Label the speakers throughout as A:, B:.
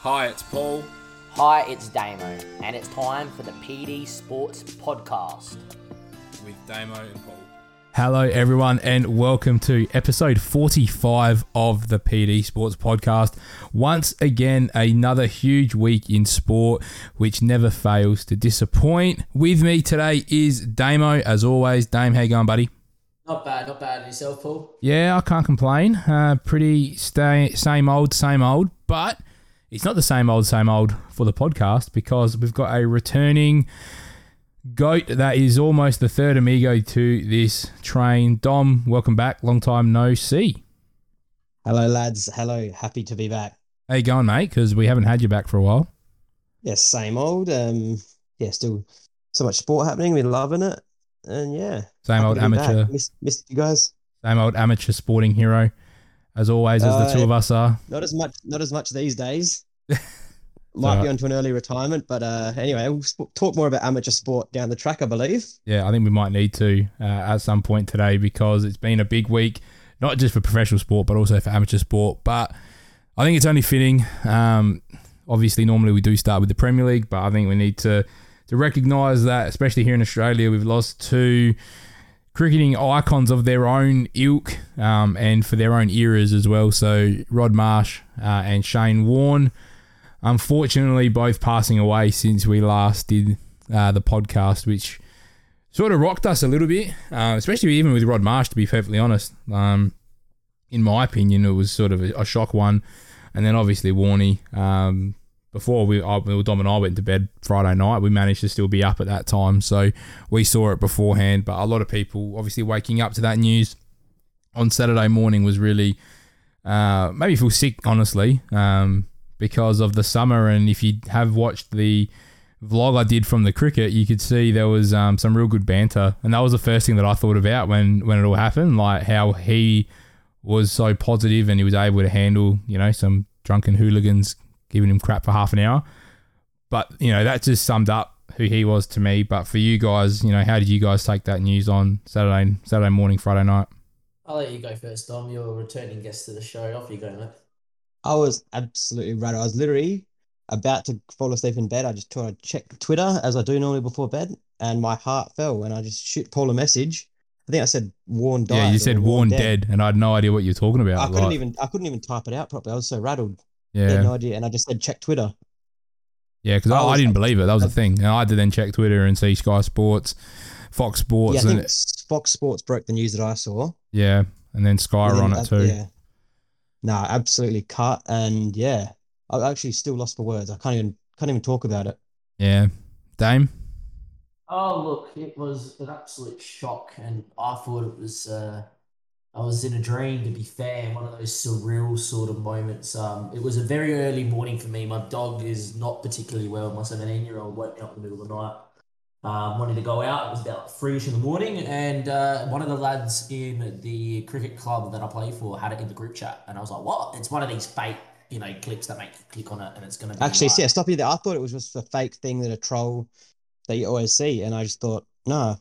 A: Hi, it's Paul.
B: Hi, it's Damo, and it's time for the PD Sports Podcast.
A: with Damo and Paul.
C: Hello, everyone, and welcome to episode 45 of the PD Sports Podcast. Once again, another huge week in sport, which never fails to disappoint. With me today is Damo, as always. Dame, how you going, buddy?
D: Not bad, not bad. Yourself, Paul?
C: Yeah, I can't complain. Uh, pretty stay, same old, same old, but it's not the same old, same old for the podcast because we've got a returning goat that is almost the third amigo to this train. Dom, welcome back. Long time no see.
E: Hello, lads. Hello. Happy to be back.
C: How you going, mate? Because we haven't had you back for a while.
E: Yes, same old. Um, yeah, still so much sport happening. We're loving it. And yeah,
C: Same
E: happy
C: old
E: to be back.
C: amateur,
E: Missed, missed you guys.
C: same old amateur sporting hero, as always, as the
E: Uh,
C: two of us are.
E: Not as much. Not as much these days. Might
C: alright.
E: be onto an early retirement, but uh, anyway, we'll sp- talk more about amateur sport down the track, I believe.
C: Yeah, I think we might need to uh, at some point today because it's been a big week, not just for professional sport, but also for amateur sport. But I think it's only fitting. Um, obviously, normally we do start with the Premier League, but I think we need to, to recognise that, especially here in Australia, we've lost two cricketing icons of their own ilk um, and for their own eras as well. So, Rod Marsh uh, and Shane Warne, unfortunately, both passing away since we last did uh, the podcast, which sort of rocked us a little bit, uh, especially even with Rod Marsh, to be perfectly honest. Um, in my opinion, it was sort of a, a shock one. And then obviously Warney, um, before we, I, well, Dom and I went to bed Friday night, we managed to still be up at that time. So we saw it beforehand. But a lot of people obviously waking up to that news on Saturday morning was really, uh, made me feel sick, honestly, um, because of the summer. And if you have watched the, vlog I did from the cricket, you could see there was um, some real good banter, and that was the first thing that I thought about when when it all happened, like how he was so positive and he was able to handle you know some drunken hooligans giving him crap for half an hour. But you know that just summed up who he was to me. But for you guys, you know, how did you guys take that news on Saturday Saturday morning, Friday night?
D: I'll let you go first, Dom. You're a returning guest to the show. Off you go, mate.
E: I was absolutely rattled. I was literally about to fall asleep in bed. I just thought I'd check Twitter as I do normally before bed, and my heart fell. And I just shoot Paul a message. I think I said Warren died.
C: yeah, you
E: or
C: said
E: "Warren
C: Warren dead. and I had no idea what you were talking about.
E: I couldn't
C: like-
E: even I couldn't even type it out properly. I was so rattled. I had
C: yeah,
E: no idea. And I just said check Twitter.
C: Yeah, because
E: I
C: I, I
E: was-
C: didn't believe it. That was the thing. And I had to then check Twitter and see Sky Sports, Fox Sports,
E: yeah, I
C: and
E: think Fox Sports broke the news that I saw.
C: yeah, and then Sky were
E: And
C: on
E: then
C: it
E: that-
C: too.
E: Yeah. No, absolutely cut. And yeah. I actually still lost for words. I can't even can't even talk about it.
C: Yeah, Dame.
D: Oh, look, it was an absolute shock, and I thought it was. Uh, I was in a dream, to be fair, one of those surreal sort of moments. Um, it was a very early morning for me. My dog is not particularly well. My 17 year old woke me up in the middle of the night. Um, wanted to go out. It was about three in the morning, and uh, one of the lads in the cricket club that I play for had it in the group chat, and I was like, "What? It's one of these fake, you know, clips that make you click on it, and it's gonna be
E: Actually,
D: like,
E: yeah, stop you there. I thought it was just a fake thing that a troll that you always see. And I just thought, no,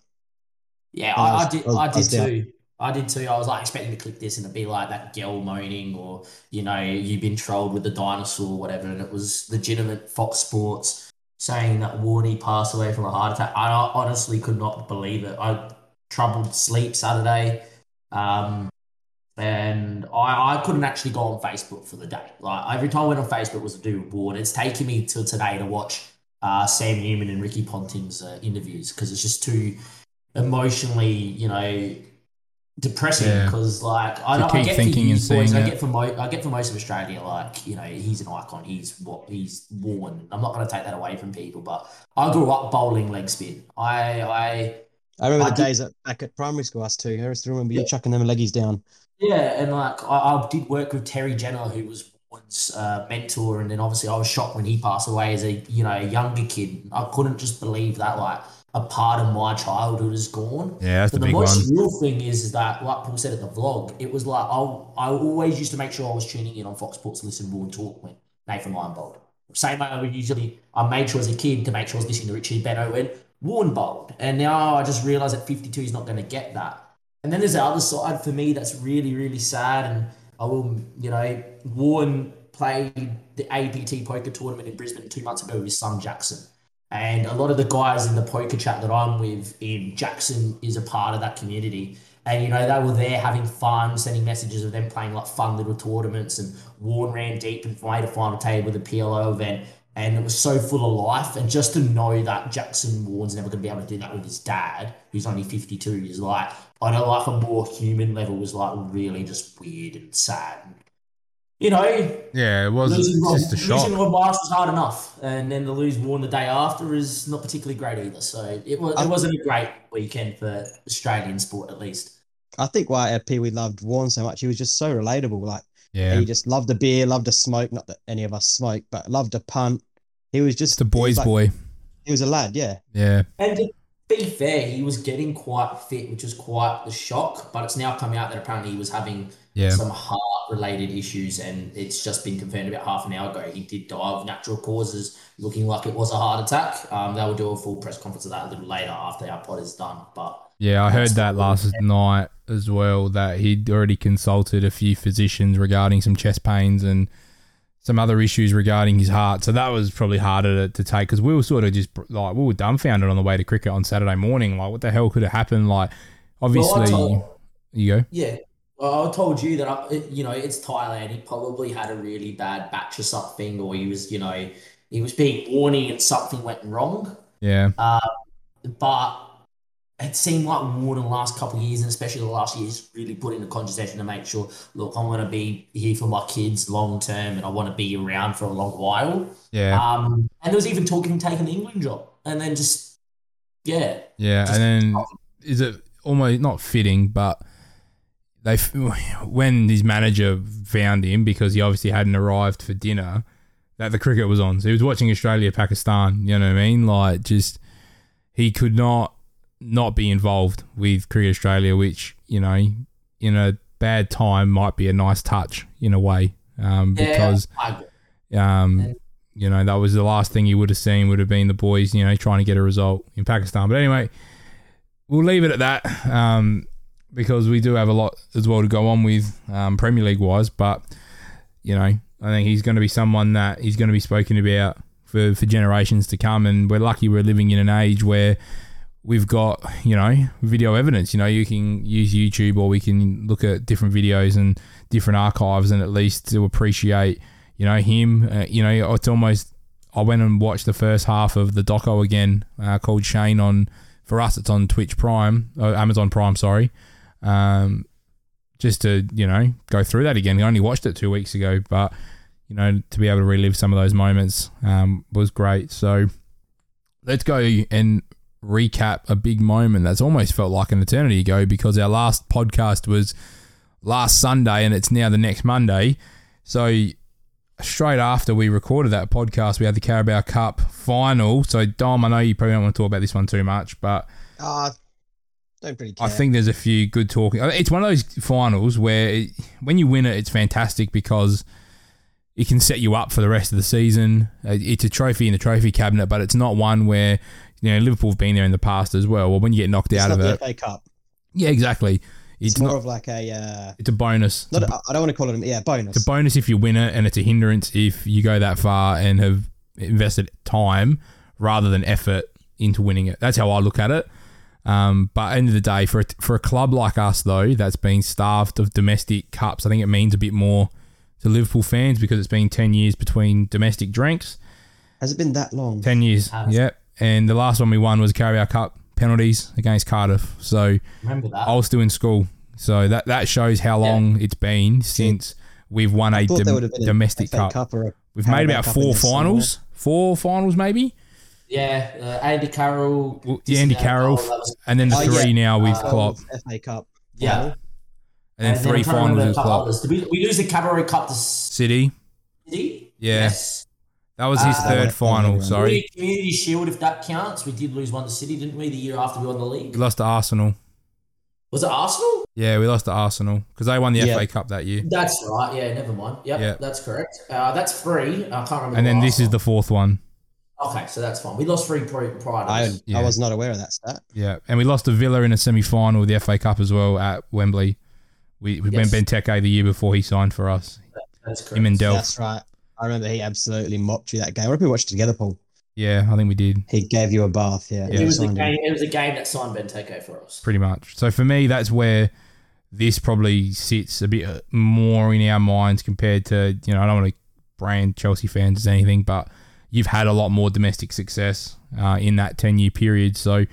D: Yeah,
E: I
D: I, I
E: was-
D: did.
E: I was
D: I did
E: buzzed out.
D: too. I did too. I was like expecting to click this and it'd be like that girl moaning, or you know, you've been trolled with the dinosaur, or whatever. And it was legitimate Fox Sports saying that Wardy passed away from a heart attack. I honestly could not believe it. I troubled sleep Saturday, um, and I, I couldn't actually go on Facebook for the day. Like every time I went on Facebook was to do with Ward. It's taken me till today to watch uh, Sam Newman and Ricky Ponting's uh, interviews because it's just too emotionally, you know, depressing.
C: Yeah.
D: Because like I,
C: To
D: don't, I
C: keep
D: get
C: thinking
D: for
C: and
D: you boys,
C: seeing
D: I
C: it.
D: get for mo- I get for most of Australia, like you know, he's an icon. He's what he's worn. I'm not going to take that away from people, but I grew up bowling leg spin. I I
E: I remember
D: I
E: the
D: did-
E: days at, back at primary school, us two. I still remember you
D: Yeah.
E: chucking them leggies down.
D: Yeah, and like I, I did work with Terry Jenner, who was Warren's uh, mentor, and then obviously I was shocked when he passed away as a you know a younger kid. I couldn't just believe that like a part of my childhood is gone.
C: Yeah, that's
D: But
C: the
D: the
C: big one.
D: most real thing is, is that, like Paul said at the vlog, it was like I I always used to make sure I was tuning in on Fox Sports, listen to and talk when Nathan Lyon bowled. Same way I would usually I made sure as a kid to make sure I was listening to Richie Beno and Warren bowled. And now I just realise at 52 he's not going to get that. And then there's the other side for me that's really really sad, and I will you know Warren played the APT poker tournament in Brisbane two months ago with his son Jackson. And a lot of the guys in the poker chat that I'm with in Jackson is a part of that community. And you know, they were there having fun, sending messages of them playing like fun little tournaments and Warren ran deep and played a final table with a PLO event. And it was so full of life. And just to know that Jackson Warren's never gonna be able to do that with his dad, who's only 52, is like on a like a more human level was like really just weird and sad. You know,
C: Yeah, it was it's
D: losing Rob,
C: just a
D: losing
C: shock.
D: Rob Morris was hard enough, and then to lose Warren the day after is not particularly great either. So it was
E: I-
D: it wasn't a great weekend for Australian sport at least.
E: I think why uh, Pee Wee loved Warren so much, he was just so relatable. Like
C: Yeah,
E: he just loved a beer, loved a smoke. Not that any of us smoke, but loved a punt. He was just
C: it's the boys'
E: he was like-
C: boy.
E: He was a lad, yeah.
C: Yeah,
D: And to be fair, he was getting quite fit, which was quite the shock. But it's now come out that apparently he was having
C: yeah,
D: some heart related issues, and it's just been confirmed about half an hour ago. He did die of natural causes, looking like it was a heart attack. Um, they will do a full press conference of that a little later after our pod is done, but.
C: yeah. I heard that last night as well that he'd already consulted a few physicians regarding some chest pains and some other issues regarding his heart. So that was probably harder to, to take because we were sort of just like we were dumbfounded on the way to cricket on Saturday morning. Like, what the hell could have happened? Like,
D: Well, I
C: obviously,
D: told-
C: you go.
D: Yeah. Well, I told you that, I, it- you know, it's Thailand. He probably had a really bad batch or something, or he was, you know, he was being warning and something went wrong.
C: Yeah,
D: But it seemed like Ward in the last couple of years, and especially the last year, he's really put in a conscious effort to make sure, look, I want to be here for my kids long term and I want to be around for a long while.
C: yeah,
D: Um, and there was even talk of him taking the England job and then just, yeah,
C: yeah.
D: just-
C: And then is it almost not fitting, but they when his manager found him because he obviously hadn't arrived for dinner that the cricket was on. So he was watching Australia Pakistan. You know what I mean? Like just he could not not be involved with Cricket Australia, which you know in a bad time might be a nice touch in a way um,
D: yeah,
C: because
D: I agree.
C: um,
D: And-
C: you know, that was the last thing you would have seen would have been the boys, you know, trying to get a result in Pakistan. But anyway, we'll leave it at that um, because we do have a lot as well to go on with um, Premier League wise. But you know, I think he's going to be someone that he's going to be spoken about for, for generations to come. And we're lucky we're living in an age where we've got you know video evidence. You know, you can use YouTube or we can look at different videos and different archives, and at least to appreciate you know him. Uh, you know, it's almost. I went and watched the first half of the doco again uh, called Shane on. For us, it's on Twitch Prime, oh, Amazon Prime, sorry. Um, just to you know go through that again. I only watched it two weeks ago, but you know to be able to relive some of those moments um, was great. So let's go and recap a big moment that's almost felt like an eternity ago because our last podcast was last Sunday and it's now the next Monday. So straight after we recorded that podcast, we had the Carabao Cup final. So Dom, I know you probably don't want to talk about this one too much, but
E: Ah, don't pretty care.
C: I think there's a few good talking. It's one of those finals where it, when you win it, it's fantastic because it can set you up for the rest of the season. Uh, It's a trophy in the trophy cabinet, but it's not one where you know Liverpool have been there in the past as well. Well, when you get knocked
E: it's
C: out
E: not
C: of
E: the
C: it,
E: FA Cup.
C: yeah, exactly.
E: It's,
C: It's,
E: more
C: not.
E: of like a uh,
C: It's a bonus.
E: not. A, I don't want to call it a yeah bonus.
C: It's a bonus if you win it, and it's a hindrance if you go that far and have invested time rather than effort into winning it. That's how I look at it. Um, but end of the day, for a, for a club like us though, that's been starved of domestic cups, I think it means a bit more to Liverpool fans because it's been ten years between domestic drinks.
E: Has it been that long?
C: Ten years,
D: Has.
C: yep. And the last one we won was Carabao Cup penalties against Cardiff. So
D: remember that.
C: I was still in school, so that that shows how
D: Yeah.
C: long it's been since we've won a
E: Thought
C: dom-
E: there would have been a
C: domestic
E: FA
C: cup.
E: or a
C: We've made
E: Carabao
C: about
E: Cup
C: four
E: in there somewhere.
C: finals, four finals maybe.
D: Yeah, uh, Andy Carroll.
C: Well,
D: this
C: yeah, Andy
D: and that,
C: Carroll,
D: oh, that was-
C: and then the
E: Oh,
C: three
E: yeah.
C: now with
E: Uh,
C: Klopp,
E: FA Cup.
D: Yeah.
E: final.
C: and then
D: And then
C: three
D: I'm trying to remember
C: finals
D: a
C: with
D: couple
C: Klopp.
D: others. Did we, we lose the Cabaret Cup to City?
C: City, Yeah.
D: Yes.
C: that was his
D: Uh,
C: third final.
E: Yeah.
C: Sorry,
D: We- Community Shield, if that counts. We did lose one to City, didn't we, the year after we won the
C: we
D: league?
C: lost to Arsenal.
D: Was it Arsenal?
C: Yeah, we lost to Arsenal because they won the
E: Yeah.
C: FA Cup that year.
D: That's right. Yeah, never mind. Yep,
C: Yeah.
D: that's correct. Uh, that's three. I can't remember.
C: And then this is
D: last
C: the fourth one.
D: one. Okay, so that's fine. We lost three pri- prior to
E: I
D: this.
C: Yeah.
E: I was not aware of that stat.
C: Yeah, and we lost to Villa in a semi-final of the FA Cup as well at Wembley. We, we
D: Yes.
C: went Benteke the year before he signed for us.
D: That's correct.
C: Him and Delph.
E: That's right. I remember he absolutely mocked you that game. I remember we watched it together, Paul.
C: Yeah, I think we did
E: He gave you a bath. Yeah.
C: Yeah.
D: It was a
E: Signed him.
D: game. It was a game that signed Benteke for us.
C: pretty much. So for me, that's where this probably sits a bit uh, more in our minds compared to you know I don't want to brand Chelsea fans as anything, but you've had a lot more domestic success uh, in that ten year period. So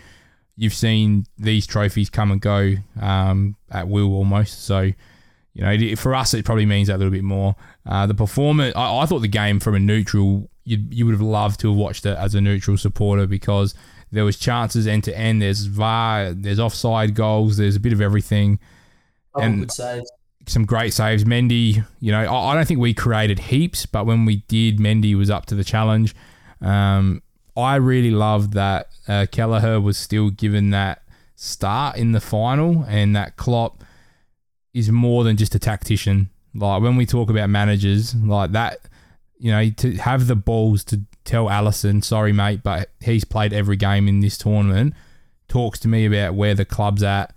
C: you've seen these trophies come and go um, at will almost. So you know, it, for us, it probably means that a little bit more. Uh, the performance, I, I thought the game from a neutral, you you would have loved to have watched it as a neutral supporter because there was chances end to end. There's VAR, there's offside goals, there's a bit of everything.
D: Couple
C: And-
D: good saves.
C: Some great saves. Mendy, you know, I, I don't think we created heaps, but when we did, Mendy was up to the challenge. Um, I really loved that uh, Kelleher was still given that start in the final, and that Klopp is more than just a tactician. Like when we talk about managers, like that, you know, to have the balls to tell Allison, sorry mate, but he's played every game in this tournament, talks to me about where the club's at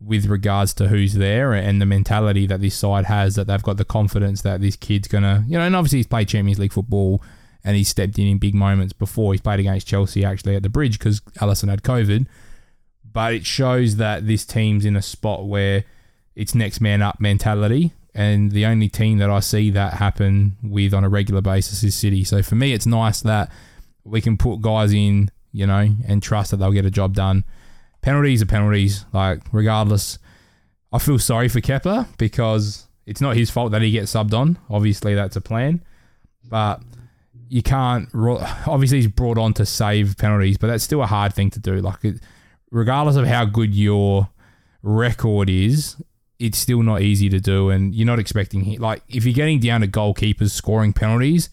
C: with regards to who's there and the mentality that this side has that they've got the confidence that this kid's gonna, you know, and obviously he's played Champions League football and he's stepped in in big moments before. He's played against Chelsea actually at the bridge because Allison had COVID, but it shows that this team's in a spot where it's next man up mentality. And the only team that I see that happen with on a regular basis is City. So for me, it's nice that we can put guys in, you know, and trust that they'll get a job done. Penalties are penalties, like regardless. I feel sorry for Kepler because it's not his fault that he gets subbed on. Obviously, that's a plan, but you can't. ro- Obviously, he's brought on to save penalties, but that's still a hard thing to do. Like, it, regardless of how good your record is, it's still not easy to do, and you're not expecting he like if you're getting down to goalkeepers scoring penalties,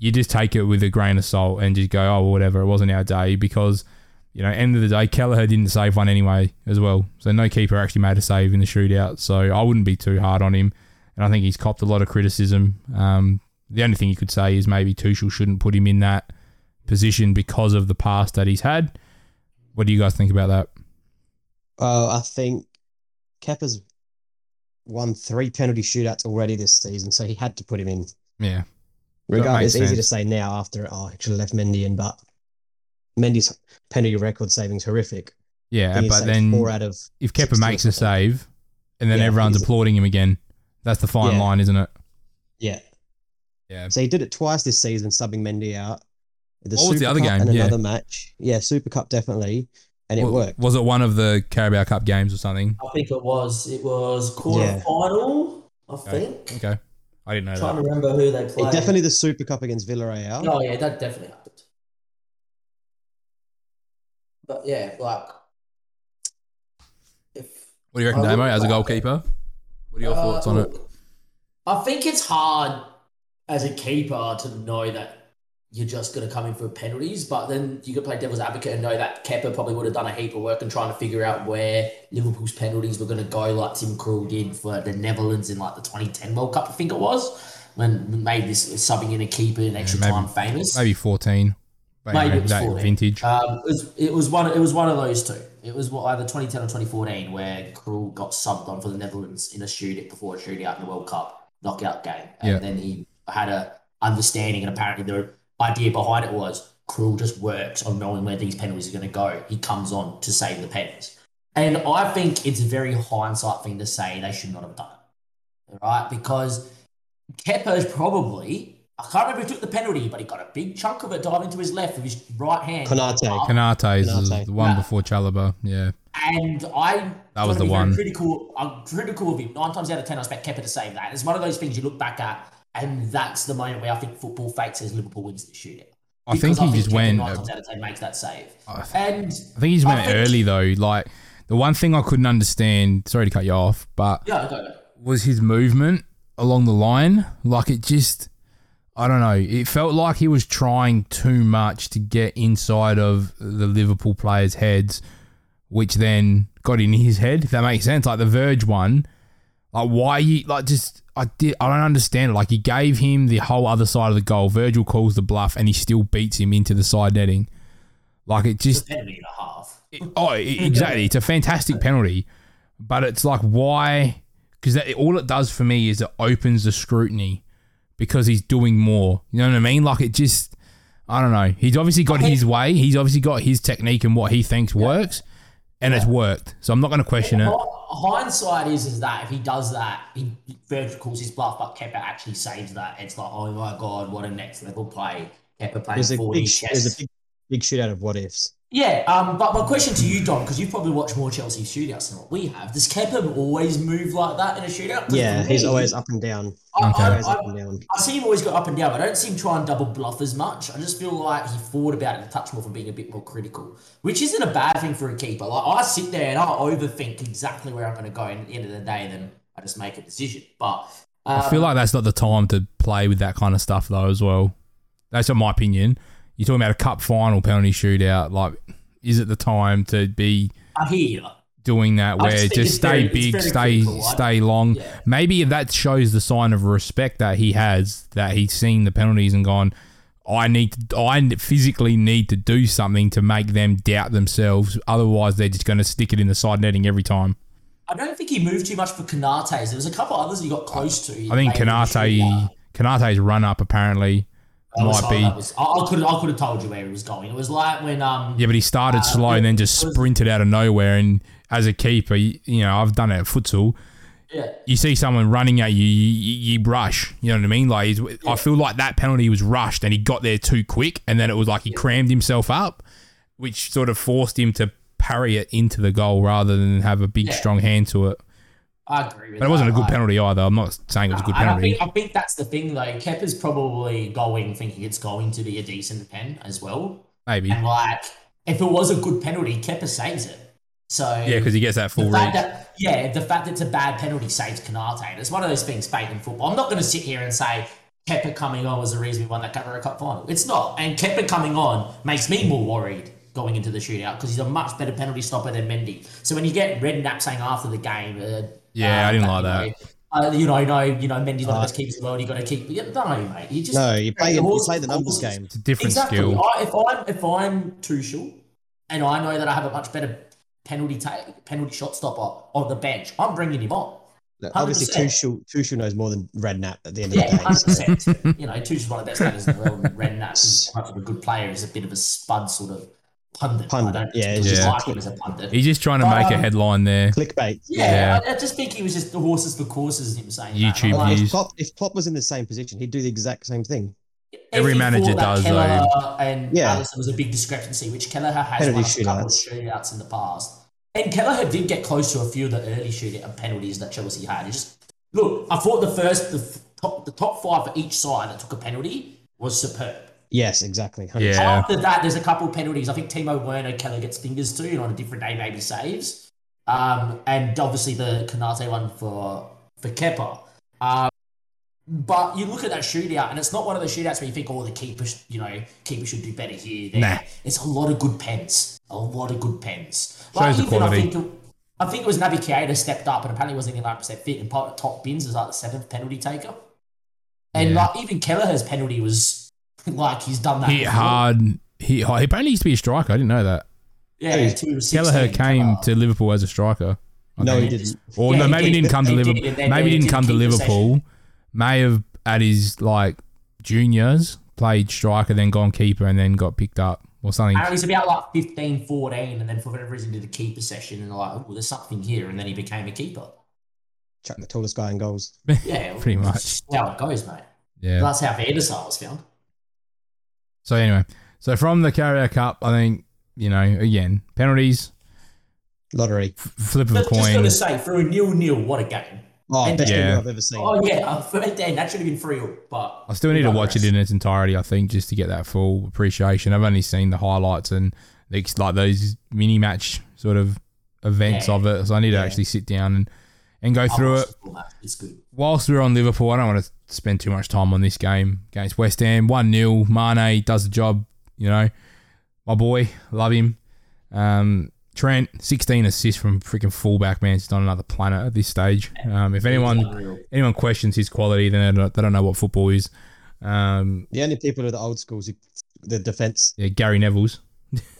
C: you just take it with a grain of salt and just go, oh, well, whatever, it wasn't our day because you know, end of the day, Kelleher didn't save one anyway as well, so no keeper actually made a save in the shootout. So I wouldn't be too hard on him, and I think he's copped a lot of criticism. Um, the only thing you could say is maybe Tuchel shouldn't put him in that position because of the past that he's had. What do you guys think about that?
E: Oh, I think Kepa's won three penalty shootouts already this season, so he had to put him in.
C: Yeah, makes
E: Regardless, it's easy to
C: sense.
E: say now after oh, I should have left Mendy in, but Mendy's penalty record saving's horrific. I
C: yeah,
E: think he
C: but
E: saved
C: then
E: four out of
C: if Kepper
E: 16
C: makes a
E: or
C: save, and then
E: Yeah,
C: everyone's
E: he's-
C: applauding him again, that's the fine
E: Yeah.
C: line, isn't it?
E: yeah,
C: Yeah.
E: So he did it twice this season, subbing Mendy out. The
C: What was the
E: Super
C: other
E: Cup
C: game?
E: And
C: Yeah.
E: another match. Yeah, Super Cup definitely, and it
C: Wa-
E: worked.
C: Was it one of the Carabao Cup games or something?
D: I think it was. It was quarter
E: Yeah.
D: final. I think.
C: Okay, I didn't know
D: trying
C: that.
D: to remember who they played.
E: It definitely the Super Cup against Villarreal.
D: Oh yeah, that definitely happened. But yeah, like if
C: What do you reckon,
D: I would-
C: Damo, as a goalkeeper? What are your
D: Uh,
C: thoughts on it?
D: look, I think it's hard as a keeper to know that you're just going to come in for penalties, but then you could play devil's advocate and know that Kepper probably would have done a heap of work in trying to figure out where Liverpool's penalties were going to go, like Tim Krul did for the Netherlands in like the 2010 World Cup, I think it was, when we made this subbing in a keeper in extra
C: maybe-
D: time famous.
C: Maybe fourteen.
D: Maybe it's
C: that
D: 14.
C: vintage.
D: Um, it, was, it was one. It was one of those two. It was what, either 2010 or 2014 where Krul got subbed on for the Netherlands in a shootout before a shootout in the World Cup knockout game, and
C: Yeah.
D: then he had a understanding, and apparently the idea behind it was Krul just works on knowing where these penalties are going to go. He comes on to save the pens, and I think it's a very hindsight thing to say they should not have done it, right? Because Kepper's probably. I can't remember who took the penalty, but he got a big chunk of it diving to his left with his right hand.
E: Konate.
C: oh, Canate's is
E: Canate.
C: the one
D: Yeah.
C: before Chalaba. Yeah,
D: And I
C: That was
D: gotta
C: the
D: be very
C: one.
D: critical. I'm critical of him. Nine times out of ten, I expect Kepa to save that. It's one of those things you look back at, and that's the moment where I think football fate says Liverpool wins the shootout.
C: I think he just
D: Kepa
C: went.
D: nine
C: uh,
D: times out of ten makes that save.
C: I th-
D: And
C: I think he just
D: I
C: went
D: think-
C: early though. Like the one thing I couldn't understand. Sorry to cut you off, but
D: yeah, go, go.
C: was his movement along the line. Like it just, I don't know. It felt like he was trying too much to get inside of the Liverpool players' heads, which then got in his head. If that makes sense, like the Verge one. Like why you like just I did I don't understand it. Like he gave him the whole other side of the goal. Virgil calls the bluff and he still beats him into the side netting. Like it just
D: It's a penalty and a half.
C: e-, it- oh, i- exactly. It's a fantastic penalty, but it's like why? because all it does for me is it opens the scrutiny because he's doing more. You know what I mean? Like it just, I don't know. He's obviously got his way. He's obviously got his technique and what he thinks works, and it's worked. So I'm not going to question it.
D: Hindsight is is that if he does that, he Virgil calls his bluff, but Kepper actually saves that. It's like, oh my god, what a next level play. Kepper playing
E: There's a
D: 40
E: big, sh- there's
D: chess.
E: a big, big shootout of what ifs.
D: yeah, um, but my question to you, Don, because you've probably watched more Chelsea shootouts than what we have. Does Kepper always move like that in a shootout? 'Cause
E: Yeah,
D: for
E: he's
D: me,
E: always up and down.
D: I-
C: Okay.
D: I-
E: Always
D: I-
E: up and down.
D: I see him always go up and down, but I don't see him try and double bluff as much. I just feel like he thought about it a touch more for being a bit more critical, which isn't a bad thing for a keeper. Like I sit there and I overthink exactly where I'm going to go, and at the end of the day, then I just make a decision. But um,
C: I feel like that's not the time to play with that kind of stuff though as well. That's in my opinion. You're talking about a cup final penalty shootout. Like, is it the time to be
D: I hear you.
C: doing that
D: I
C: where just,
D: just think it's
C: stay
D: very- it's
C: big,
D: very
C: stay
D: critical, right?
C: stay long.
D: Yeah.
C: Maybe that shows the sign of respect that he has, that he's seen the penalties and gone, I need to, I physically need to do something to make them doubt themselves. Otherwise, they're just going to stick it in the side netting every time.
D: I don't think he moved too much for Canate's. There was a couple others he got close to.
C: I think
D: Like, in the
C: Kanate
D: shootout.
C: Kanate's run up apparently
D: That was-
C: might be.
D: Oh, that was- I, I could I could have told you where he was going. It was like when um
C: Yeah, but he started slow
D: yeah,
C: and then just
D: it was-
C: sprinted out of nowhere. And as a keeper, you, you know, I've done it at futsal.
D: yeah.
C: You see someone running at you, you, you, you rush. You know what I mean? Like, he's, I feel like that penalty was rushed and he got there too quick. And then it was like he crammed himself up, which sort of forced him to parry it into the goal rather than have a big,
D: Yeah.
C: strong hand to it.
D: I agree with
C: But it wasn't a
D: that,
C: good
D: like-
C: penalty either. I'm not saying it was a good
D: And I
C: penalty.
D: think, I think that's the thing though. Kepper's probably going thinking it's going to be a decent pen as well.
C: Maybe.
D: And like, if it was a good penalty, Kepper saves it. So
C: Yeah, because he gets that full
D: the fact
C: reach.
D: that, yeah, the fact that it's a bad penalty saves Canate. And It's one of those things fake in football. I'm not going to sit here and say Kepper coming on was the reason we won that Carrera Cup final. It's not. And Kepper coming on makes me more worried going into the shootout because he's a much better penalty stopper than Mendy. So when you get Redknapp saying after the game, uh,
C: Yeah, I didn't like that.
D: uh, you know, no, you know, Mendy's one of the best keepers in the world. You got to keep. yeah, No, mate, you just
E: No, you play, you
D: Horses-
E: play the numbers
D: horses-
E: game.
C: It's a different
D: exactly.
C: skill.
D: I, if I'm if I'm Tuchel, and I know that I have a much better penalty take, penalty shot stopper on the bench, I'm bringing him on.
E: Look, obviously,
D: 100%.
E: Tuchel, Tuchel knows more than Redknapp at the end of
D: Yeah,
E: the day.
D: hundred percent. You know, Tuchel's one of the best players in the world. And Redknapp is much of a good player. He's a bit of a spud sort of pundit.
E: Pundit,
D: I don't
E: yeah, he's
D: particularly
C: just a
D: like him as a pundit.
C: He's just trying to make a
D: Um,
C: headline there.
E: Clickbait.
D: yeah, I, I just think he was just the horses for courses. Him saying that.
C: YouTube
D: Like,
E: Like,
C: He's-
E: if, Klopp, if Klopp was in the same position, he'd do the exact same thing.
C: Every
D: If he
C: manager
D: thought that
C: does,
D: Keller And
E: Yeah.
D: Alisson was a big discrepancy, which Kelleher has
E: Penalty
D: won a couple of
E: shootouts.
D: shootouts in the past. And Kelleher did get close to a few of the early shootout penalties that Chelsea had. It's just look, I thought the first, the f- top, the top five for each side that took a penalty was superb.
E: Yes, exactly. 100%.
C: Yeah.
D: After that, there's a couple of penalties. I think Timo Werner, Keller gets fingers to, and on a different day maybe saves. Um, and obviously the Canate one for for Kepa. Um, but you look at that shootout, and it's not one of the shootouts where you think, "Oh, the keeper, sh- you know, keeper should do better here." There,
C: Nah.
D: it's a lot of good pens, a lot of good pens.
C: Shows the quality.
D: I think, I think it was Naby Keita stepped up, and apparently wasn't even 100 percent fit. And part of top bins is like the seventh penalty taker, and
C: Yeah.
D: like even Kelleher's penalty was like he's done that.
C: Hit
D: before.
C: hard. Hit hard. He apparently used to be a striker. I didn't know that.
D: Yeah, two was
C: Kelleher
D: 16,
C: came
D: Kelleher.
C: to Liverpool as a striker. I
E: No,
C: think.
E: he didn't.
C: Or
D: Yeah,
C: no,
D: he
C: maybe
D: did.
C: he didn't come to
D: He did,
C: Liverpool.
D: and then
C: Maybe
D: they
C: he didn't
D: did
C: come to
D: keep the
C: Liverpool. May have at his like juniors played striker, then gone keeper, and then got picked up or something.
D: Apparently, it's about like 15, 14, and then for whatever reason, did a keeper session, and like, oh, there's something here, and then he became a keeper.
E: Chuck the tallest guy in goals.
D: Yeah,
C: Pretty much.
D: that's how it goes, mate.
C: Yeah.
D: That's how Van der Sar was found.
C: So anyway, so from the Carrier Cup, I think you know again penalties,
E: Lottery.
C: f- flip of a
D: But just
C: coin.
D: gotta say, for a nil nil, what a game!
E: Oh,
D: And-
E: best
C: Yeah.
E: video I've ever seen.
D: Oh yeah, I thought then that should have been three all, but
C: I still need to watch it in its entirety. I think just to get that full appreciation. I've only seen the highlights and the, like those mini match sort of events
D: Yeah.
C: of it. So I need to
E: Yeah.
C: actually sit down and, and go through it.
D: Oh, It's good.
C: whilst we're on Liverpool, I don't want to spend too much time on this game against West Ham. 1 0. Mane does the job, you know. My boy, love him. Um, Trent, 16 assists from freaking fullback, man. He's on another planet at this stage. Um, if anyone
D: Unreal.
C: anyone questions his quality, then they don't, they don't know what football is. Um,
E: The only people are the old schools who the defense.
C: yeah, Gary Neville's.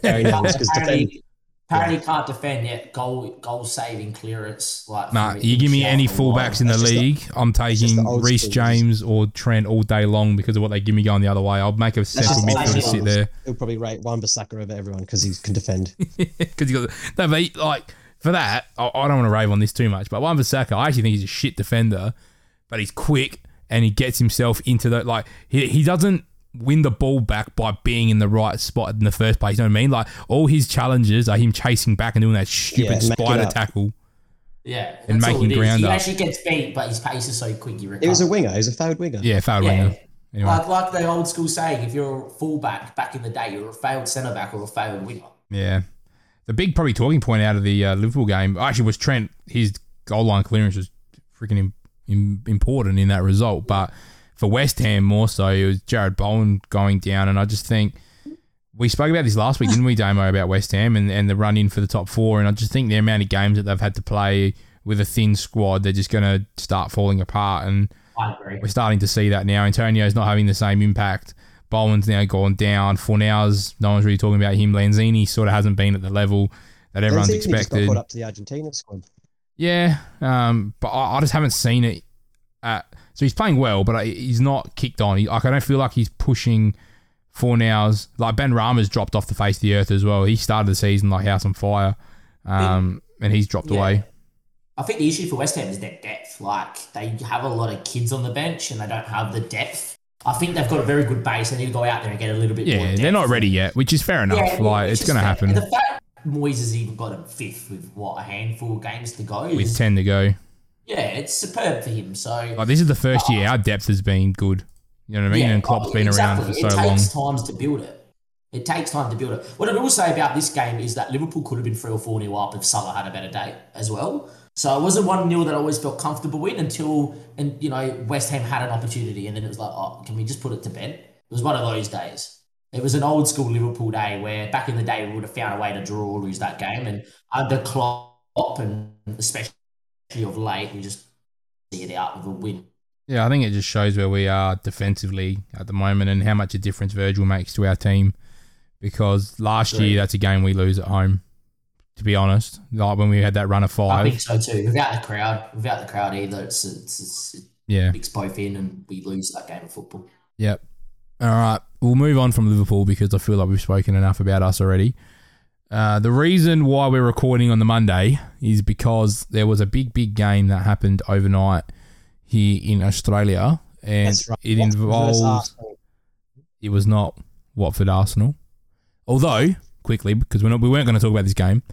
E: Gary Neville's because defense.
D: Apparently, Apparently can't defend yet. Goal goal saving clearance. Like
C: Nah,
D: from
C: you give me
D: inside
C: any
D: the
C: fullbacks in
D: line.
C: the
E: That's just the-
C: league, I'm
E: just
C: taking
E: the old
C: Reese
E: school.
C: James or Trent all day long because of what they give me going the other way. I'll make a central
D: just
C: midfielder
D: old
C: sit
E: school.
C: there
E: He'll probably rate one Bissaka over everyone because he can defend.
C: because you got no, but he- like for that, I, I don't want to rave on this too much. But Wan Bissaka, I actually think he's a shit defender, but he's quick and he gets himself into the like he he doesn't win the ball back by being in the right spot in the first place. You know what I mean? Like all his challenges are him chasing back and doing that stupid
E: make it
C: spider
E: up.
C: tackle.
D: Yeah,
C: and
D: that's all
C: making
D: it is.
C: ground
D: He
C: up.
D: actually gets beat, but his pace is so quick. You recover.
E: He was a winger. He was a failed winger.
C: Yeah, foul
D: yeah.
C: yeah. Anyway,
D: Like, like the old school saying, if you're a fullback back in the day, you're a failed centre back or a failed winger.
C: yeah. The big probably talking point out of the uh, Liverpool game actually was Trent. His goal line clearance was freaking im- im- important in that result, but for West Ham more so, it was Jared Bowen going down, and I just think we spoke about this last week, didn't we, Damo, about West Ham and, and the run in for the top four, and I just think the amount of games that they've had to play with a thin squad, they're just going to start falling apart, and
D: I agree.
C: we're starting to see that now. Antonio's not having the same impact. Bowen's now gone down. Fornals, no one's really talking about him. Lanzini sort of hasn't been at the level that everyone's
E: Lanzini just got
C: expected.
E: caught up to the Argentina squad.
C: Yeah, um, but I, I just haven't seen it. At, so he's playing well, but I, he's not kicked on. He, like I don't feel like he's pushing Fornals. Like Ben Rama's dropped off the face of the earth as well. He started the season like house on fire, um, and he's dropped
D: Yeah.
C: away.
D: I think the issue for West Ham is their depth. Like they have a lot of kids on the bench and they don't have the depth. I think they've got a very good base. They need to go out there and get a little bit more.
C: Yeah,
D: depth.
C: they're not ready yet, which is fair enough.
D: Yeah,
C: like
D: which
C: it's
D: is
C: going to
D: fair.
C: happen
D: And the fact Moyes has even got him fifth with what a handful of games to go.
C: with
D: is-
C: ten to go.
D: yeah, it's superb for him. So
C: Like this is the first year our depth has been good. You know what I mean? and Klopp's
D: oh,
C: been around for
D: exactly.
C: so
D: it
C: long.
D: takes times to build it. It takes time to build it. What I will say about this game is that Liverpool could have been three or four nil up if Salah had a better day as well. So it was a one 0 that I always felt comfortable with until and you know West Ham had an opportunity and then it was like, oh, can we just put it to bed? It was one of those days. It was an old school Liverpool day where back in the day we would have found a way to draw or lose that game, and under Klopp and especially of late we just see it out with a win.
C: Yeah, I think it just shows where we are defensively at the moment and how much a difference Virgil makes to our team. Because last
D: Agreed.
C: year that's a game we lose at home. To be honest, like when we had that run of
D: I
C: five.
D: think so too. Without the crowd, without the crowd either, it's, it's, it's it
C: Yeah.
D: picks both in, and we lose that game of football.
C: Yep. All right. We'll move on from Liverpool because I feel like we've spoken enough about us already. Uh, the reason why we're recording on the Monday is because there was a big, big game that happened overnight here in Australia, and
E: That's right.
C: it
E: Watford versus
C: involves
E: Arsenal.
C: it was not Watford Arsenal. Although quickly, because we're not, we weren't going to talk about this game,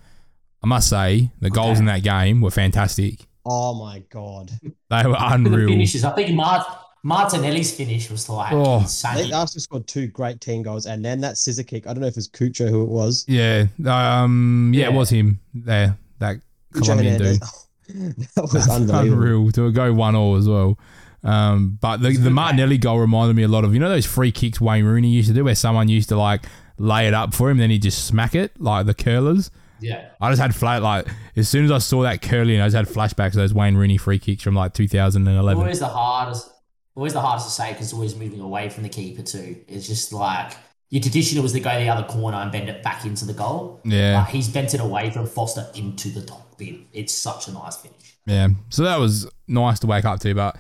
C: I must say the goals
D: Okay.
C: in that game were fantastic.
E: Oh my god!
C: They were
D: With the
C: unreal.
D: finishes, I think Mart- Martinelli's finish was like
C: Oh.
E: They
D: insane.
E: Arsenal scored two great team goals, and then that scissor kick. I don't know if it was Kucho who it was.
C: Yeah, um, yeah, it
D: Yeah.
C: was him there. That
E: Cucho
C: Colombian dude.
E: Hernandez. that was unbelievable.
C: unreal to go one all as well. Um, but the, the Martinelli goal reminded me a lot of you know those free kicks Wayne Rooney used to do, where someone used to like lay it up for him, then he would just smack it like the curlers.
D: Yeah,
C: I just had flat like as soon as I saw that curling, I just had flashbacks of those Wayne Rooney free kicks from like 2011.
D: always the hardest. Always the hardest to say because it's always moving away from the keeper too. It's just like your traditional was to go the other corner and bend it back into the goal.
C: Yeah.
D: Like, he's bent it away from Foster into the top bin. It's such a nice finish.
C: Yeah, so that was nice to wake up to, but.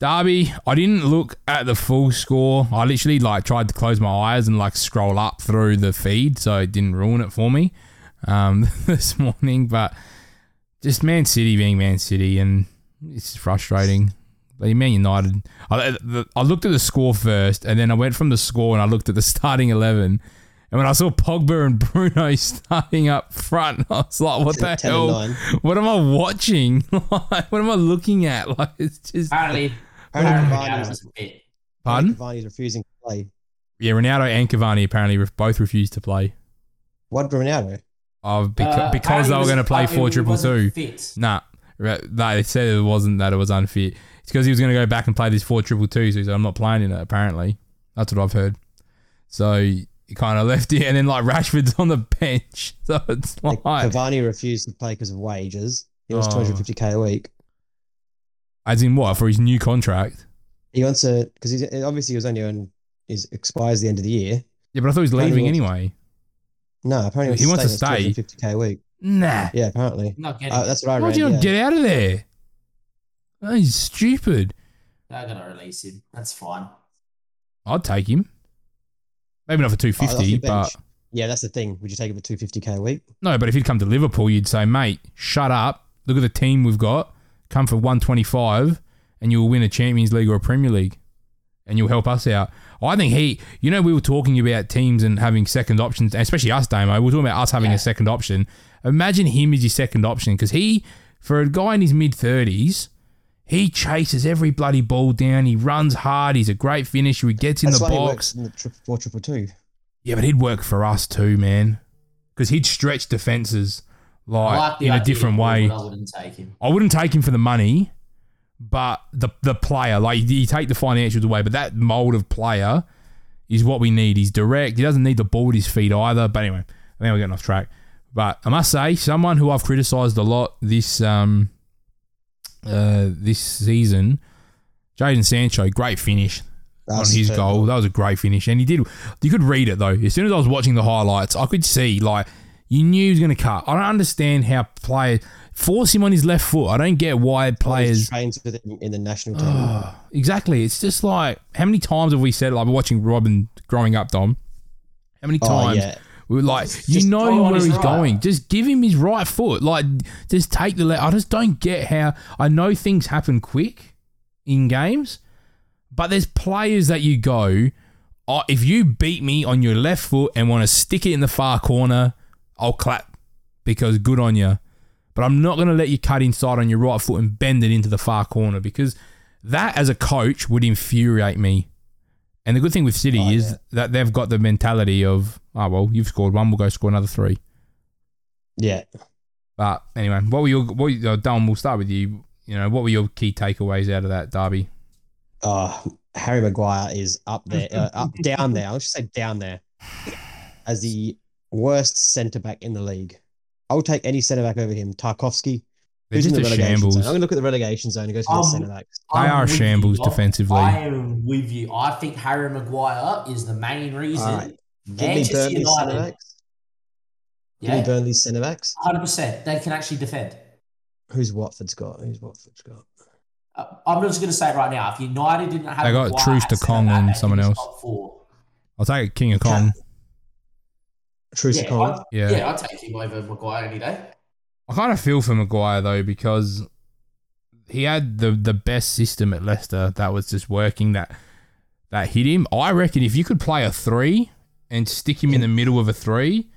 C: Derby, I didn't look at the full score. I literally like tried to close my eyes and like scroll up through the feed so it didn't ruin it for me um, this morning. But just Man City being Man City and it's frustrating. But Man United, I, the- I looked at the score first and then I went from the score and I looked at the starting 11. And when I saw Pogba and Bruno starting up front, I was like, what the
E: 10 and
C: hell?
E: 9.
C: What am I watching? like, what am I looking at? Like, it's just.
D: Apparently,
E: Apparently
D: apparently
E: Cavani-
D: Cavani was a bit.
C: Pardon?
E: Cavani's refusing to play.
C: Yeah, Ronaldo and Cavani apparently re- both refused to play.
E: What Ronaldo?
C: Oh, beca- because
D: Uh,
C: they
D: apparently
C: were
D: was-
C: going to play
D: apparently
C: four
D: he
C: triple
D: wasn't
C: two.
D: fit.
C: Nah, re- they said it wasn't that it was unfit. It's because he was going to go back and play this four triple two. So he's like, I'm not playing in it. Apparently, that's what I've heard. So he kind of left it, and then like Rashford's on the bench. So it's
E: Like,
C: like,
E: Cavani refused to play because of wages. He wants
C: Oh.
E: 250k a week.
C: as in what for his new contract?
E: He wants to because he's obviously he was only on his expires the end of the year.
C: Yeah, but I thought he was
E: Apparently
C: leaving
E: he
C: anyway.
E: No, apparently
C: He wants to stay.
E: Fifty k a week.
C: Nah.
E: Yeah, apparently.
D: Not getting.
E: Uh,
D: it.
E: that's what I
C: Why
E: read.
C: do you not
E: yeah.
C: get out of there? That is stupid.
D: They're gonna release him. That's fine.
C: I'd take him. Maybe not for two
E: Oh, off
C: fifty,
E: your
C: but
E: bench. yeah, that's the thing. Would you take it for two fifty k a week?
C: no. But if he'd come to Liverpool, you'd say, mate, shut up. Look at the team we've got. Come for one twenty five, and you'll win a Champions League or a Premier League, and you'll help us out. I think he. You know, we were talking about teams and having second options, especially us, Damo. We were talking about us having
D: Yeah.
C: a second option. Imagine him as your second option because he, for a guy in his mid thirties. He chases every bloody ball down. He runs hard. He's a great finisher. He gets in
E: That's
C: the
E: why he
C: box.
E: works in the tri- four triple two.
C: Yeah, but he'd work for us too, man. Because he'd stretch defenses
D: I
C: like,
D: like the
C: in
D: idea,
C: a different
D: but
C: way.
D: I wouldn't take him.
C: I wouldn't take him for the money, but the the player, like you take the financials away, but that mold of player is what we need. He's direct. He doesn't need the ball at his feet either. But anyway, I think we're getting off track. But I must say, someone who I've criticised a lot this um uh this season, Jaden Sancho, great finish on his goal. That was a great finish, and he did. You could read it though. As soon as I was watching the highlights, I could see like you knew he was going to cut. I don't understand how players force him on his left foot. I don't get why players
E: Players trains with him in the national team.
C: exactly. It's just like how many times have we said like watching Robin growing up, Dom? How many
E: Oh,
C: times?
E: yeah.
C: We were like, you
D: just throw
C: know
D: on
C: where
D: his
C: he's
D: right.
C: going. Just give him his right foot. Like, just take the left. I just don't get how. I know things happen quick in games, but there's players that you go, "Oh, if you beat me on your left foot and want to stick it in the far corner, I'll clap because good on you. But I'm not going to let you cut inside on your right foot and bend it into the far corner because that, as a coach, would infuriate me. And the good thing with City
E: Oh,
C: is
E: yeah.
C: that they've got the mentality of, oh, well, you've scored one, we'll go score another three.
E: Yeah.
C: But anyway, what were your, what, were your- uh, Dom, we'll start with you. You know, what were your key takeaways out of that derby?
E: Oh, Harry Maguire is up there, uh, up down there. I'll just say down there as the worst centre back in the league. I'll take any centre back over him. Tarkovsky.
C: They're
E: who's in
C: just a
E: the relegation
C: shambles.
E: Zone. I'm gonna look at the relegation zone and go to the
D: Um,
E: centre backs.
C: They
D: I'm
C: are
D: with you,
C: shambles
D: Bob.
C: defensively.
D: I am with you. I think Harry Maguire is the main reason.
E: All right. Give me
D: Manchester
E: Burnley centre
D: United,
E: backs. Give me
D: yeah,
E: Burnley centre backs.
D: hundred percent. They can actually defend.
E: Who's Watford's got? Who's Watford's got?
D: Uh, I'm just going to say it right now. If United didn't have,
C: They got
D: Maguire
C: Truce
D: at
C: to
D: centre
C: Kong
D: back,
C: and
D: they'd be
C: someone else.
D: top four.
C: I'll take King of Kong.
E: Truce
D: Yeah,
E: Kong.
D: I'd-
C: Yeah.
D: yeah, I'd take him over Maguire any day.
C: I kind of feel for Maguire though because he had the the best system at Leicester that was just working that that hit him. I reckon if you could play a three and stick him in the middle of a three,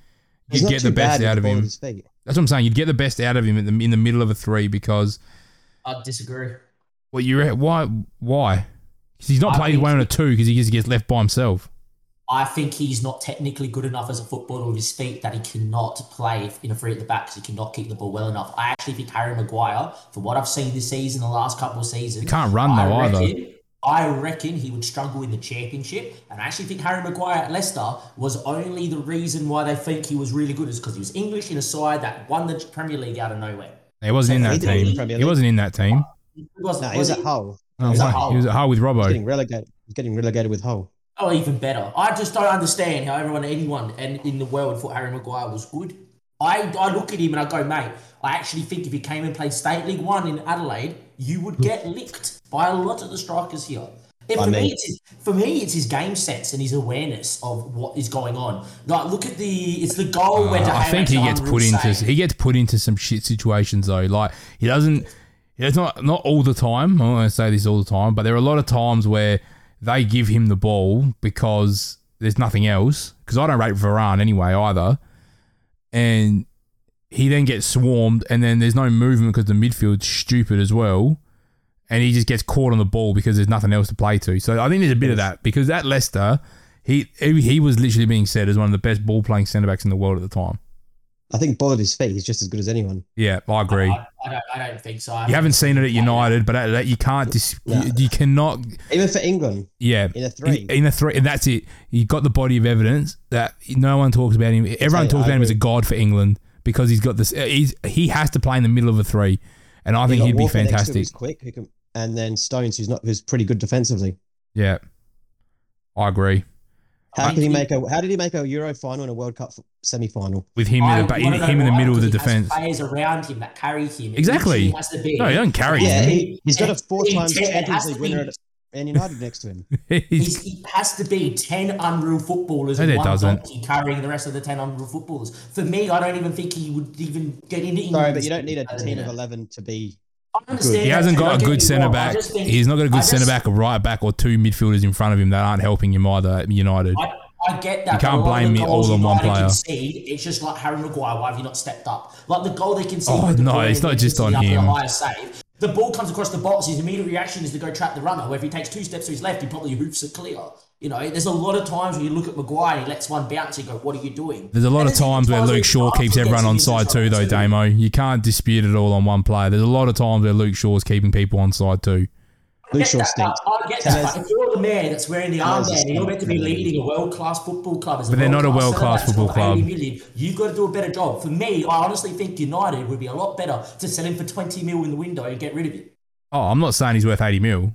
E: He's
C: you'd
E: not
C: get the
E: too bad
C: best
E: with
C: out of
E: ball at
C: him.
E: his feet.
C: That's what I'm saying. You'd get the best out of him at the, in the middle of a three because
D: I disagree.
C: well, you re- why why? Because he's not
D: I
C: playing
D: think-
C: one on a two because he just gets left by himself.
D: I think he's not technically good enough as a footballer with his feet that he cannot play in a free at the back because he cannot kick the ball well enough. I actually think Harry Maguire, from what I've seen this season, the last couple of seasons,
C: He can't run though
D: I
C: either.
D: reckon, I reckon he would struggle in the championship. And I actually think Harry Maguire at Leicester was only the reason why they think he was really good is because he was English in a side that won the Premier League out of nowhere.
C: He wasn't in
E: He
C: that
E: didn't
C: team.
E: win the Premier
C: He
E: League.
C: wasn't in that team.
D: He wasn't-
E: No, he
D: was
E: was at
D: he?
E: Hull.
C: Oh,
D: was at
C: why?
D: Hull.
C: He was at Hull with
E: He's
C: Robbo.
E: getting relegated. He's getting relegated with Hull.
D: Oh, even better. I just don't understand how everyone, anyone, and in the world thought Harry Maguire was good. I, I look at him and I go, mate. I actually think if he came and played State League One in Adelaide, you would
C: Hmm.
D: get licked by a lot of the strikers here. And
E: By
D: for
E: me.
D: me, it's his, for me, it's his game sense and his awareness of what is going on. Like, look at the it's the goal where
C: Uh, I
D: De
C: think he
D: Gea
C: gets
D: done
C: put
D: real
C: into
D: safe.
C: he gets put into some shit situations though. Like he doesn't. It's not not all the time. I don't want to say this all the time, but there are a lot of times where they give him the ball because there's nothing else. Because I don't rate Varane anyway either, and he then gets swarmed, and then there's no movement because the midfield's stupid as well, and he just gets caught on the ball because there's nothing else to play to. So I think there's a bit of that because at Leicester, he he was literally being said as one of the best ball playing centre backs in the world at the time.
E: I think ball at his feet. He's just as good as anyone.
C: Yeah, I agree.
D: I, I don't, I don't think so. I
C: you
D: think-
C: haven't seen it at United, but at that you can't. Dis-
E: No.
C: you, you cannot.
E: Even for England
C: Yeah,
E: in a three.
C: in, in a three, and that's it. You got the body of evidence that no one talks about him. Everyone
E: Yeah,
C: talks
E: I
C: about him as a
E: agree.
C: god for England because he's got this. uh, He's he has to play in the middle of a three, and I
E: You
C: think
E: got
C: he'd be
E: Walker next to him
C: fantastic.
E: who's quick, who can, and then Stones, who's not, who's pretty good defensively.
C: Yeah, I agree.
E: How
B: I-
E: did he make a How did he make a Euro final and a World Cup semi final?
C: with him in the ba-
D: I
C: in,
D: wanna know
C: him in the
D: why,
C: middle of the
D: because he has
C: defense.
D: Players around him that carry him. It
C: Exactly.
D: literally Has to be.
C: No, he don't carry
E: Yeah,
C: him.
E: he, he's got a
D: It-
E: four times
D: it- it
E: Champions
D: has
E: League
D: to
E: winner
D: be-
E: at Man United next to him.
C: He's-
D: He's, he has to be 10 unreal footballers
C: No,
D: and
C: there
D: one
C: doesn't.
D: donkey carrying the rest of the 10 unreal footballers. For me, I don't even think he would even get into England.
E: Sorry, but you don't need a team of eleven to be.
C: he hasn't got a good centre back. He's not got a
D: I
C: good
D: just-
C: centre back or right back or two midfielders in front of him that aren't helping him either. at United.
D: I, I get that.
C: You can't
D: but a lot of
C: blame
D: the
C: it
D: goals
C: all on one
D: United
C: player.
D: Concede, it's just like Harry Maguire. Why have you not stepped up? Like the goal they concede.
C: Oh,
D: with the
C: no,
D: ball
C: it's
D: in
C: not just
D: the
C: on
D: other
C: him.
D: higher save. The ball comes across the box. His immediate reaction is to go trap the runner. Where if he takes two steps to his left, he probably hoofs it clear. You know, there's a lot of times when you look at Maguire and he lets one bounce. You go, "What are you doing?"
C: There's a lot
D: And
C: of
D: there's
C: times where Luke Shaw
D: Arsenal
C: keeps
D: gets
C: everyone
D: him
C: on
D: into
C: side too,
D: trouble
C: though, Damo. You can't dispute it all on one player. There's a lot of times where Luke Shaw's keeping people on side too.
E: Luke
D: get
E: Shaw
D: that,
E: stinks.
D: but I get that.
E: Tellez-
D: but if you're the man that's wearing the
E: Tellez is
D: armband, you're meant to be
E: coming.
D: leading a world class football club. As
C: But they're not a world-class
D: world-class
C: football
D: centre-back, it's got
C: club.
D: 80 million. You've got to do a better job. For me, I honestly think United would be a lot better to sell him for 20 mil in the window and get rid of him.
C: Oh, I'm not saying he's worth 80 mil.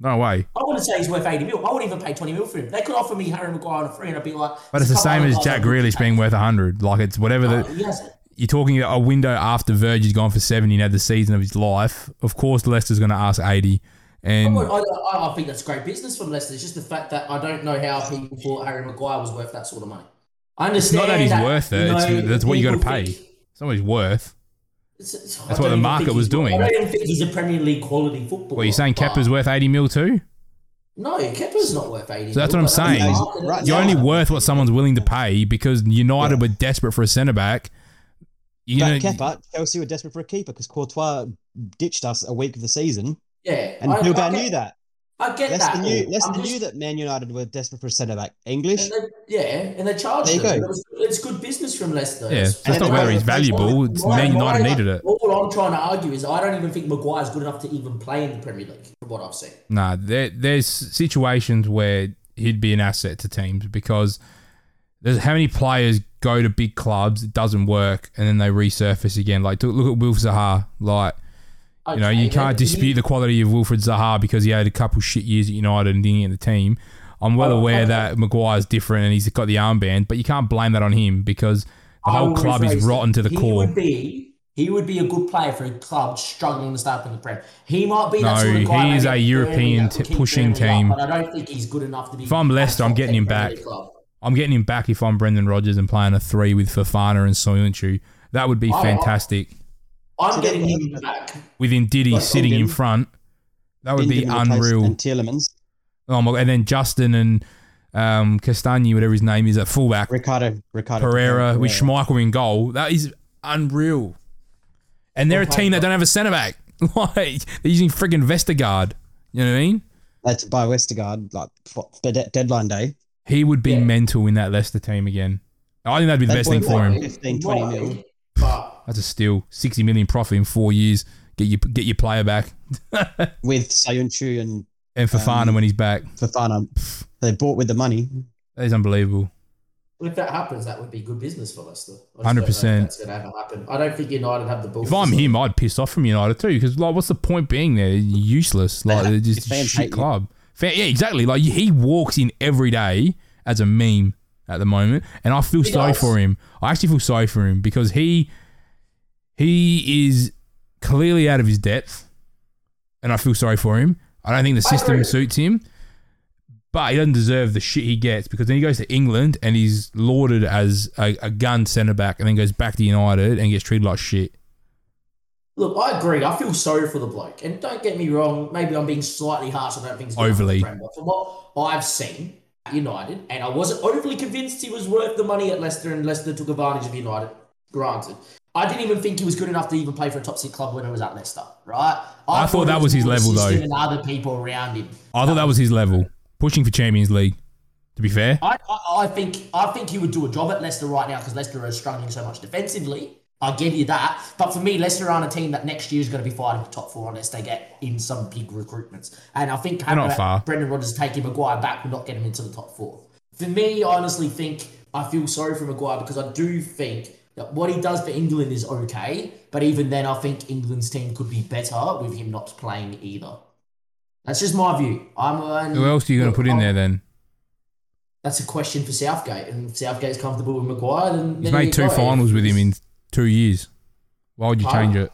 C: No way.
D: I wouldn't say he's worth 80 mil. I wouldn't even pay 20 mil for him. They could offer me Harry Maguire on a free and I'd be like.
C: But it's the
D: there's a couple
C: same
D: other
C: as
D: guys
C: Jack
D: I would
C: Grealish
D: pay.
C: being worth 100. Like it's whatever
D: No,
C: the
D: he hasn't.
C: you're talking a window after Virgil's gone for 70 and had the season of his life. Of course, Leicester's going to ask 80. And
D: Well, I, I, I think that's great business from Leicester. It's just the fact that I don't know how people thought Harry Maguire was worth that sort of money. I
C: it's not
D: understand
C: that he's worth
D: you
C: it. It's,
D: know,
C: that's what you got to
D: people
C: pay.
D: think-
C: It's not what he's worth.
D: It's- it's- I
C: That's
D: don't
C: what the
D: even
C: market
D: think
C: was
D: he's- I
C: doing.
D: don't even think he's a Premier League quality footballer.
C: What, you're saying
D: but-
C: Kepper's worth 80 mil too?
D: No, Kepa's not worth 80.
C: So that's what I'm
D: but the
C: saying.
D: market-
E: Right
C: You're
E: Yeah.
C: only worth what someone's willing to pay because United were desperate for a centre back. You know,
E: but Kepa, Chelsea were desperate for a keeper because Courtois ditched us a week of the season,
D: Yeah.
E: and
D: I- I
E: Bilbao
D: get-
E: knew that.
D: I get that.
E: Leicester knew,
D: I'm
E: Leicester
D: just-
E: knew that Man United were desperate for a centre back. English,
D: and they- yeah, and they charged
E: There you
D: him.
E: go.
D: It was- it's good business from Leicester.
C: yeah,
D: It's-
C: that's not
E: and-
C: whether he's valuable. It's
D: Why-
C: Man United
D: why-
C: needed it.
D: All I'm trying to argue is I don't even think Maguire's good enough to even play in the Premier League, from what I've seen.
C: Nah, there, there's situations where he'd be an asset to teams because there's how many players go to big clubs, it doesn't work, and then they resurface again. Like look- look at Wilf Zaha. Like you know,
D: Okay,
C: you can't
D: then-
C: dispute the quality of Wilfred Zaha because he had a couple shit years at United and didn't get in the team. I'm well
D: Oh,
C: aware
D: okay.
C: that Maguire's different and he's got the armband, but you can't blame that on him because the
D: I
C: whole
D: will
C: club is
D: rephrase
C: rotten
D: it.
C: to the
D: he
C: core.
D: Would be, he would be a good player for a club struggling to start in the Prem. He might be
C: No,
D: that sort of guy.
C: he is
D: that
C: a
D: keep
C: European
D: Burnley- that
C: t-
D: keep
C: pushing
D: Burnley up,
C: team.
D: but I don't think he's good enough to be.
C: If I'm Leicester, I'm
D: a top
C: getting him
D: 10 Premier
C: back.
D: League club.
C: I'm getting him back if I'm Brendan Rodgers and playing a three with Fafana and Soyuncu. That would be
D: I- I-
C: fantastic.
D: I'm
E: So
D: getting
E: then-
D: him back.
C: With Ndidi
E: Like,
C: sitting in
E: Ogden.
C: front, that would be
E: Individual taste,
C: Oh, unreal.
E: And Tielemans,
C: Oh my! And then Justin and um, Castagne, whatever his name is, at fullback.
E: Ricardo, Ricardo
C: Pereira with Schmeichel in goal. That is unreal. And they're a team that don't have a centre back. Like they're using friggin' Vestergaard. You know what I mean?
E: That's by Westergaard, like for, for de- deadline day.
C: He would be
D: Yeah.
C: mental in that Leicester team again. I think that'd be the
E: They
C: best thing
E: bought
C: for
E: him.
C: him.
E: 15, 20 mil.
D: Right, But
C: That's a steal. Sixty million profit in four years. Get your get your player back.
E: with Sayunchu and
C: And Fafana
E: Um,
C: when he's back.
E: Fafana. They bought with the money.
C: That is unbelievable.
D: if that happens, that would be good business for Leicester. I just don't know if
C: 100%.
D: That's going to ever happen. I don't think United have the ball.
C: If
D: for
C: I'm
D: this.
C: him, I'd piss off from United too. Because like, what's the point being there? Useless. Like
E: ha-
C: they're just
E: the
C: a
E: fans hate
C: shit
E: you.
C: club. Fan, yeah, exactly. Like he walks in every day as a meme at the moment, and I feel
D: He
C: sorry
D: does.
C: for him. I actually feel sorry for him because he he is clearly out of his depth, and I feel sorry for him. I don't think the
D: I agree.
C: system suits him, but he doesn't deserve the shit he gets because then he goes to England and he's lauded as a, a gun centre back, and then goes back to United and gets treated like shit.
D: Look, I agree. I feel sorry for the bloke. And don't get me wrong, maybe I'm being slightly harsh. I don't think he's good enough for
C: Overly.
D: the Prem, but From what I've seen at United, and I wasn't overly convinced he was worth the money at Leicester, and Leicester took advantage of United. Granted. I didn't even think he was good enough to even play for a top six club when he was at Leicester, right?
C: I thought
D: it
C: that was his
D: more the
C: level,
D: system
C: though.
D: And other people around him.
C: I thought that was his level, pushing for Champions League. To be fair,
D: I, I, I think I think he would do a job at Leicester right now because Leicester are struggling so much defensively. I give you that, but for me, Leicester aren't a team that next year is going to be fighting for top four unless they get in some big recruitments. And I think
C: not
D: having
C: far.
D: Brendan Rodgers taking Maguire back will not get him into the top four. For me, I honestly think I feel sorry for Maguire because I do think that what he does for England is okay, but even then, I think England's team could be better with him not playing either. That's just my view. I'm.
C: who else are you going to put in
D: I'm-
C: there then?
D: that's a question for Southgate. And if Southgate's comfortable with Maguire, then
C: He's
D: then
C: made
D: you
C: two
D: go.
C: finals with him in two years. Why would you change
D: Ah.
C: it?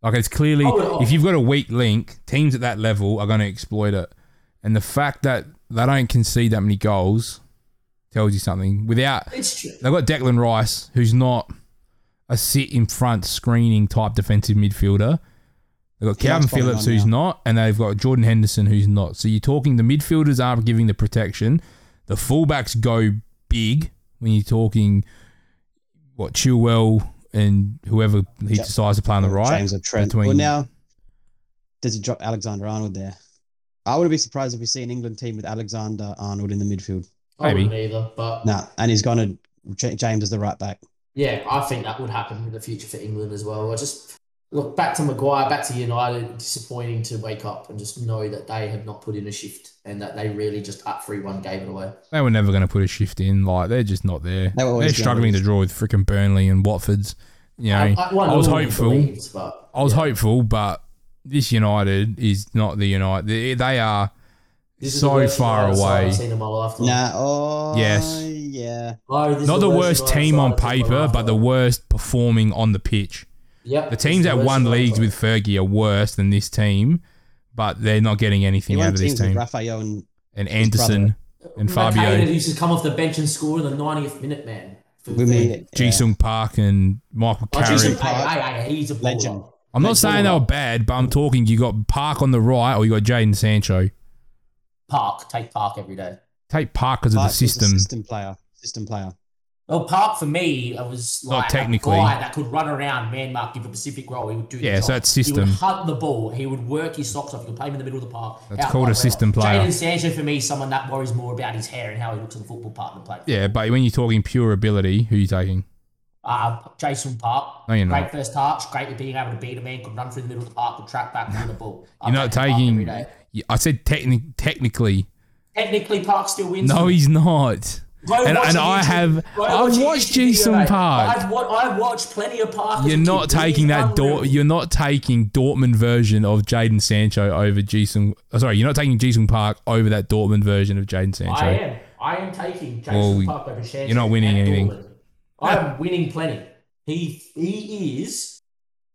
C: Like it's clearly,
D: I would-
C: if you've got a weak link, teams at that level are going to exploit it. And the fact that they don't concede that many goals tells you something. Without
D: It's true.
C: they've got Declan Rice, who's not a sit in front screening type defensive midfielder. They've got
E: Yeah,
C: Calvin
E: that's probably
C: Phillips,
E: on
C: who's
E: now.
C: not, and they've got Jordan Henderson, who's not. So you're talking the midfielders are giving the protection. The fullbacks go big when you're talking what Chilwell and whoever he
E: Yep.
C: decides to play on the right.
E: James and Trent.
C: between-
E: Well, now does he drop Alexander Arnold there? I wouldn't be surprised if we see an England team with Alexander Arnold in the midfield.
D: I
C: Maybe.
D: wouldn't either, but
E: Nah, and he's gonna J- James is the right back.
D: yeah, I think that would happen in the future for England as well. I just look back to Maguire, back to United. Disappointing to wake up and just know that they had not put in a shift and that they really just up three one gave it away.
C: They were never going to put a shift in. Like they're just not there.
E: They were
C: They
E: always
C: are
E: gonna
C: struggling to
E: lose.
C: draw with freaking Burnley and Watford's. You know, I,
D: one
C: was
D: normally
C: hopeful.
D: believes, but
C: I was hopeful, but this United is not the United. They, they are
D: this is the
C: so
D: worst
C: far
D: United side
C: away.
D: I've seen in my lifetime.
E: Nah, oh
C: Yes.
E: yeah.
D: No, this is
C: Not the worst
D: United
C: team
D: side
C: on
D: I've seen in my
C: paper, but
D: lifetime.
C: the worst performing on the pitch.
D: Yep,
C: The
D: this is
C: teams that
D: worst
C: won
D: United
C: leagues
D: side.
C: with Fergie are worse than this team, but they're not getting
E: He
C: anything out
E: won
C: of this
E: teams with
C: team.
E: Raphael and
C: And Anderson and Fabio.
D: McCain used to come off the bench and score in the 90th minute, man. For
E: with
D: the-
E: me.
C: Jisung Park and Michael
D: Oh, Jesus,
C: Carrick.
E: Jisung-
D: hey, hey, hey, he's a
E: Legend.
D: legend.
C: I'm not saying they were bad, but I'm talking you got Park on the right or you got Jaden Sancho.
D: Park, take Park every day.
C: Take Park because of the
E: Parks was a
C: system.
E: system player. System player.
D: Well, Park for me, I was
C: Not
D: like
C: Oh, technically.
D: a guy that could run around, man mark, give a Pacific role. He would do. the
C: Yeah, so
D: job.
C: that's
D: He
C: system.
D: would hunt the ball. He would work his socks off. You could play him in the middle of the park.
C: That's
D: out
C: called a
D: wide, whatever.
C: system player.
D: Jadon Sancho for me, is someone that worries more about his hair and how he looks at the football part of the play.
C: Yeah, but when you're talking pure ability, who are you taking?
D: Uh, Jason Park,
C: No, you're not.
D: great first touch, great at being able to beat a man, could run through the middle of the park, could track back, win the ball.
C: You're not taking. I said techni- technically.
D: Technically, Park still wins.
C: No, he's not.
D: Go
C: And,
D: watch
C: and
D: a
C: I
D: YouTube-
C: have.
D: go watch
C: I've
D: a
C: watched
D: YouTube video,
C: Jason
D: mate.
C: Park.
D: I've wa- I've watched plenty of Park. as a
C: You're
D: kid.
C: not
D: He
C: taking
D: is
C: that
D: unreal.
C: Dort. You're not taking Dortmund version of Jaden Sancho over Jason. oh, Sorry, you're not taking Jason Park over that Dortmund version of Jaden
D: I
C: Sancho.
D: am. I am taking Jason
C: Well, we-
D: Park over Shannon.
C: you're not winning anything.
D: I am winning plenty. He he is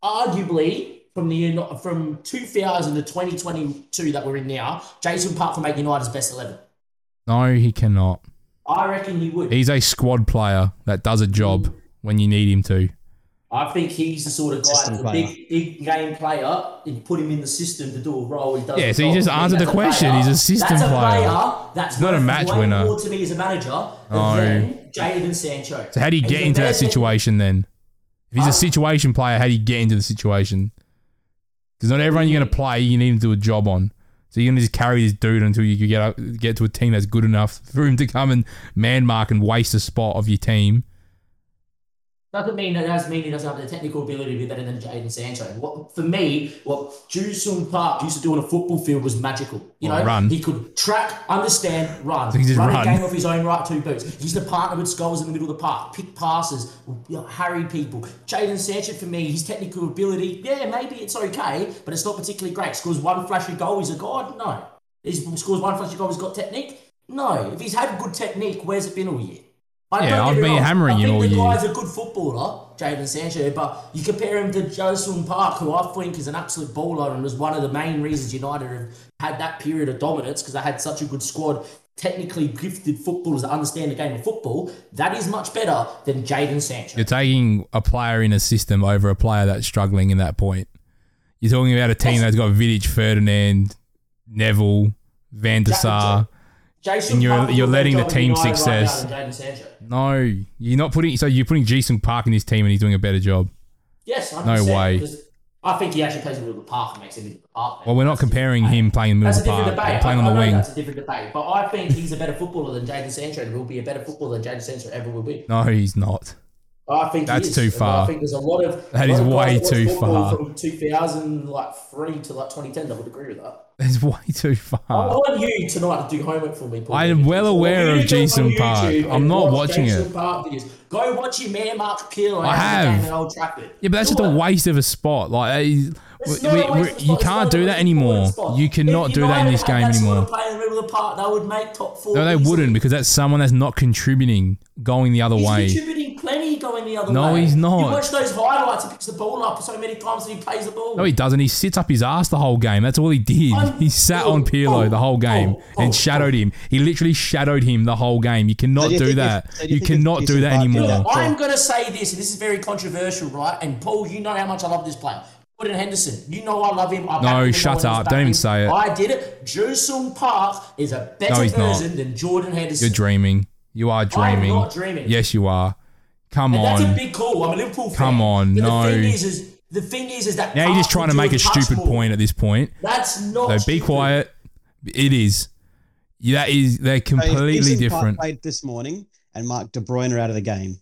D: arguably from the Uni- from 2000 to 2022 that we're in now. Jason Park for make United's best eleven.
C: No, he cannot.
D: I reckon he would.
C: He's a squad player that does a job when you need him to.
D: I think he's the sort of guy,
E: System
D: that's a
E: player.
D: big, big game player, and put him in the system to do a role. He does
C: Yeah,
D: the
C: so he
D: job.
C: just
D: I think
C: answered the
D: that's
C: question. He's a system
D: that's
C: player.
D: A player that's
C: not a
D: worth
C: match
D: way
C: winner.
D: More to me as a manager
C: No.
D: than Jadon Sancho.
C: So how do you Oh.
D: He's
C: get
D: the
C: into that
D: best-
C: situation then? If he's
D: Huh?
C: a situation player, how do you get into the situation? Because not everyone you're going to play, you need him to do a job on. So you're going to just carry this dude until you get up, get to a team that's good enough for him to come and man mark and waste a spot of your team.
D: Doesn't mean that doesn't mean he doesn't have the technical ability to be better than Jaden Sancho. What for me, what Jusung Park used to do on a football field was magical. You
C: Or
D: know,
C: run.
D: he could track, understand, run,
C: So he just
D: run,
C: run.
D: a game off his own right two boots. He used to partner with skulls in the middle of the park, pick passes, you know, harry people. Jaden Sancho for me, his technical ability, yeah, maybe it's okay, but it's not particularly great. Scores one flashy goal, he's a god. No, he scores one flashy goal, he's got technique. No, if he's had good technique, where's it been all year? I
C: Yeah,
D: don't get
C: I've
D: me
C: been
D: wrong,
C: hammering
D: I
C: you
D: think
C: all
D: the
C: year.
D: guy's a good footballer, Jadon Sancho, but you compare him to Jason Park, who I think is an absolute baller and was one of the main reasons United have had that period of dominance because they had such a good squad, technically gifted footballers that understand the game of football. That is much better than Jadon Sancho.
C: You're taking a player in a system over a player that's struggling in that point. You're talking about a team that's got Vidic, Ferdinand, Neville, Van der Sar.
D: Jason
C: and you're-
D: Park will
C: you're
D: do a
C: letting
D: better
C: the
D: job at
C: team
D: United right now
C: success.
D: than Jadon Sancho.
C: No, you're not putting. So you're putting Jason Park in his team, and he's doing a better job.
D: Yes, 100%,
C: No way.
D: because I think he actually plays in the middle of the park and makes it into the park.
C: Well, we're not comparing him playing in the
D: That's
C: middle
D: a
C: of the
D: different
C: park,
D: debate.
C: or playing
D: I-
C: on
D: I
C: the
D: know
C: wing.
D: That's a different debate. But I think he's a better footballer than Jadon Sancho and will be a better footballer than Jadon Sancho ever will be.
C: No, he's not.
D: I think he
C: That's
D: is.
C: too
D: And
C: far.
D: I think there's a lot of
C: That
D: a lot
C: is
D: of guys
C: way
D: watch
C: too
D: football
C: far.
D: From 2000, like three to like 2010, I would agree with that.
C: It's way too
D: I
C: far.
D: want you tonight to do homework for me. Paul.
C: I am Uh, well
D: So
C: aware
D: you
C: of
D: need to go on
C: Jason Park.
D: YouTube
C: I'm
D: and
C: not
D: watch
C: watching
D: Jason
C: it.
D: Park videos. Go watch your man Mark Peel.
C: I have.
D: Old Trafford.
C: Yeah, but that's
D: Do
C: just a
D: it.
C: waste of a spot. Like, that is-
D: oh, It's
C: We-
D: not a
C: we-
D: waste of
C: we-
D: spot,
C: you
D: it's
C: can't
D: not
C: do that
D: a waste of
C: anymore.
D: spot.
C: You cannot
D: If
C: do that in this
D: United
C: game
D: had that sort
C: anymore.
D: of player in the middle of the park, they would make top four.
C: No, they
D: easily.
C: wouldn't because that's someone that's not contributing going the other
D: He's
C: way.
D: contributing plenty going the other
C: No,
D: way.
C: he's not.
D: You watch those highlights. He picks the ball up so many times and he plays the ball.
C: No, he doesn't. He sits up his ass the whole game. That's all he did.
D: I'm-
C: He sat on
D: oh,
C: Pirlo
D: oh,
C: the whole game
D: oh, oh,
C: and shadowed him. He literally shadowed him the whole game. You
E: So
C: cannot
E: do you
C: do
E: think if-
C: that.
E: so do you
C: You
E: think if
C: cannot do
E: Yusuf
C: that
E: Hart did
C: anymore.
E: that-
D: Look, I'm going to say this, and this is very controversial, right? And Paul, you know how much I love this player. Jordan Henderson, you know I love him. I back
C: No,
D: him,
C: shut
D: one's
C: up.
D: back
C: Don't even
D: him.
C: say it.
D: I did it. Jusun Park is a better
C: No, he's not.
D: version than Jordan Henderson.
C: You're dreaming. You are dreaming.
D: not dreaming.
C: Yes, you are. Come
D: and that's a
C: on.
D: big call. I'm a Liverpool fan.
C: Come on,
D: But
C: no.
D: The thing is, is the thing is, is that
C: Now you're just trying to make a stupid point at this point.
D: That's
C: So
D: not.
C: be
D: stupid.
C: quiet. It is. That is. They're
E: So if
C: completely
E: Vincent Park
C: different.
E: Played this morning and Mark De Bruyne are out of the game.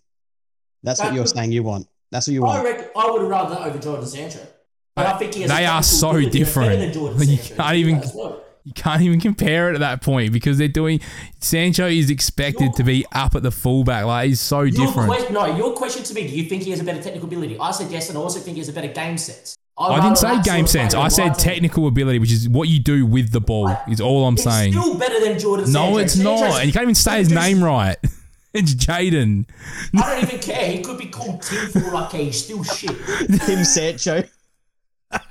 E: That's what
D: That-
E: you're saying you want. That's what you
D: I
E: want.
D: reckon I would have rather that over Jordan Sancho. But I think he has
C: They
D: a
C: are
D: technical
C: so
D: ability that's
C: different.
D: better than Jordan
C: You
D: Sancho.
C: can't even-
D: That's what-
C: You can't even compare it at that point because they're doing. Sancho is expected to be up at the fullback. Like he's so
D: Your
C: different.
D: que- no, your question to me: Do you think he has a better technical ability? I said yes, and I also think he has a better game sense. I'd
C: I
D: rather
C: didn't say game
D: that sort of
C: sense.
D: player
C: I
D: than
C: said
D: Martin.
C: technical ability, which is what you do with the ball. Is all I'm
D: It's
C: saying.
D: still better than Jordan.
C: No,
D: Sancho.
C: it's
D: Sancho's-
C: not. And you can't even say his
D: Sancho's-
C: name right. It's Jaden.
D: I don't even care. He could be called Tim for all I care. He's still shit.
E: Tim Sancho.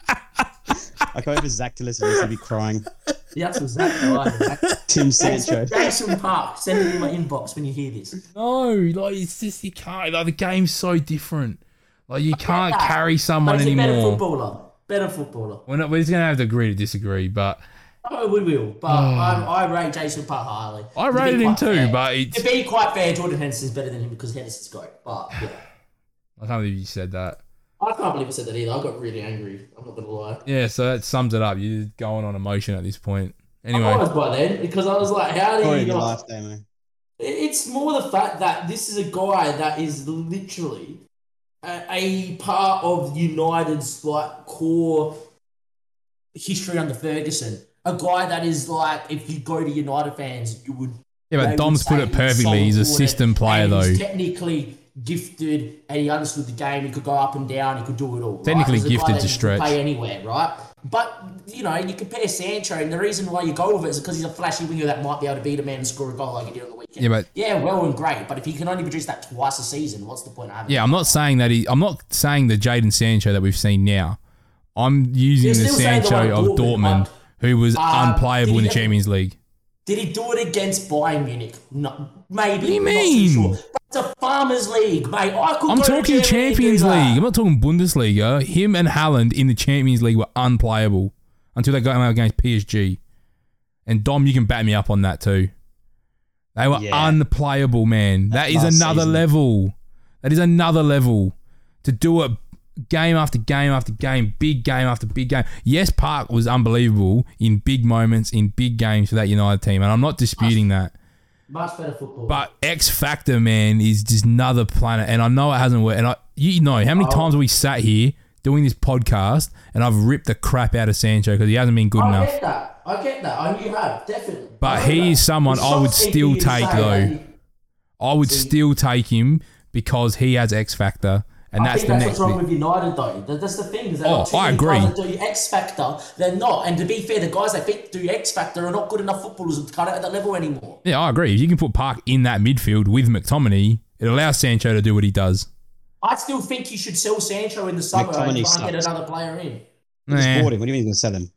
E: I can't wait for Zach to listen to this and be crying.
D: Yeah, that's exactly right.
E: Tim Sancho.
D: Jason Park, send it in my inbox when you hear this.
C: No, like it's just you can't. Like the game's so different. Like you can't
D: that.
C: carry someone
D: But he's a better
C: anymore.
D: footballer. Better footballer.
C: We're not. We're just gonna have to agree to disagree. But
D: Oh, we will. But I'm, I rate Jason Park highly.
C: I
D: To be
C: rated him
D: quite
C: too,
D: fair.
C: but it's-
D: to be quite fair, Jordan Henderson's better than him because Henderson's great. But yeah.
C: I can't believe you said that.
D: I can't believe I said that either. I got really angry. I'm not gonna lie.
C: Yeah, so that sums it up. You're going on emotion at this point.
D: I
C: Anyway,
D: was by then because I was like, how do
E: Story
D: you
E: of your
D: not?
E: life, Damo.
D: It- It's more the fact that this is a guy that is literally a, a part of United's like core history under Ferguson. A guy that is like, if you go to United fans, you would
C: yeah,
D: they
C: but
D: would
C: Dom's put
D: say
C: it
D: he's solid
C: perfectly. He's a
D: forward
C: system
D: and
C: player, though.
D: He's technically gifted, and he understood the game. He could go up and down. He could do it all. right?
C: Technically
D: He's a guy
C: gifted's
D: that
C: a
D: can
C: stretch.
D: Play anywhere, right? But you know, you compare Sancho, and the reason why you go with it is because he's a flashy winger that might be able to beat a man and score a goal like he did on the weekend.
C: Yeah, but-
D: yeah, well and great. But if he can only produce that twice a season, what's the point of having?
C: Yeah, I'm not saying that he. I'm not saying the Jaden Sancho that we've seen now. I'm using
D: You're
C: the
D: still saying the
C: Sancho
D: one at
C: of Dortmund,
D: Dortmund, like,
C: who was
D: uh,
C: unplayable in the
D: did he-
C: Champions League.
D: Did he do it against Bayern Munich? No, maybe. What
C: do you mean?
D: It's a farmers' league, mate. I could
C: I'm
D: go to Germany
C: talking
D: and do
C: Champions
D: that.
C: League. I'm not talking Bundesliga. Him and Haaland in the Champions League were unplayable until they got out against PSG. And Dom, you can back me up on that too. They were
E: Yeah.
C: unplayable, man. That is
E: last
C: another
E: season.
C: level. That is another level. To do it game after game after game, big game after big game. Yes, Park was unbelievable in big moments, in big games for that United team. And I'm not disputing that.
D: Much better football.
C: But X Factor, man, is just another planet. And I know it hasn't worked. And I, you know, how
D: Oh.
C: many times we sat here doing this podcast and I've ripped the crap out of Sancho because he hasn't been good
D: I
C: enough.
D: get that. I get that. I you have definitely.
C: But
D: I get
C: he
D: that.
C: is someone
D: It's
C: I would
D: something
C: still
D: you can
C: take,
D: say,
C: though.
D: like,
C: I would
D: See-
C: still take him because he has X Factor. And
D: I
C: that's
D: think
C: the
D: that's
C: next
D: what's wrong
C: thing.
D: with United, though. That- That's the thing. Is
C: Oh, I agree.
D: Guys that do X Factor, they're not. And to be fair, the guys that think do X Factor are not good enough footballers to cut it at that level anymore.
C: Yeah, I agree. If you can put Park in that midfield with McTominay, it allows Sancho to do what he does.
D: I still think you should sell Sancho in the summer
E: McTominay
D: and try and get
E: sucks.
D: another player in.
E: You just
C: Nah.
E: bought him. What do you mean you're going to sell him?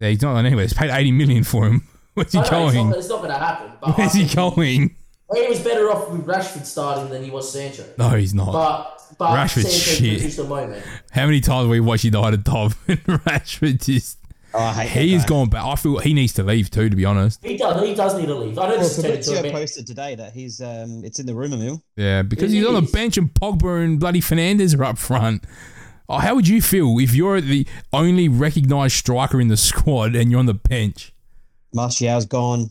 C: Yeah, he's not on anywhere. He's paid 80 million for him. Where's he
D: I know
C: going?
D: It's not, it's not going to happen. But
C: Where's
D: I
C: he
D: think
C: going?
D: He was better off with Rashford starting than he was Sancho.
C: No, he's not.
D: But but
C: Oh, Rashford's
D: Sancho
C: shit.
D: produced a moment.
C: How many times have we watched he died at top and Rashford just
E: Oh, I hate
C: He's
E: that guy.
C: gone back. I feel he needs to leave too, to be honest.
D: He does. He does need to leave. I know
E: Well,
D: this is turning into a
E: Fabrizio
D: bit-
E: posted today that he's um, it's in the rumor mill.
C: Yeah, because
D: It
C: he's on the
D: is.
C: bench and Pogba and bloody Fernandez are up front. Oh, how would you feel if you're the only recognised striker in the squad and you're on the bench?
E: Martial's gone.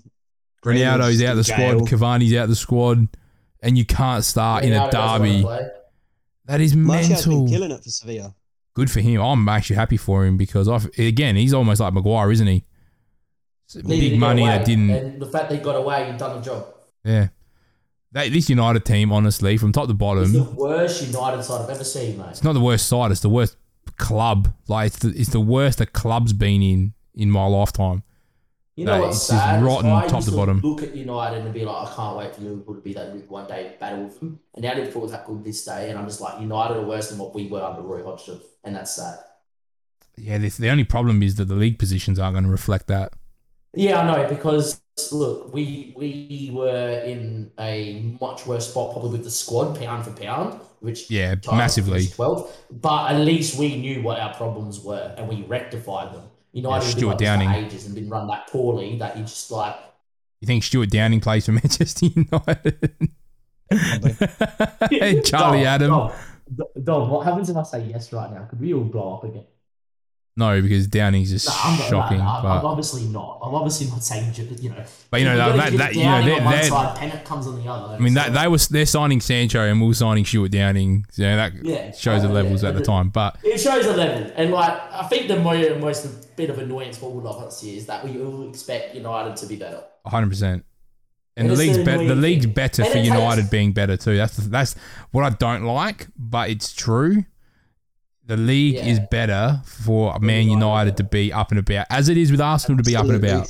C: Ronaldo's out of the
E: Jail.
C: squad, Cavani's out of the squad, and you can't start Uh, in a
D: Ronaldo doesn't wanna
C: derby.
D: play.
C: That is
E: Martial's been
C: mental.
E: killing it for Sevilla.
C: Good for him. I'm actually happy for him because I again he's almost like Maguire, isn't he? It's
D: Needed to
C: Big
D: get
C: money
D: away,
C: that didn't.
D: And the fact they got away, he done the job.
C: Yeah. They, this United team, honestly, from top to
D: It's
C: bottom,
D: the worst United side I've ever seen, mate.
C: it's not the worst side. It's the worst club. Like it's the, it's the worst the club's been in in my lifetime.
D: You
C: Like,
D: know what's
C: it's just
D: sad? is
C: rotten
D: I
C: top
D: used
C: to bottom.
D: Look at United and be like, I can't wait for Liverpool to be that one day battle with them. And now Liverpool was that good this day, and I'm just like, United are worse than what we were under Roy Hodgson, and that's sad.
C: Yeah, this, the only problem is that the league positions aren't going to reflect that.
D: Yeah, I know because look, we we were in a much worse spot probably with the squad pound for pound, which
C: Yeah,
D: Titles
C: massively.
D: finished 12th, but at least we knew what our problems were and we rectified them. United have been
C: Stuart
D: like this for
C: Downing.
D: ages and been run that poorly that you just like
C: You think Stuart Downing plays for Manchester United? and Charlie
D: Dom,
C: Adam?
D: Dom, D- Dom, what happens if I say yes right now? Could we all blow up again?
C: No, because Downing's just
D: No, I'm not.
C: shocking.
D: no, no, I'm,
C: but,
D: I'm obviously not. I'm obviously not saying you know.
C: but you know
D: gotta
C: that, that,
D: give it
C: that- you know
D: Downing on one
C: they're, they're,
D: side, Pennant comes on the other.
C: I mean that they was they're signing Sancho and we're signing Stuart Downing. So that
D: Yeah.
C: shows the
D: Oh,
C: levels
D: yeah.
C: at the time. But
D: It shows a level, and like I think the most, most bit of annoyance for all of us here is that we all expect United to be better.
C: 100. percent and
D: And
C: the
D: it's
C: league's
D: an
C: better. The
D: annoying
C: league's
D: thing.
C: better
D: And
C: for
D: it takes-
C: United being better too. That's the, that's what I don't like, but it's true. The league
D: Yeah.
C: is better for Man
D: United.
C: United to be up and about, as it is with Arsenal to be up and about.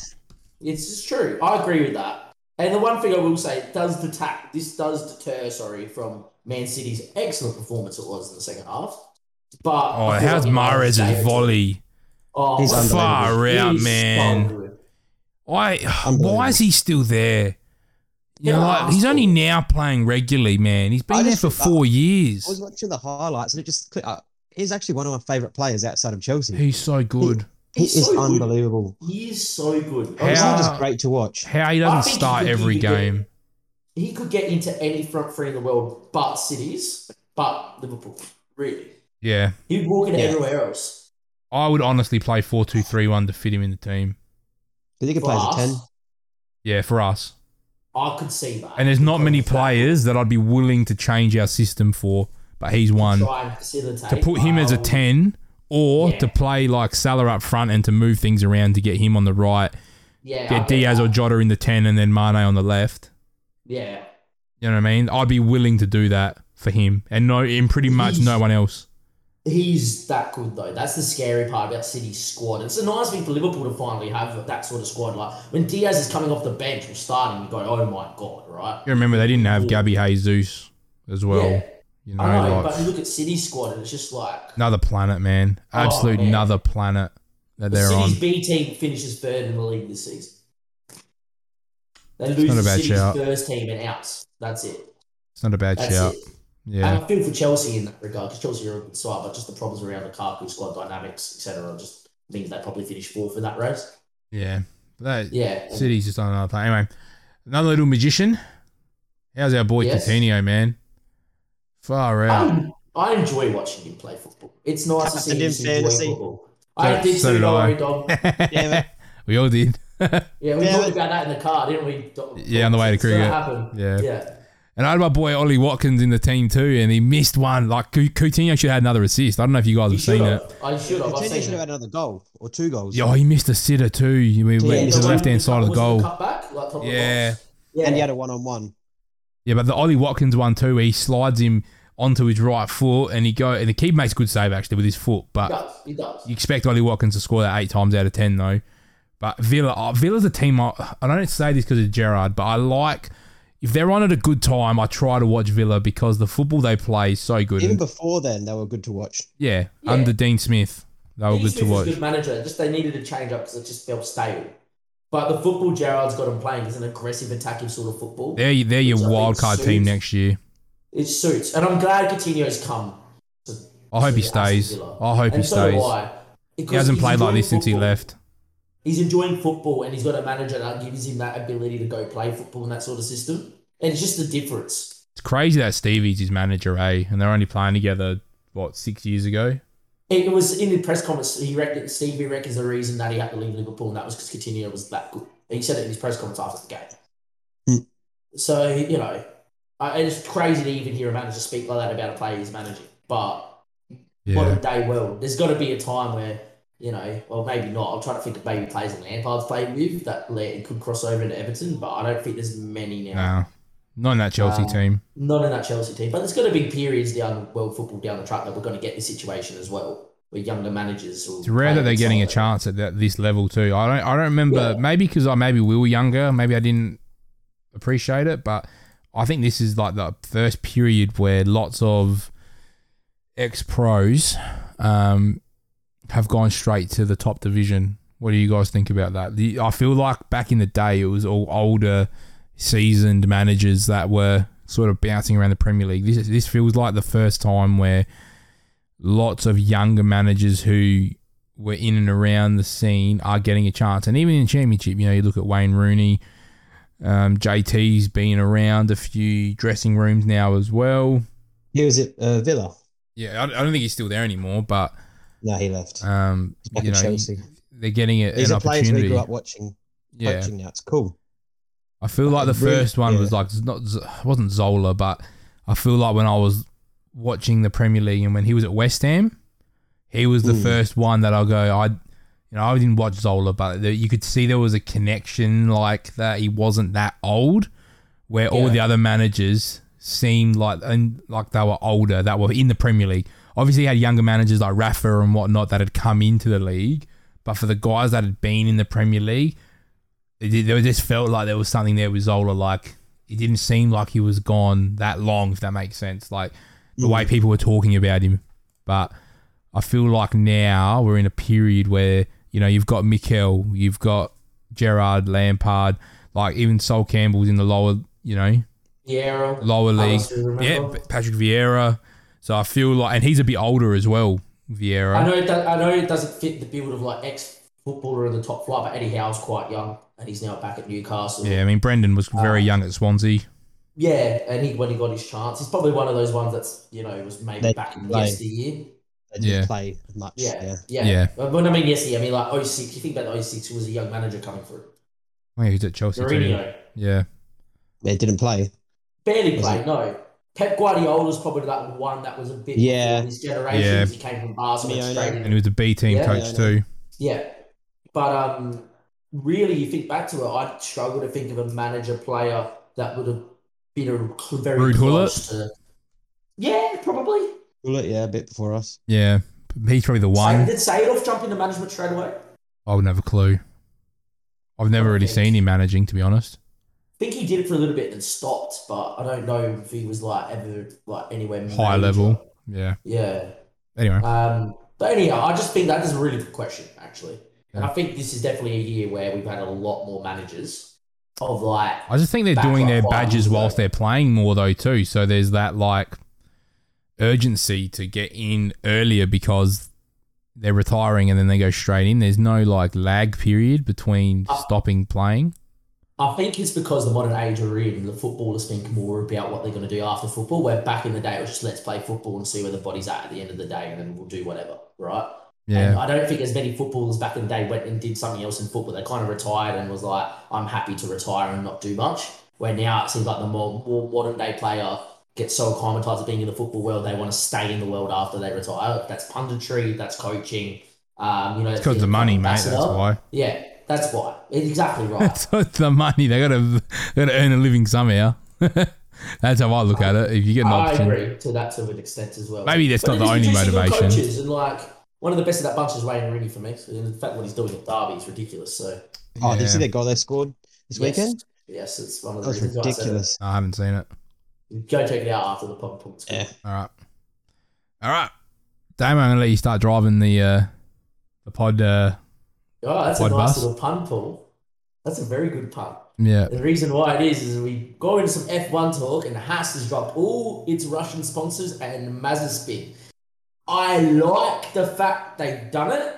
D: It's just true. I agree with that. And the one thing I will say it does deter this does deter, sorry, from Man City's excellent performance it was in the second half. But
C: Oh,
D: I feel
C: how's
D: like United's
C: Mahrez's
D: able to-
C: volley?
D: Oh,
E: He's
D: what a-
C: Far out,
D: he's so
C: man.
D: good.
C: Why?
E: Unbelievable.
C: Why is he still there? You know,
D: Yeah,
C: like, he's
D: Arsenal.
C: only now playing regularly, man. He's been
E: I
C: there
E: just-
C: for
D: uh,
C: four
E: I was
C: years.
E: watching the highlights and it just clicked. Uh, he's actually one of my favorite players outside of Chelsea.
C: He's so good.
E: He
D: He's
E: is
D: so good.
E: unbelievable.
D: He is so good.
E: He's
C: How-
E: not
D: Honestly,
E: just great to watch.
C: How he
D: I
C: doesn't
D: think he
C: start
D: could
C: every
D: be good.
C: game.
D: He could get into any front three in the world, but cities, but Liverpool. Really,
C: Yeah,
D: he'd walk into
E: Yeah.
D: everywhere else.
C: I would honestly play four two three one to fit him in the team.
E: But he could
D: For
E: play as a
D: us,
E: ten.
C: Yeah, for us.
D: I could see that.
C: And there's not many
D: Because that-
C: players that I'd be willing to change our system for, but he's one.
D: try and facilitate.
C: To put him as a
D: Um,
C: 10 or
D: Yeah.
C: to play like Salah up front and to move things around to get him on the right,
D: Yeah, I
C: get Diaz or
D: that.
C: Jota in the 10 and then Mane on the left.
D: Yeah,
C: You know what I mean? I'd be willing to do that for him and no in pretty much
D: He's-
C: no one else.
D: he's that good though. That's the scary part about City's squad. It's a nice thing for Liverpool to finally have that sort of squad. Like when Diaz is coming off the bench or starting, you go, "Oh my god!" Right?
C: You remember they didn't have Gabby Jesus as well.
D: yeah,
C: You
D: I know.
C: know,
D: but
C: like
D: you look at City's squad, and it's just like
C: another planet, man. Absolute
D: man.
C: another planet that they're
D: City's
C: on.
D: B team finishes third in the league this season. They lose
C: not a
D: to
C: bad
D: City's
C: shout.
D: first team and outs. That's it.
C: It's not a bad
D: That's
C: shout.
D: it. Um,
C: Yeah.
D: And I feel for Chelsea in that regard because Chelsea are a good side, but just the problems around the Lukaku squad dynamics, etc., just means they probably finish fourth in that race.
C: Yeah. That
D: Yeah.
C: City's just on another plane. Anyway, another little magician. How's our boy
D: Yes.
C: Coutinho, man? Far out.
D: I, I enjoy watching him play football. It's nice to see
E: And
D: him
E: in
D: enjoy
E: fantasy.
D: football. I
C: So-
D: did
C: so
D: too,
C: did
D: don't
C: I.
D: worry, Dom.
E: Damn it.
C: we all did.
D: Yeah, we
E: Damn
D: talked
E: it.
D: about that in the car, didn't we? Dom?
C: Yeah, on the way to
D: So that
C: cricket.
D: happened.
C: Yeah.
D: Yeah.
C: And I had my boy Ollie Watkins in the team too, and he missed one. Like Cou- Coutinho should have had another assist. I don't know if you guys
D: You
C: have
D: should
C: seen it.
D: have. I should have. I've
E: Coutinho should
D: seen
E: have
D: it.
E: had another goal or two goals.
C: Yeah, he missed a sitter too. He went
E: Yeah,
C: into
E: the
C: the
E: one
C: left hand side of the
D: Was it
C: goal.
D: cutback? Like, top of the
C: Yeah.
D: box?
E: And he
D: Yeah.
E: had a one on one.
C: Yeah, but the Ollie Watkins one too, where he slides him onto his right foot and he go and the keeper makes a good save actually with his foot,
D: He
C: but
D: does. He does.
C: You expect Ollie Watkins to score that eight times out of ten, though. But Villa, oh, Villa's a team. I, I don't say this because of Gerard, but I like if they're on at a good time. I try to watch Villa because the football they play is so good.
E: Even
C: And,
E: before then, they were good to watch.
C: yeah,
D: Yeah.
C: under Dean Smith, they were
D: Dean
C: good
D: Smith
C: to
D: was a
C: watch.
D: good manager. Just they needed to change up because it just felt stale. But the football Gerard's got him playing is an aggressive, attacking sort of football.
C: They're they're your
D: Which I think
C: wild card team
D: suits-
C: next year.
D: It suits, and I'm glad Coutinho's come. To,
C: I hope
D: to
C: he
D: Aston
C: stays.
D: Villa.
C: I hope he
D: and so do
C: stays.
D: I.
C: He
D: Because
C: hasn't
D: he's
C: played like
D: enjoying
C: this since he
D: football.
C: left.
D: He's enjoying football, and he's got a manager that gives him that ability to go play football and that sort of system. And it's just the difference.
C: It's crazy that Stevie's his manager, eh? And they're only playing together what six years ago.
D: It was in the press conference. He reckon, Stevie reckons the reason that he had to leave Liverpool, and that was because Coutinho was that good. He said it in his press conference after the game. So you know, I, and it's crazy to even hear a manager speak like that about a player he's managing. But
C: Yeah,
D: modern day world, there's got to be a time where you know, well maybe not. I'm trying to think of maybe players that Lampard's played with that le- could cross over into Everton, but I don't think there's many now.
C: nah, not in that Chelsea
D: Nah.
C: team.
D: Not in that Chelsea team, but there's got to be periods down world football down the track that we're going to get this situation as well. or younger managers. Or
C: It's rare that they're
D: players
C: getting a
D: like that.
C: chance at that, this level too. I don't. I don't remember.
D: Yeah.
C: Maybe because I maybe we were younger. Maybe I didn't appreciate it. But I think this is like the first period where lots of ex pros um, have gone straight to the top division. What do you guys think about that? The, I feel like back in the day, it was all older, seasoned managers that were sort of bouncing around the Premier League. This is- this feels like the first time where lots of younger managers who were in and around the scene are getting a chance. And even in championship, you know, you look at Wayne Rooney, um, JT's been around a few dressing rooms now as well.
E: He was at uh, Villa.
C: Yeah, I, I don't think he's still there anymore, but
E: No, he left.
C: um,
E: He's back
C: you
E: at
C: know,
E: Chelsea.
C: they're getting a,
E: These
C: an
E: are players we
C: opportunity.
E: grew up watching,
C: yeah,
E: coaching now. It's cool.
C: I feel like the
E: Really-
C: first one
E: yeah.
C: was like not Z- it wasn't Zola, but I feel like when I was watching the Premier League and when he was at West Ham, he was the
E: Mm.
C: first one that I'll go. I, you know, I didn't watch Zola, but there- you could see there was a connection like that. He wasn't that old, where all
D: Yeah.
C: the other managers seemed like and like they were older that were in the Premier League. Obviously, you had younger managers like Rafa and whatnot that had come into the league, but for the guys that had been in the Premier League, it, did- there just felt like there was something there with Zola. Like it didn't seem like he was gone that long, if that makes sense. Like the way people were talking about him, but I feel like now we're in a period where you know you've got Mikel, you've got Gerard Lampard, like even Sol Campbell's in the lower, you know,
D: Vieira,
C: lower league.
D: Alistair, remember?
C: Yeah, P- Patrick Vieira. So I feel like, and he's a bit older as well,
D: I
C: Vieira.
D: know it. Do- I know it doesn't fit the build of like ex footballer in the top flight, but Eddie Howe's quite young, and he's now back at Newcastle.
C: Yeah, I mean Brendan was
D: Ah.
C: very young at Swansea.
D: Yeah, and he when he got his chance, he's probably one of those ones that's you know was maybe
E: They
D: back in
E: play.
D: yesteryear.
E: They didn't
C: Yeah.
E: play much.
D: Yeah,
E: Yeah.
D: yeah.
C: Yeah.
D: But When I mean yesteryear, I mean like 06. You think about the 06, who was a young manager coming through?
C: Oh, yeah, he's at Chelsea too.
D: Mourinho
C: Yeah,
E: They didn't play.
D: barely
E: Was
D: played. No, Pep Guardiola's probably that one that was a bit
E: Yeah.
D: before his generation.
C: Yeah.
D: He came from Barcelona
E: Simeone.
D: straight in.
C: and he was a B team
D: Yeah.
C: coach too.
D: Yeah. But um, really, you think back to it, I'd struggle to think of a manager player that would have been a cl- very
C: Ruud
D: close to. Yeah, probably.
E: Well, yeah, a bit before us.
C: Yeah, he's probably the
D: Say,
C: one.
D: did Seedorf jump into management straight away?
C: I would have a clue. I've never really seen him managing, to be honest.
D: I think he did it for a little bit and stopped, but I don't know if he was like ever like anywhere
C: High
D: major.
C: level. Yeah.
D: Yeah.
C: Anyway,
D: Um, but anyhow, I just think that is a really good question, actually. And I think this is definitely a year where we've had a lot more managers of like
C: I just think they're
D: back
C: doing
D: like
C: their
D: five
C: badges
D: years ago.
C: whilst they're playing more though too. So there's that like urgency to get in earlier because they're retiring and then they go straight in. There's no like lag period between
D: Uh,
C: stopping playing.
D: I think it's because the modern age we're in, the footballers think more about what they're going to do after football. Where back in the day, it was just let's play football and see where the body's at at the end of the day, and then we'll do whatever, right? And
C: Yeah.
D: I don't think as many footballers back in the day went and did something else in football. They kind of retired and was like, I'm happy to retire and not do much. Where now it seems like the more, more modern day player gets so acclimatized to being in the football world, they want to stay in the world after they retire. That's punditry, that's coaching. Um, you know,
C: It's because the money, mate. That's
D: ambassador.
C: why.
D: Yeah, that's why. Exactly right.
C: It's 'cause the money. They gotta they gotta earn a living somehow. that's how I look at it. If you get an
D: I
C: option.
D: agree to that to an extent as well.
C: Maybe that's not
D: But
C: the only
D: there's producing good
C: motivation.
D: Coaches and like one of the best of that bunch is Wayne Rooney for me. And in fact, what he's doing at Derby is ridiculous. So
E: Oh, did you see
C: Yeah.
E: the goal they scored this
D: yes.
E: weekend?
D: Yes, it's one
E: That
D: of the
E: was
D: reasons why I said it.
E: ridiculous.
C: I haven't seen it.
D: Go check it out after the pub. pub
E: Yeah.
C: All right. All right. Damo, I'm gonna let you start driving the uh the pod uh
D: Oh, that's a
C: Pod
D: nice
C: bus.
D: little pun, Paul. That's a very good pun.
C: yeah.
D: The reason why it is is we go into some F1 talk and Haas has dropped all its Russian sponsors and Mazepin. I like the fact they've done it.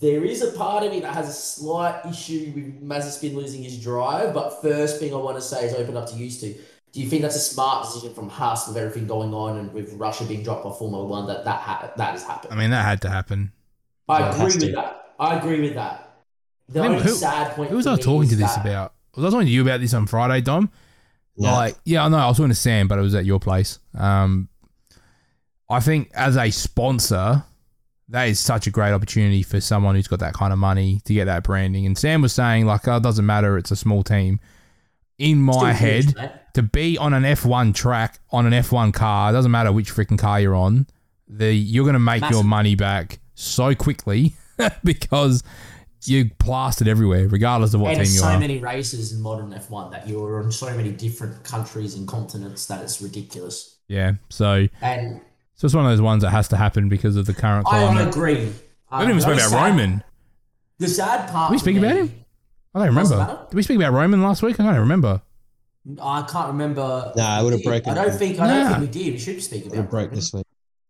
D: There is a part of me that has a slight issue with Mazepin losing his drive, but first thing I want to say is open up to you two. Do you think that's a smart decision from Haas with everything going on and with Russia being dropped by Formula One that that, ha- that has happened?
C: I mean that had to happen.
D: I agree
E: Fantastic.
D: with that. I agree with that. The
C: Man,
D: only
C: who-
D: sad point.
C: Who was
D: for
C: I
D: me
C: talking
D: is
C: to this
D: that-
C: about? Was I talking to you about this on Friday, Dom?
E: Yeah.
C: Like, yeah, I know. I was talking to Sam, but it was at your place. Um, I think as a sponsor, that is such a great opportunity for someone who's got that kind of money to get that branding. And Sam was saying, like, oh, it doesn't matter. It's a small team. In
D: Still
C: my head,
D: huge, mate.
C: to be on an F1 track on an F1 car, it doesn't matter which freaking car you're on, the you're going to make your
D: Massive.
C: money back so quickly because you plastered everywhere, regardless of what
D: And
C: team
D: there's
C: you
D: so
C: are.
D: many races in modern F1 that you're on so many different countries and continents that it's ridiculous.
C: yeah, so
D: And
C: so it's one of those ones that has to happen because of the current
D: I,
C: climate.
D: agree.
C: I didn't even
D: speak
C: speak about Roman.
D: The sad part.
C: Did we
D: for
C: speak
D: me-
C: about him? I don't
D: Doesn't
C: remember.
D: matter.
C: Did we speak about Roman last week? I can't remember.
D: I can't remember.
E: Nah, I would've
D: We did.
E: broken
D: I don't
E: it.
D: think. I don't
C: Nah.
D: think we did. We should speak about.
E: It broke
D: it.
E: this week.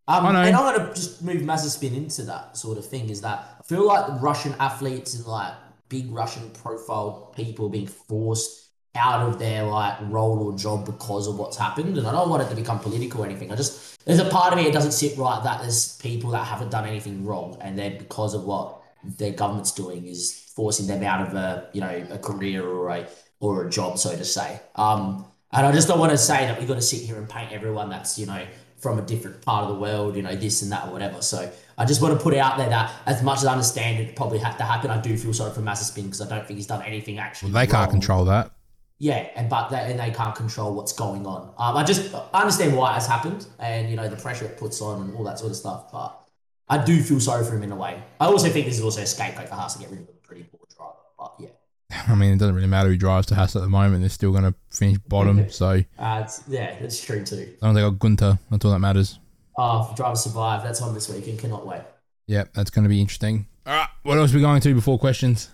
D: Um,
C: I know.
D: And I'm going to just move massive spin into that sort of thing. Is that I feel like Russian athletes and like big Russian profile people being forced out of their like role or job because of what's happened. And I don't want it to become political or anything. I just there's a part of me that doesn't sit right that there's people that haven't done anything wrong, and then because of what their government's doing is forcing them out of a you know a career or a or a job, so to say. Um, and I just don't want to say that we've got to sit here and paint everyone that's you know from a different part of the world, you know this and that or whatever. So I just want to put it out there that as much as I understand it probably had to happen, I do feel sorry for Mazepin because I don't think he's done anything actually.
C: They can't
D: wrong.
C: control that.
D: Yeah, and but they, and they can't control what's going on. Um, I just I understand why it's happened, and you know the pressure it puts on and all that sort of stuff. But I do feel sorry for him in a way. I also think this is also a scapegoat for Haas to get rid of a pretty poor driver. But yeah,
C: I mean, it doesn't really matter who drives to Haas at the moment. They're still going to finish bottom. So as
D: uh, it's, yeah, that's true too.
C: long as they got Gunter, that's all that matters.
D: Oh, if the driver survived, that's on this week and cannot wait.
C: Yeah, that's going to be interesting. All right, what else are we going to before questions?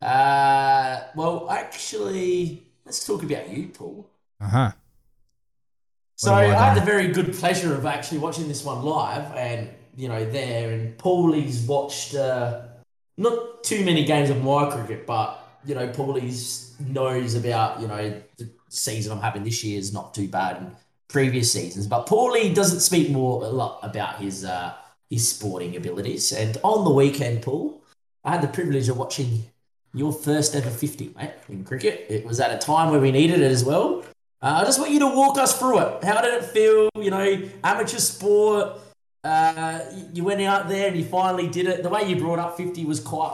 D: Uh, well, actually, let's talk about you, Paul.
C: Uh huh.
D: So
C: What
D: I
C: have I
D: had the
C: done?
D: very good pleasure of actually watching this one live, and you know there. And Paulie's watched uh, not too many games of my cricket, but you know Paulie's knows about you know the season I'm having this year is not too bad, and previous seasons. But Paulie doesn't speak more a lot about his uh, his sporting abilities. And on the weekend, Paul, I had the privilege of watching your first ever fifty, mate, in cricket. It was at a time where we needed it as well. Uh, I just want you to walk us through it. How did it feel? You know, amateur sport. Uh, y- you went out there and you finally did it. The way you brought up 50 was quite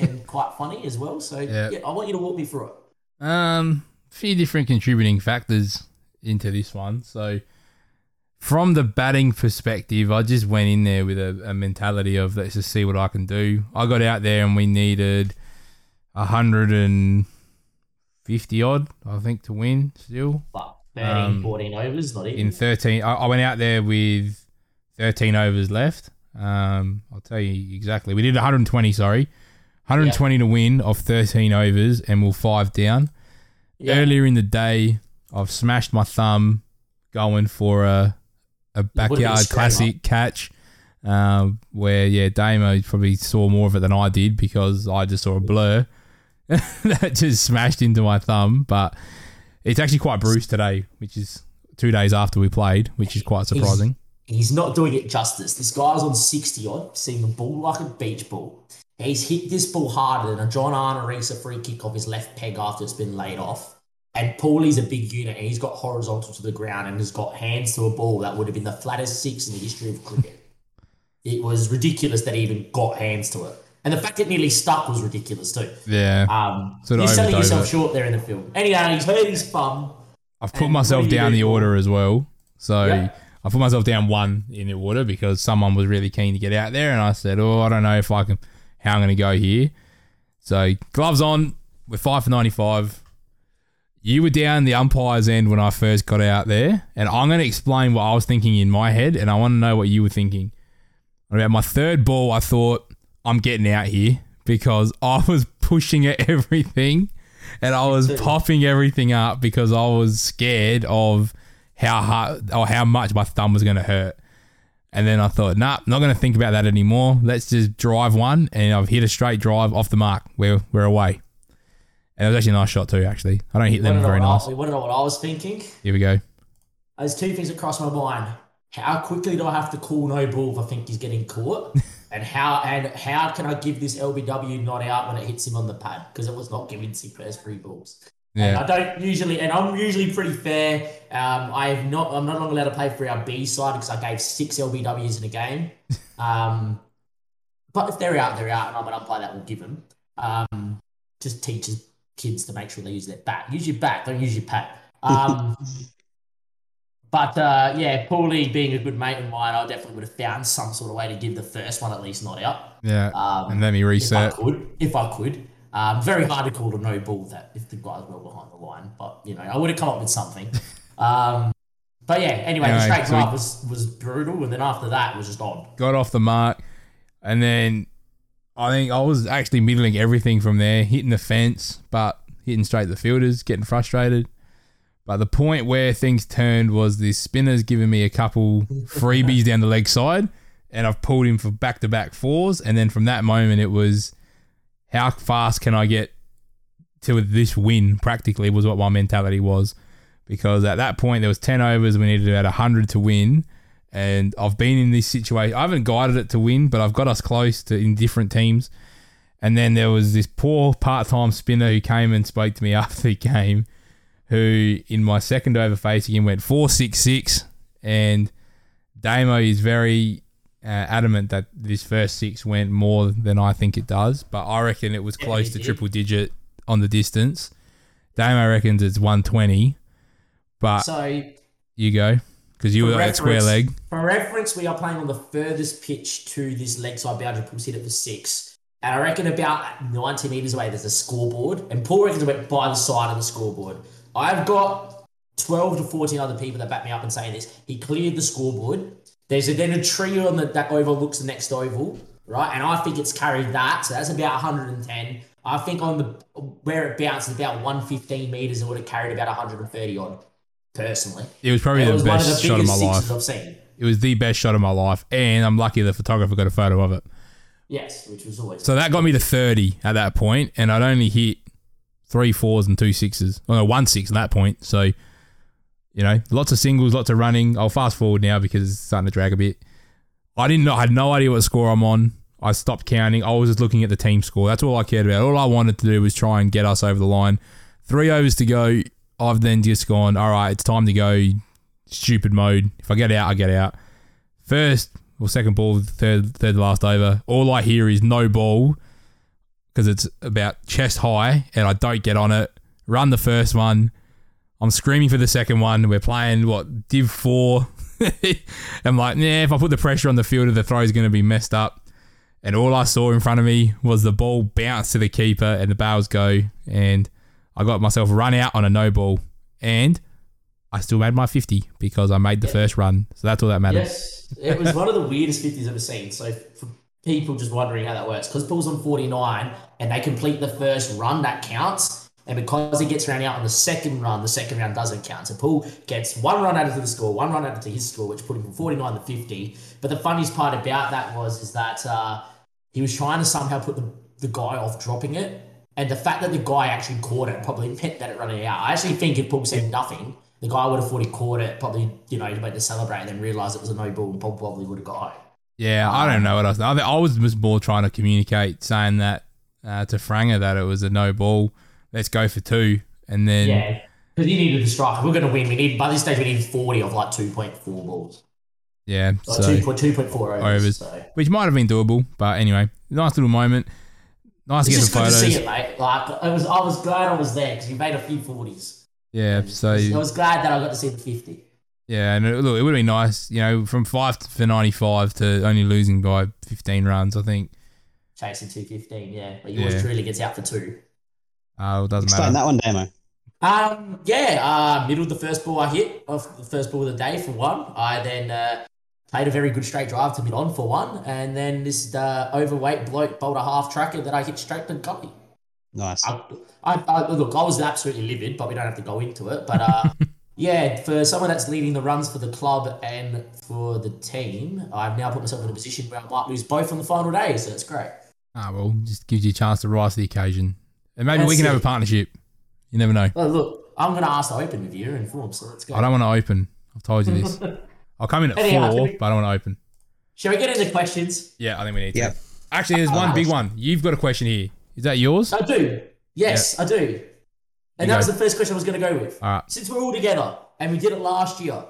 D: and quite funny as well. So,
C: Yeah.
D: yeah, I want you to walk me through it.
C: Um, few different contributing factors into this one. So, from the batting perspective, I just went in there with a, a mentality of let's just see what I can do. I got out there and we needed a hundred and fifty odd, I think, to win. Still
D: But 13,
C: Um,
D: 14 overs, not even.
C: in thirteen, I, I went out there with thirteen overs left. Um, I'll tell you exactly. We did one hundred and twenty. Sorry. 120 to win of 13 overs and we're five down
D: yeah.
C: earlier in the day, I've smashed my thumb going for a a backyard
D: straight
C: classic catch. Um, where yeah, Damo probably saw more of it than I did because I just saw a blur that just smashed into my thumb. But it's actually quite bruised today, which is two days after we played, which is quite surprising.
D: He's not doing it justice. This guy's on 60 odd, seeing the ball like a beach ball. He's hit this ball harder than a John Arnorisa free kick off his left peg after it's been laid off. And Paulie's a big unit and he's got horizontal to the ground and has got hands to a ball that would have been the flattest six in the history of cricket. it was ridiculous that he even got hands to it. And the fact it nearly stuck was ridiculous too.
C: Yeah,
D: Um,
C: Sort of
D: you're selling
C: overdove
D: yourself
C: it.
D: short there in the film. Anyhow, he's hurt his thumb.
C: I've put
D: and what
C: myself
D: do you
C: down
D: do?
C: the order as well. So
D: Yeah.
C: I put myself down one in the order because someone was really keen to get out there, and I said, "Oh, I don't know if I can, how I'm going to go here." So gloves on, we're five for ninety-five. You were down the umpire's end when I first got out there, and I'm going to explain what I was thinking in my head, and I want to know what you were thinking. About my third ball, I thought I'm getting out here because I was pushing at everything, and I was popping everything up because I was scared of how hard or how much my thumb was going to hurt. And then I thought, nah, not going to think about that anymore. Let's just drive one, and I've hit a straight drive off the mark. We're we're away. And it was actually a nice shot too. Actually, I don't hit
D: We want
C: them
D: to know
C: very
D: what I-
C: nice.
D: we want to know what I was thinking.
C: Here we go.
D: There's two things that cross my mind. How quickly do I have to call no ball if I think he's getting caught? and how and how can I give this LBW not out when it hits him on the pad? Because it was not giving his first three balls. And
C: Yeah,
D: I don't usually, and I'm usually pretty fair. Um, I have not, I'm no longer allowed to play for our B side because I gave six LBWs in a game. Um, but if they're out, they're out, and I'm an umpire that will give them. Um, just teaches kids to make sure they use their back. Use your back, don't use your pad. Um, But uh, yeah, Paulie being a good mate of mine, I definitely would have found some sort of way to give the first one at least not out.
C: Yeah.
D: Um,
C: and then he
D: if I
C: reset.
D: could, if I could. Um, very hard to call a no ball that if the guy's well behind the line, but you know, I would have come up with something. Um, but yeah, anyway, the
C: Anyway,
D: straight
C: so we-
D: drive was, was brutal, and then after that was just on.
C: Got off the mark. And then I think I was actually middling everything from there, hitting the fence, but hitting straight the fielders, getting frustrated. But the point where things turned was the spinner's giving me a couple freebies down the leg side, and I've pulled him for back to back fours. And then from that moment, it was how fast can I get to this win? Practically was what my mentality was, because at that point there was ten overs, we needed about hundred to win, and I've been in this situation. I haven't guided it to win, but I've got us close to in different teams. And then there was this poor part time spinner who came and spoke to me after the game, who in my second over facing him went 4 6 6. And Damo is very uh, adamant that this first six went more than I think it does, but I reckon it was
D: Yeah,
C: close
D: it
C: to
D: did.
C: triple digit on the distance. Damo reckons it's 120, but
D: So
C: you go because you
D: For
C: were at square
D: reference-
C: leg.
D: For reference, we are playing on the furthest pitch to this leg side boundary. Paul's hit it for six. And I reckon about 90 metres away, there's a scoreboard. And Paul reckons it went by the side of the scoreboard. I've got 12 to 14 other people that back me up and saying this. He cleared the scoreboard. There's a, then a tree on the, that overlooks the next oval, right? And I think it's carried that. So that's about 110. I think on the where it bounced, it's about 115 metres. It would have carried about 130 odd, personally.
C: It was probably
D: It
C: the
D: was one of the
C: best
D: biggest
C: shot of my life.
D: sixes I've seen.
C: It was the best shot of my life, and I'm lucky the photographer got a photo of it.
D: Yes, which was always
C: So that got me to 30 at that point, and I'd only hit three fours and two sixes. Well, no, one six at that point. So, you know, lots of singles, lots of running. I'll fast forward now because it's starting to drag a bit. I didn't know, I had no idea what score I'm on. I stopped counting. I was just looking at the team score. That's all I cared about. All I wanted to do was try and get us over the line. Three overs to go. I've then just gone, all right, it's time to go stupid mode. If I get out, I get out. First or second ball, third, third to last over. All I hear is no ball because it's about chest high and I don't get on it. Run the first one. I'm screaming for the second one. We're playing what Div Four. I'm like, nah. If I put the pressure on the fielder, the throw's going to be messed up. And all I saw in front of me was the ball bounce to the keeper and the bails go. And I got myself run out on a no ball. And I still made my 50 because I made the first run. So that's all that matters.
D: Yes, it was one of the weirdest 50s I've ever seen. So for people just wondering how that works, because Paul's on 49 and they complete the first run, that counts. And because he gets round out on the second run, the second round doesn't count. So Paul gets one run added to the score, one run added to his score, which put him from 49 to 50. But the funniest part about that was is that uh, he was trying to somehow put the, the guy off dropping it. And the fact that the guy actually caught it probably meant that it running out. I actually think if Paul said nothing, the guy would have thought he caught it, probably, you know, he went to celebrate and then realised it was a no ball and Paul probably would have got home.
C: Yeah, I
D: Um,
C: don't know what else. I, think I was just more trying to communicate, saying that uh, to Franger that it was a no ball. Let's go for two, and then
D: Yeah. Because he needed a striker. We're going to win. We need, by this stage, we need 40 of like 2.4 balls.
C: yeah,
D: Like
C: so
D: 2.4 overs.
C: Overs.
D: So.
C: which might have been doable. But anyway, nice little moment. Nice
D: It's
C: to get
D: just
C: some
D: good to see
C: photos.
D: it, mate. Like, it was, I was glad I was there because we made a few 40s.
C: Yeah, so
D: I was glad that I got to see the 50.
C: yeah, and it- look, it would have been nice, you know, from five to, for ninety-five to only losing by fifteen runs. I think
D: Chasing 215, yeah. But yours
C: Yeah.
D: truly gets out for two.
C: uh, it doesn't
E: Explain
C: matter.
E: that one, Damo.
D: Um, yeah, uh, middled the first ball I hit of the first ball of the day for one. I then uh, played a very good straight drive to mid on for one, and then this uh, overweight bloke bowled a half tracker that I hit straight to copy.
E: Nice.
D: I, I, I, look, I was absolutely livid, but we don't have to go into it. But uh, yeah, for someone that's leading the runs for the club and for the team, I've now put myself in a position where I might lose both on the final day, so it's great.
C: Ah, well, just gives you a chance to rise to the occasion, and maybe we
D: That's
C: can have
D: it.
C: a partnership. You never know.
D: Well, look, I'm going to ask to open with you in form, so let's go.
C: I don't want to open. I've told you this. I'll come in at
D: Anyhow,
C: four,
D: can we-
C: but I don't want to open.
D: Shall we get into questions?
C: Yeah, I think we need
E: Yep.
C: to. Actually, there's one big one. You've got a question here. Is that yours?
D: I do. Yes, I do. And
C: You
D: that was
C: go.
D: the first question I was going to go with.
C: All right.
D: Since we're all together and we did it last year,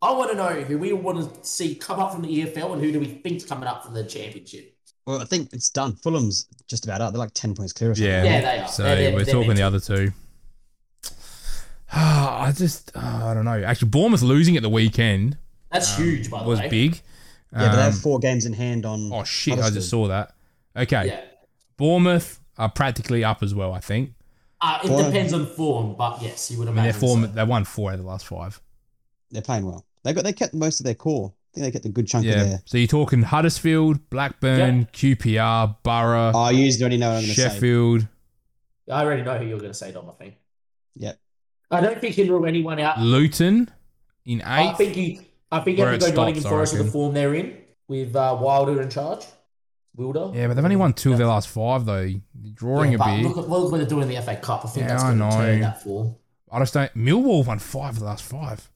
D: I want to know who we want to see come up from the EFL and who do we think's coming up from the championship.
E: Well, I think it's done. Fulham's just about out. They're like 10 points clear or something.
D: Yeah, they are.
C: So
D: They're- they're-
C: we're
D: they're
C: talking
D: meant
C: the
D: to.
C: other two. I I just uh, I don't know. Actually, Bournemouth losing at the weekend
D: That's huge, by the
C: Um, was
D: way.
C: big.
E: Yeah, but they
C: Um,
E: have four games in hand on.
C: Oh shit! I
E: Huddersfield.
C: just saw that. Okay,
D: Yeah.
C: Bournemouth are practically up as well. I think.
D: Uh, it
E: Four.
D: depends on form, but yes, you would
C: I mean,
D: imagine.
C: their form
D: so.
C: they won four out of the last five.
E: They're playing well. They got they kept most of their core. I think they kept a good chunk
C: Yeah.
E: of their.
C: So you're talking Huddersfield, Blackburn, QPR, Borough,
E: Oh, you already know what I'm going to say.
C: Sheffield,
D: I already know who you're going to say, Dom, I think.
E: Yep.
D: I don't think you can rule anyone out.
C: Luton in
D: I
C: eighth.
D: think you, I think you
C: Where
D: have
C: it
D: to go
C: stops,
D: Nottingham
C: I
D: Forest with the
C: reckon.
D: form they're in, with uh, Wilder in charge. Wilder.
C: yeah, but they've only won two of their last five though. They're Drawing
D: Yeah,
C: a
D: but
C: bit.
D: Look at look what they're doing in the FA Cup. I think
C: Yeah,
D: that's
C: I
D: going
C: know.
D: to turn that form.
C: I just don't. Millwall won five of the last five.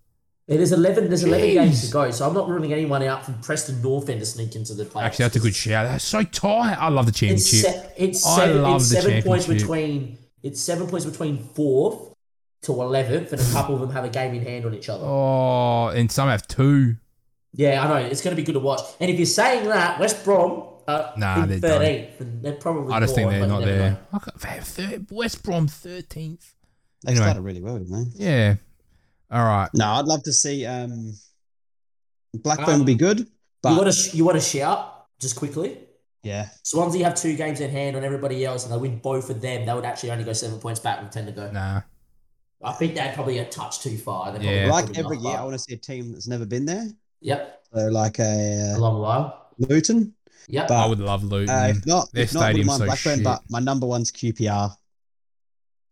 D: It is eleven. There's eleven
C: Jeez.
D: games to go, so I'm not ruling anyone out from Preston North End to sneak into the playoffs.
C: Actually, that's a good shout. That's so tight. I love the
D: It's,
C: championship.
D: se- it's
C: I
D: seven,
C: love
D: it's
C: the
D: seven points
C: championship.
D: between it's seven points between fourth to eleventh, and a couple of them have a game in hand on each other.
C: Oh, and some have two.
D: Yeah, I know. It's going to be good to watch. And if you're saying that, West Brom are
C: Nah,
D: in
C: they don't.
D: 13th, and they're probably
C: I just think
D: gone,
C: they're
D: but
C: not
D: you never know.
C: there. I got, they have third, West Brom thirteenth.
E: They
C: Anyway.
E: started really well, didn't they?
C: Yeah. All right.
E: No, I'd love to see. Um, Blackburn
D: Um,
E: would be good,
D: You
E: but
D: want to you want to shout just quickly?
E: yeah,
D: Swansea have two games in hand on everybody else, and they win both of them. They would actually only go seven points back with ten to go.
C: Nah.
D: I think they'd probably a touch too far. They're
C: Yeah.
D: probably
E: like
D: good
E: every
D: enough,
E: year,
D: but-
E: I want to see a team that's never been there.
D: Yep,
E: So like a
D: a
E: uh,
D: long while.
E: Luton,
D: Yep.
E: but
C: I would love Luton.
E: uh, if not,
C: Mm-hmm. Their
E: if not, I wouldn't
C: stadium's
E: mind
C: so
E: Blackburn.
C: shit.
E: But my number one's QPR.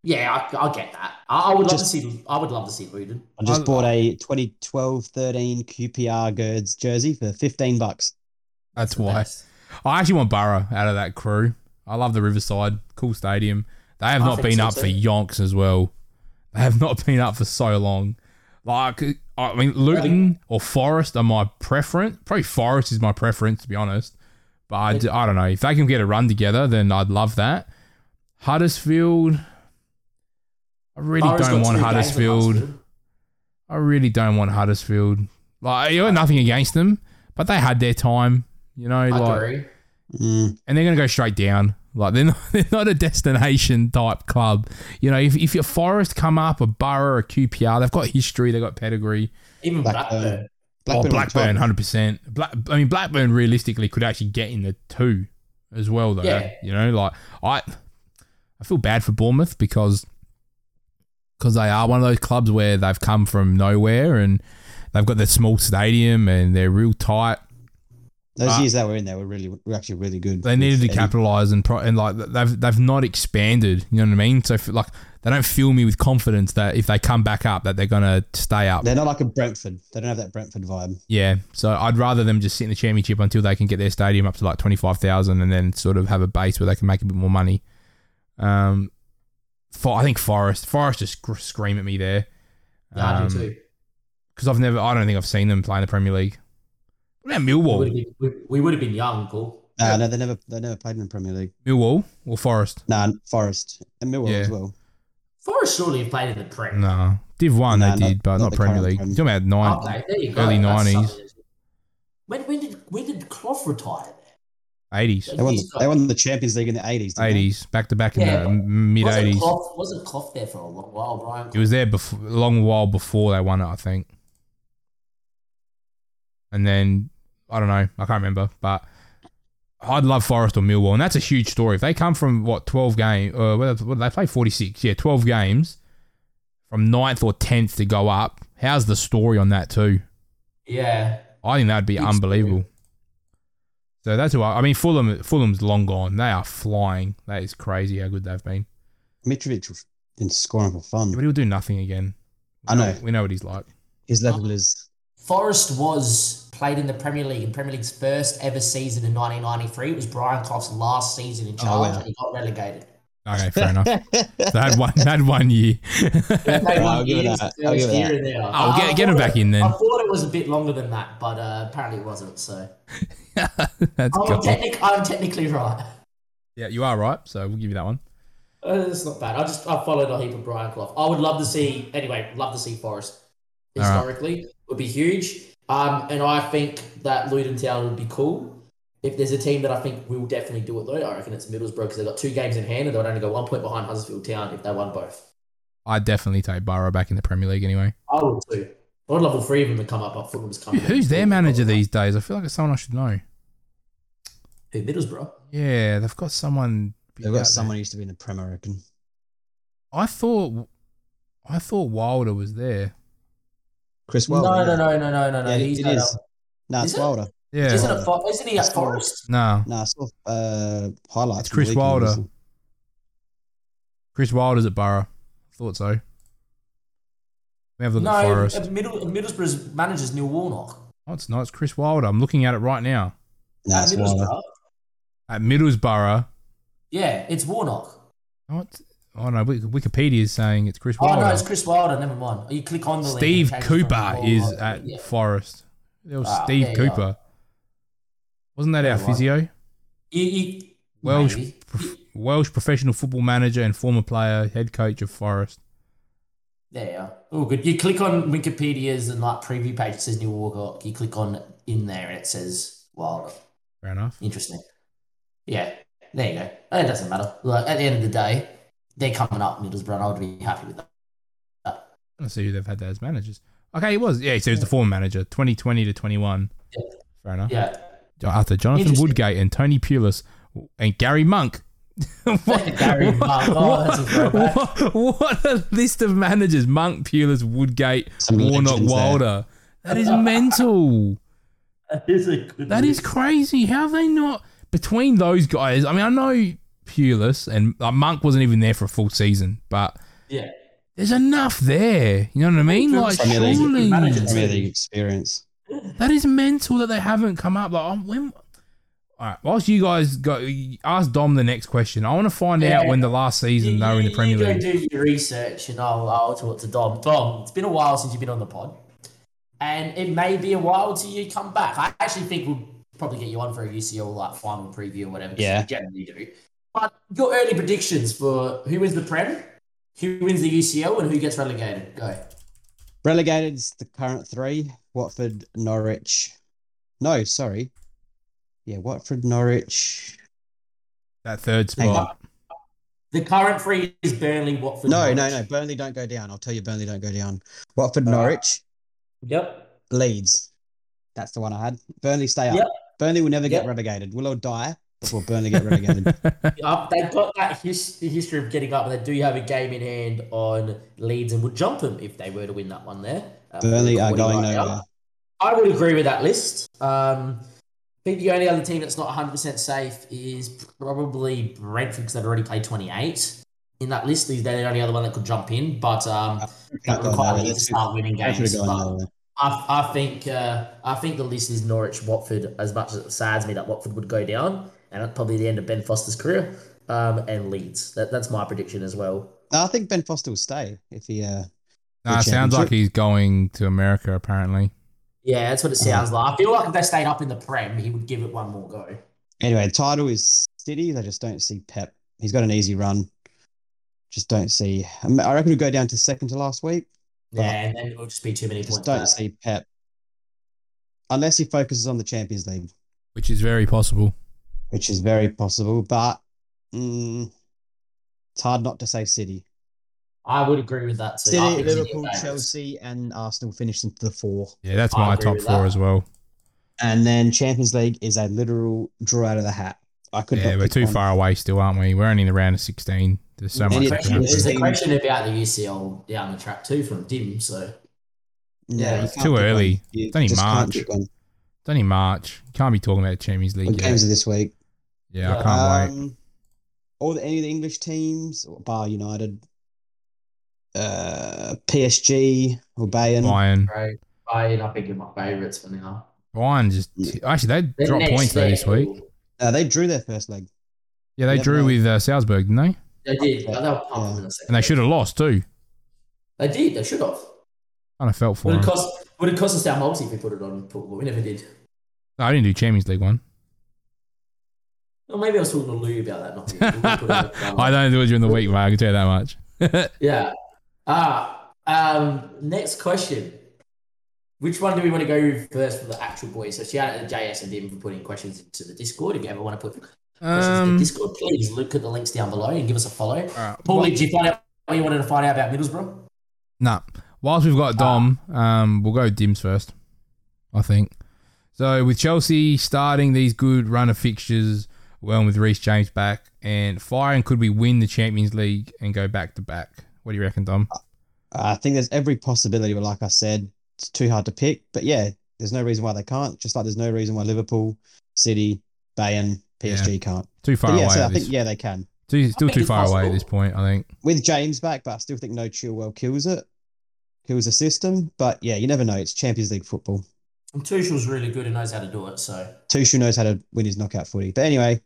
D: yeah, I, I get that. I, I would love
E: Just-
D: to see. I would love to see Luton.
E: I just
C: I-
E: bought a 2012-13 QPR Girds jersey for 15 bucks.
C: That's
D: The
C: why.
D: best.
C: I actually want Borough out of that crew. I love the Riverside. Cool stadium. They have
D: I
C: not
D: think
C: been
D: so
C: up for
D: too.
C: yonks as well. They have not been up for so long. Like, I mean, Luton or Forest are my preference. Probably Forest is my preference, to be honest. But I, d- I don't know. If they can get a run together, then I'd love that. Huddersfield. I really
D: Borough's
C: don't want
D: got two games on
C: Huddersfield. I really don't want Huddersfield. Like, you got nothing against them, but they had their time. You know,
D: I
C: like
D: agree.
E: Mm.
C: and they're going to go straight down. Like they're not, they're not a destination type club. You know, if, if your Forest come up, a Borough, a QPR, they've got history, they've got pedigree.
D: Even
E: Blackburn.
D: Blackburn.
C: Blackburn, oh,
E: on top.
C: Blackburn, hundred percent. Black, I mean, Blackburn realistically could actually get in the two as well, though.
D: Yeah.
C: You know, like I, I feel bad for Bournemouth because because they are one of those clubs where they've come from nowhere and they've got their small stadium and they're real tight.
E: Those
C: Ah.
E: years that were in there were really were actually really good.
C: they needed to
E: Eddie.
C: capitalize and pro- and like they've they've not expanded. You know what I mean? So f- like they don't fill me with confidence that if they come back up that they're gonna stay up.
E: They're not like a Brentford. They don't have that Brentford vibe.
C: yeah. So I'd rather them just sit in the championship until they can get their stadium up to like twenty five thousand and then sort of have a base where they can make a bit more money. Um, for, I think Forest Forest just gr- scream at me there.
D: Yeah, I
C: um,
D: do too.
C: Because I've never, I don't think I've seen them play in the Premier League. What about Millwall?
D: We would've been- We would have been young, Paul.
E: No, no, they never they never played in the Premier League.
C: Millwall or Forest?
E: Nah, Forest and Millwall
C: Yeah.
E: as well.
D: Forest surely have played in the Prem.
C: No, Div One
E: No,
C: they
E: not-
C: did, but
E: not
C: not,
E: the
C: Premier
E: current
C: League.
E: Prem.
C: Talking about nine,
D: Okay, there you go.
C: early
D: That's
C: 90s.
D: something. When, when did when did Clough retire?
C: 80s,
E: They won
D: He's
E: the,
D: got-
E: they won the Champions League in the eighties.
C: 80s, back to back in
D: Yeah,
C: the
D: but
C: m- mid
D: Wasn't
C: 80s.
D: Clough, wasn't Clough there for a long while, Brian?
C: It was there before, a long while before they won it, I think. And then I don't know, I can't remember, but I'd love Forest or Millwall, and that's a huge story. If they come from what 12 game, uh, what what did they play 46, yeah, 12 games from ninth or 10th to go up. How's the story on that too?
D: Yeah.
C: I think that'd be
D: Big
C: unbelievable. So that's why I, I mean Fulham. Fulham's long gone. They are flying. That is crazy how good they've been.
E: Mitrovic was been scoring for
C: But
E: fun.
C: he'll do nothing again.
E: I know.
C: We know what he's like.
E: His level is
D: Forest was played in the Premier League in Premier League's first ever season in 1993. It was Brian Clough's last season in charge,
E: Oh, wow.
D: and he got relegated.
C: Okay, fair enough. They had one. They had one year.
D: Played
E: I'll
D: one
E: give it
D: year,
E: that.
D: so
E: I'll
D: it's
E: give it
D: here
E: that.
D: and there.
C: Oh,
D: I
C: get get him
D: thought
C: back
D: it-
C: in
D: I
C: then.
D: thought it was a bit longer than that, but uh, apparently it wasn't. So
C: That's
D: I'm,
C: cool.
D: technic- I'm technically right.
C: Yeah, you are right. So we'll give you that one.
D: Uh, it's not bad. I just I followed a heap of Brian Clough. I would love to see anyway. Love to see Forest
C: All right.
D: historically would be huge. Um, and I think that Luton Town would be cool. If there's a team that I think will definitely do it though, I reckon it's Middlesbrough because they've got two games in hand and they would only go one point behind Huddersfield Town if they won both.
C: I'd definitely take Burrow back in the Premier League anyway.
D: I would too. I would love all three of them to come up. I Fulham's coming.
C: Who's their manager these days? I feel like it's someone I should know.
D: Who, Middlesbrough?
C: Yeah, they've got someone. big out
E: They've
C: there.
E: got someone who used to be in the Prem, I reckon.
C: I thought, I thought Wilder was there.
E: Chris Wilder.
D: no,
E: yeah.
D: no, no, no, no, no, no.
E: Yeah,
D: He's
E: it
D: not
E: is.
D: up.
E: Nah, it's
D: um, Is it?
E: Wilder.
C: Yeah.
D: Isn't it, Fo- isn't he at Forest?
C: no,
E: Nah, I saw uh, highlights.
C: It's
E: from the
C: Chris
E: weekend.
C: Wilder. Chris Wilder's at Borough. Thought so. We have a look
D: No,
C: at
D: uh,
C: Forest.
D: Middle, Middlesbrough's manager's Neil Warnock.
C: No, it's not. It's Chris Wilder. I'm looking at it right now.
E: Nah,
D: At
E: it's
D: Middlesbrough.
E: Wilder.
C: At Middlesbrough.
D: Yeah, it's Warnock.
C: Oh, it's, oh no, Wik- Wikipedia is saying it's Chris
D: Oh
C: Wilder.
D: no, it's Chris Wilder. Never mind. You click on the link.
C: Steve
D: it changes from
C: Cooper
D: Warnock.
C: is at
D: Oh, Yeah.
C: Forest. There was
D: Ah,
C: Steve
D: there you go.
C: Cooper. Wasn't that
D: Yeah,
C: our
D: right.
C: physio?
D: You, you,
C: Welsh,
D: maybe.
C: prof- Welsh professional football manager and former player, head coach of Forest.
D: There you are. Oh, good. You click on Wikipedia's and like preview page it says New Warnock. You click on in there and it says Wilder.
C: Fair enough.
D: Interesting. Yeah, there you go. Oh, It doesn't matter. Like at the end of the day, they're coming up, Middlesbrough. and I would be happy with that.
C: Let's see who they've had there as managers. Okay, he was. Yeah, so he was the former manager, 2020 to 21.
D: Yeah.
C: Fair enough.
D: Yeah.
C: After Jonathan
D: Interesting.
C: Woodgate and Tony Pulis and Gary Monk. what,
D: Gary Monk. Oh, that's a throwback.
C: what, what a list of managers. Monk, Pulis, Woodgate,
E: Some
C: Warnock,
E: legends there.
C: Wilder. That is mental.
D: That is a good.
C: That is
D: list.
C: crazy. How have they not between those guys? I mean, I know Pulis and uh, Monk wasn't even there for a full season, but
D: Yeah.
C: there's enough there. You know what I mean? Like,
E: Premier League.
C: surely
D: Manager.
E: Premier League experience.
C: that is mental that they haven't come up. Like, I'm- when? All right. Whilst you guys go, ask Dom the next question. I want to find
D: Yeah.
C: out when the last season they were in the Premier
D: you go
C: League.
D: do your research, and I'll, I'll talk to Dom. Dom, it's been a while since you've been on the pod, and it may be a while till you come back. I actually think we'll probably get you on for a UCL like final preview or whatever. 'cause
E: Yeah.
D: we generally do. But your early predictions for who wins the Prem, who wins the UCL, and who gets relegated? Go.
E: Relegated's the current three: Watford, Norwich. No, sorry. Yeah, Watford, Norwich.
C: That third
E: Hang on.
C: spot.
D: The current three is Burnley, Watford.
E: No, no,
D: Norwich.
E: no. Burnley don't go down. I'll tell you, Burnley don't go down. Watford,
D: Uh,
E: Norwich,
D: Yep.
E: Leeds. That's the one I had. Burnley stay up.
D: Yep.
E: Burnley will never get
D: Yep.
E: relegated. We'll all die before Burnley get relegated.
D: Uh, they've got that his- history of getting up, and they do have a game in hand on Leeds, and would jump them if they were to win that one there. Uh,
E: Burnley are
D: recording
E: going
D: right now.
E: nowhere.
D: I would agree with that list. Um, I think the only other team that's not 100% safe is probably Brentford because they've already played 28 in that list. They're the only other one that could jump in, but um, that
E: Can't go
D: requires
E: nowhere.
D: them to start winning
E: They should
D: games.
E: have gone
D: But
E: nowhere.
D: I, I think uh, I think the list is Norwich, Watford. As much as it saddens me that Watford would go down, and at probably the end of Ben Foster's career, um, and Leeds. That, that's my prediction as well.
E: No, I think Ben Foster will stay if he. Uh,
C: Nah,
E: The
C: sounds like
E: championship.
C: he's going to America. Apparently,
D: Yeah, that's
E: Uh-huh.
D: what it sounds like. I feel like if they stayed up in the Prem, he would give it one more go.
E: anyway, title is City. I just don't see Pep. He's got an easy run. Just don't see. I mean, I reckon he'll go down to second to last week.
D: Yeah, and then it would just be too many
E: Just
D: points.
E: don't
D: back.
E: see Pep. Unless he focuses on the Champions League,
C: which is very possible.
E: which is very possible, but mm, it's hard not to say City.
D: I would agree with that. Too. I
E: City,
D: think City
E: Liverpool,
D: goes.
E: Chelsea, and Arsenal finish into the four.
C: Yeah, that's
D: I
C: my
D: agree
C: top
D: with
C: four
D: that.
C: as well.
E: And then Champions League is a literal draw out of the hat. I could
C: yeah,
E: not
C: we're
E: pick
C: too
E: one.
C: far away still, aren't we? We're only in the round of sixteen. There's so
E: And
C: much.
E: it-
C: that
E: it's
C: can happen.
D: There's a
E: Yeah.
D: question about the UCL down the track too from Dim. So Yeah,
E: you
D: it's
E: can't
C: too
E: pick one.
C: early.
E: You
C: It's only
E: just can't
C: March.
E: pick one.
C: It's only March. Can't be talking about Champions
E: What
C: League yet.
E: games are this week?
C: Yeah, I
D: Yeah.
C: can't wait.
E: Um, All the, any of the English teams, bar United, uh, PSG or Bayern.
C: Bayern,
D: right, Bayern, I think are my favourites for now.
C: Bayern just actually they
D: The
C: dropped
D: next
C: points there this week.
D: level-
E: Uh, they drew their first leg.
C: Yeah, they
E: Yeah,
C: drew
E: no.
C: with uh, Salzburg, didn't they?
D: They did. They were pumped in the second.
C: And they should have lost too.
D: They did. They should have.
C: Kind of felt for
D: Would
C: them.
D: it cost? Would it cost us our multi if we put it on? But we never did.
C: No, I didn't do Champions League one.
D: Well, maybe I was talking to Lou about that. Not you. We put it on.
C: I don't do it during the week, mate. I can tell you that much.
D: Yeah. Ah. Um. Next question. Which one do we want to go first for the actual boys? So shout out to JS and Dim for putting questions into the Discord. If you ever want to put questions into
C: Um,
D: Discord, please look at the links down below and give us a follow.
C: all right.
D: Paul,
C: What-
D: did you find out what you wanted to find out about Middlesbrough?
C: Nah. Whilst we've got Dom,
E: Ah.
C: um, we'll go Dims first. I think. So with Chelsea starting these good run of fixtures, well with Reece James back and firing, could we win the Champions League and go back to back? What do you reckon, Dom?
E: I think there's every possibility, but like I said, it's too hard to pick. But yeah, there's no reason why they can't. Just like there's no reason why Liverpool, City, Bayern, PSG can't.
C: Too far
E: But yeah,
C: away.
E: so I
C: at this-
E: think yeah they can.
C: too, still
D: think
C: too
D: it's
C: far away at
D: possible.
C: this point. I think.
E: With James back, but I still think no Chilwell kills it, kills the system. But yeah, you never know. It's Champions League football.
D: And Tuchel's really good and knows how to do it. So
E: Tuchel knows how to win his knockout footy. But anyway,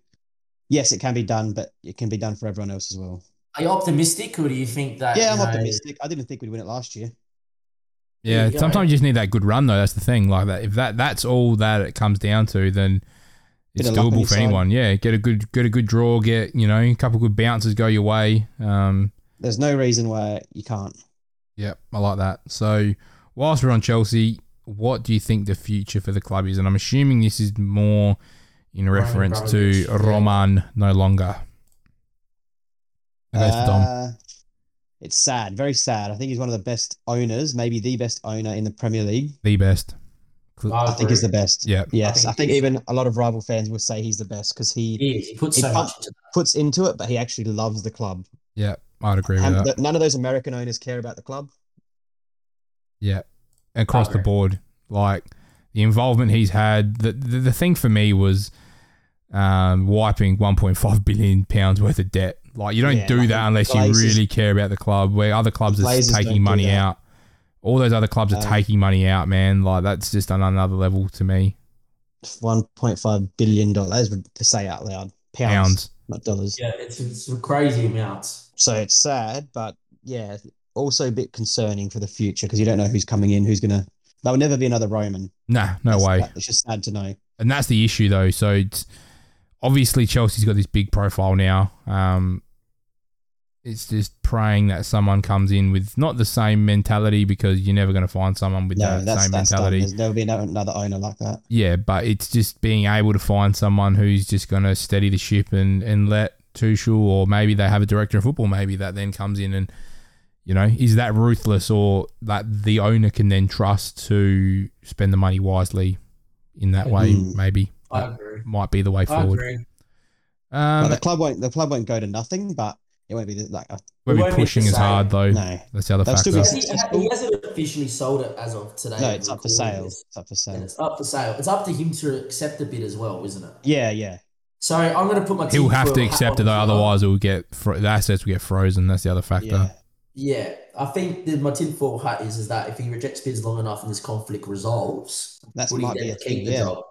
E: yes, it can be done, but it can be done for everyone else as well.
D: are you optimistic or do you think that?
E: Yeah,
D: you
E: I'm
D: know,
E: optimistic. I didn't think we'd win it last year.
D: There
C: Yeah,
D: you go.
C: sometimes you just need that good run though. That's the thing. Like that, if that that's all that it comes down to, then it's
E: Bit of luck on
C: doable
E: your
C: for
E: side.
C: anyone. Yeah, get a good get a good draw. Get you know a couple good bounces go your way. Um,
E: There's no reason why you can't.
C: yeah, I like that. So whilst we're on Chelsea, what do you think the future for the club is? And I'm assuming this is more in reference to
D: Abramovich, yeah.
C: Roman no longer. I go for Dom.
E: Uh, it's sad, very sad. I think he's one of the best owners, maybe the best owner in the Premier League.
C: the best. Cl-
D: I
E: I think he's the
D: agree.
E: best.
C: yeah,
E: Yes,
D: I
E: I
D: think
E: think even a lot of rival fans would say he's the best because he
D: He, is. he puts
E: He
D: so much
E: pumped-
D: into
E: puts into it, but he actually loves the club.
C: yeah, I'd agree with
E: And
C: that.
E: th- none of those American owners care about the club.
C: Yeah, across the
D: Agree.
C: board, like the involvement he's had. The the, the thing for me was um, wiping 1.5 billion pounds worth of debt. Like you don't
E: Yeah,
C: do
E: like
C: that unless
E: Glazers-
C: you really care about the club. Where other clubs are
E: Glazers don't
C: taking
E: do
C: money
E: that.
C: out. All those other clubs are
E: Um,
C: taking money out, man. Like that's just on another level to me.
E: One point five billion dollars to say out loud. Pounds,
C: Pounds.
E: not dollars.
D: Yeah, it's, it's crazy amounts.
E: So it's sad, but yeah, also a bit concerning for the future because you don't know who's coming in, who's gonna. There will never be another Roman.
C: Nah, no
E: It's-
C: way.
E: It's just sad to know.
C: and that's the issue though. So it's, obviously Chelsea's got this big profile now. Um, it's just praying that someone comes in with not the same mentality because you're never going to find someone with
E: No,
C: that
E: that's
C: same
E: that's done.
C: mentality.
E: There's- There'll be no, another owner like that.
C: Yeah, but it's just being able to find someone who's just going to steady the ship and and let Tuchel or maybe they have a director of football maybe that then comes in and you know is that ruthless or that the owner can then trust to spend the money wisely in that way
E: Mm.
C: maybe
D: I agree.
C: might be the way
D: I
C: forward.
D: agree.
E: Like,
C: Um,
E: the club won't. The club won't go to nothing, but it won't be the- like uh,
C: won't
D: We
C: be
D: won't need
C: pushing
D: to
C: as
D: say.
C: hard though.
E: no,
C: That's the other
E: They'll
C: factor.
E: still
D: He,
E: be-
D: hasn't- he hasn't officially sold it as of today.
E: no. It's up for
D: Recording
E: sale.
D: this.
E: It's up for
D: And
E: sale.
D: it's up for sale. It's up to him to accept the bid as well, isn't it?
E: Yeah, yeah.
D: So I'm going to put my.
C: He'll
D: tip
C: have
D: for-
C: to accept it though, otherwise it will get fro- the assets will get frozen. That's the other factor.
E: Yeah.
D: Yeah, I think the, my tinfoil hat is is that if he rejects bids long enough and this conflict resolves,
E: That's
D: would he
E: might
D: get
E: be a
D: to keep
E: thing,
D: the
E: yeah.
D: job?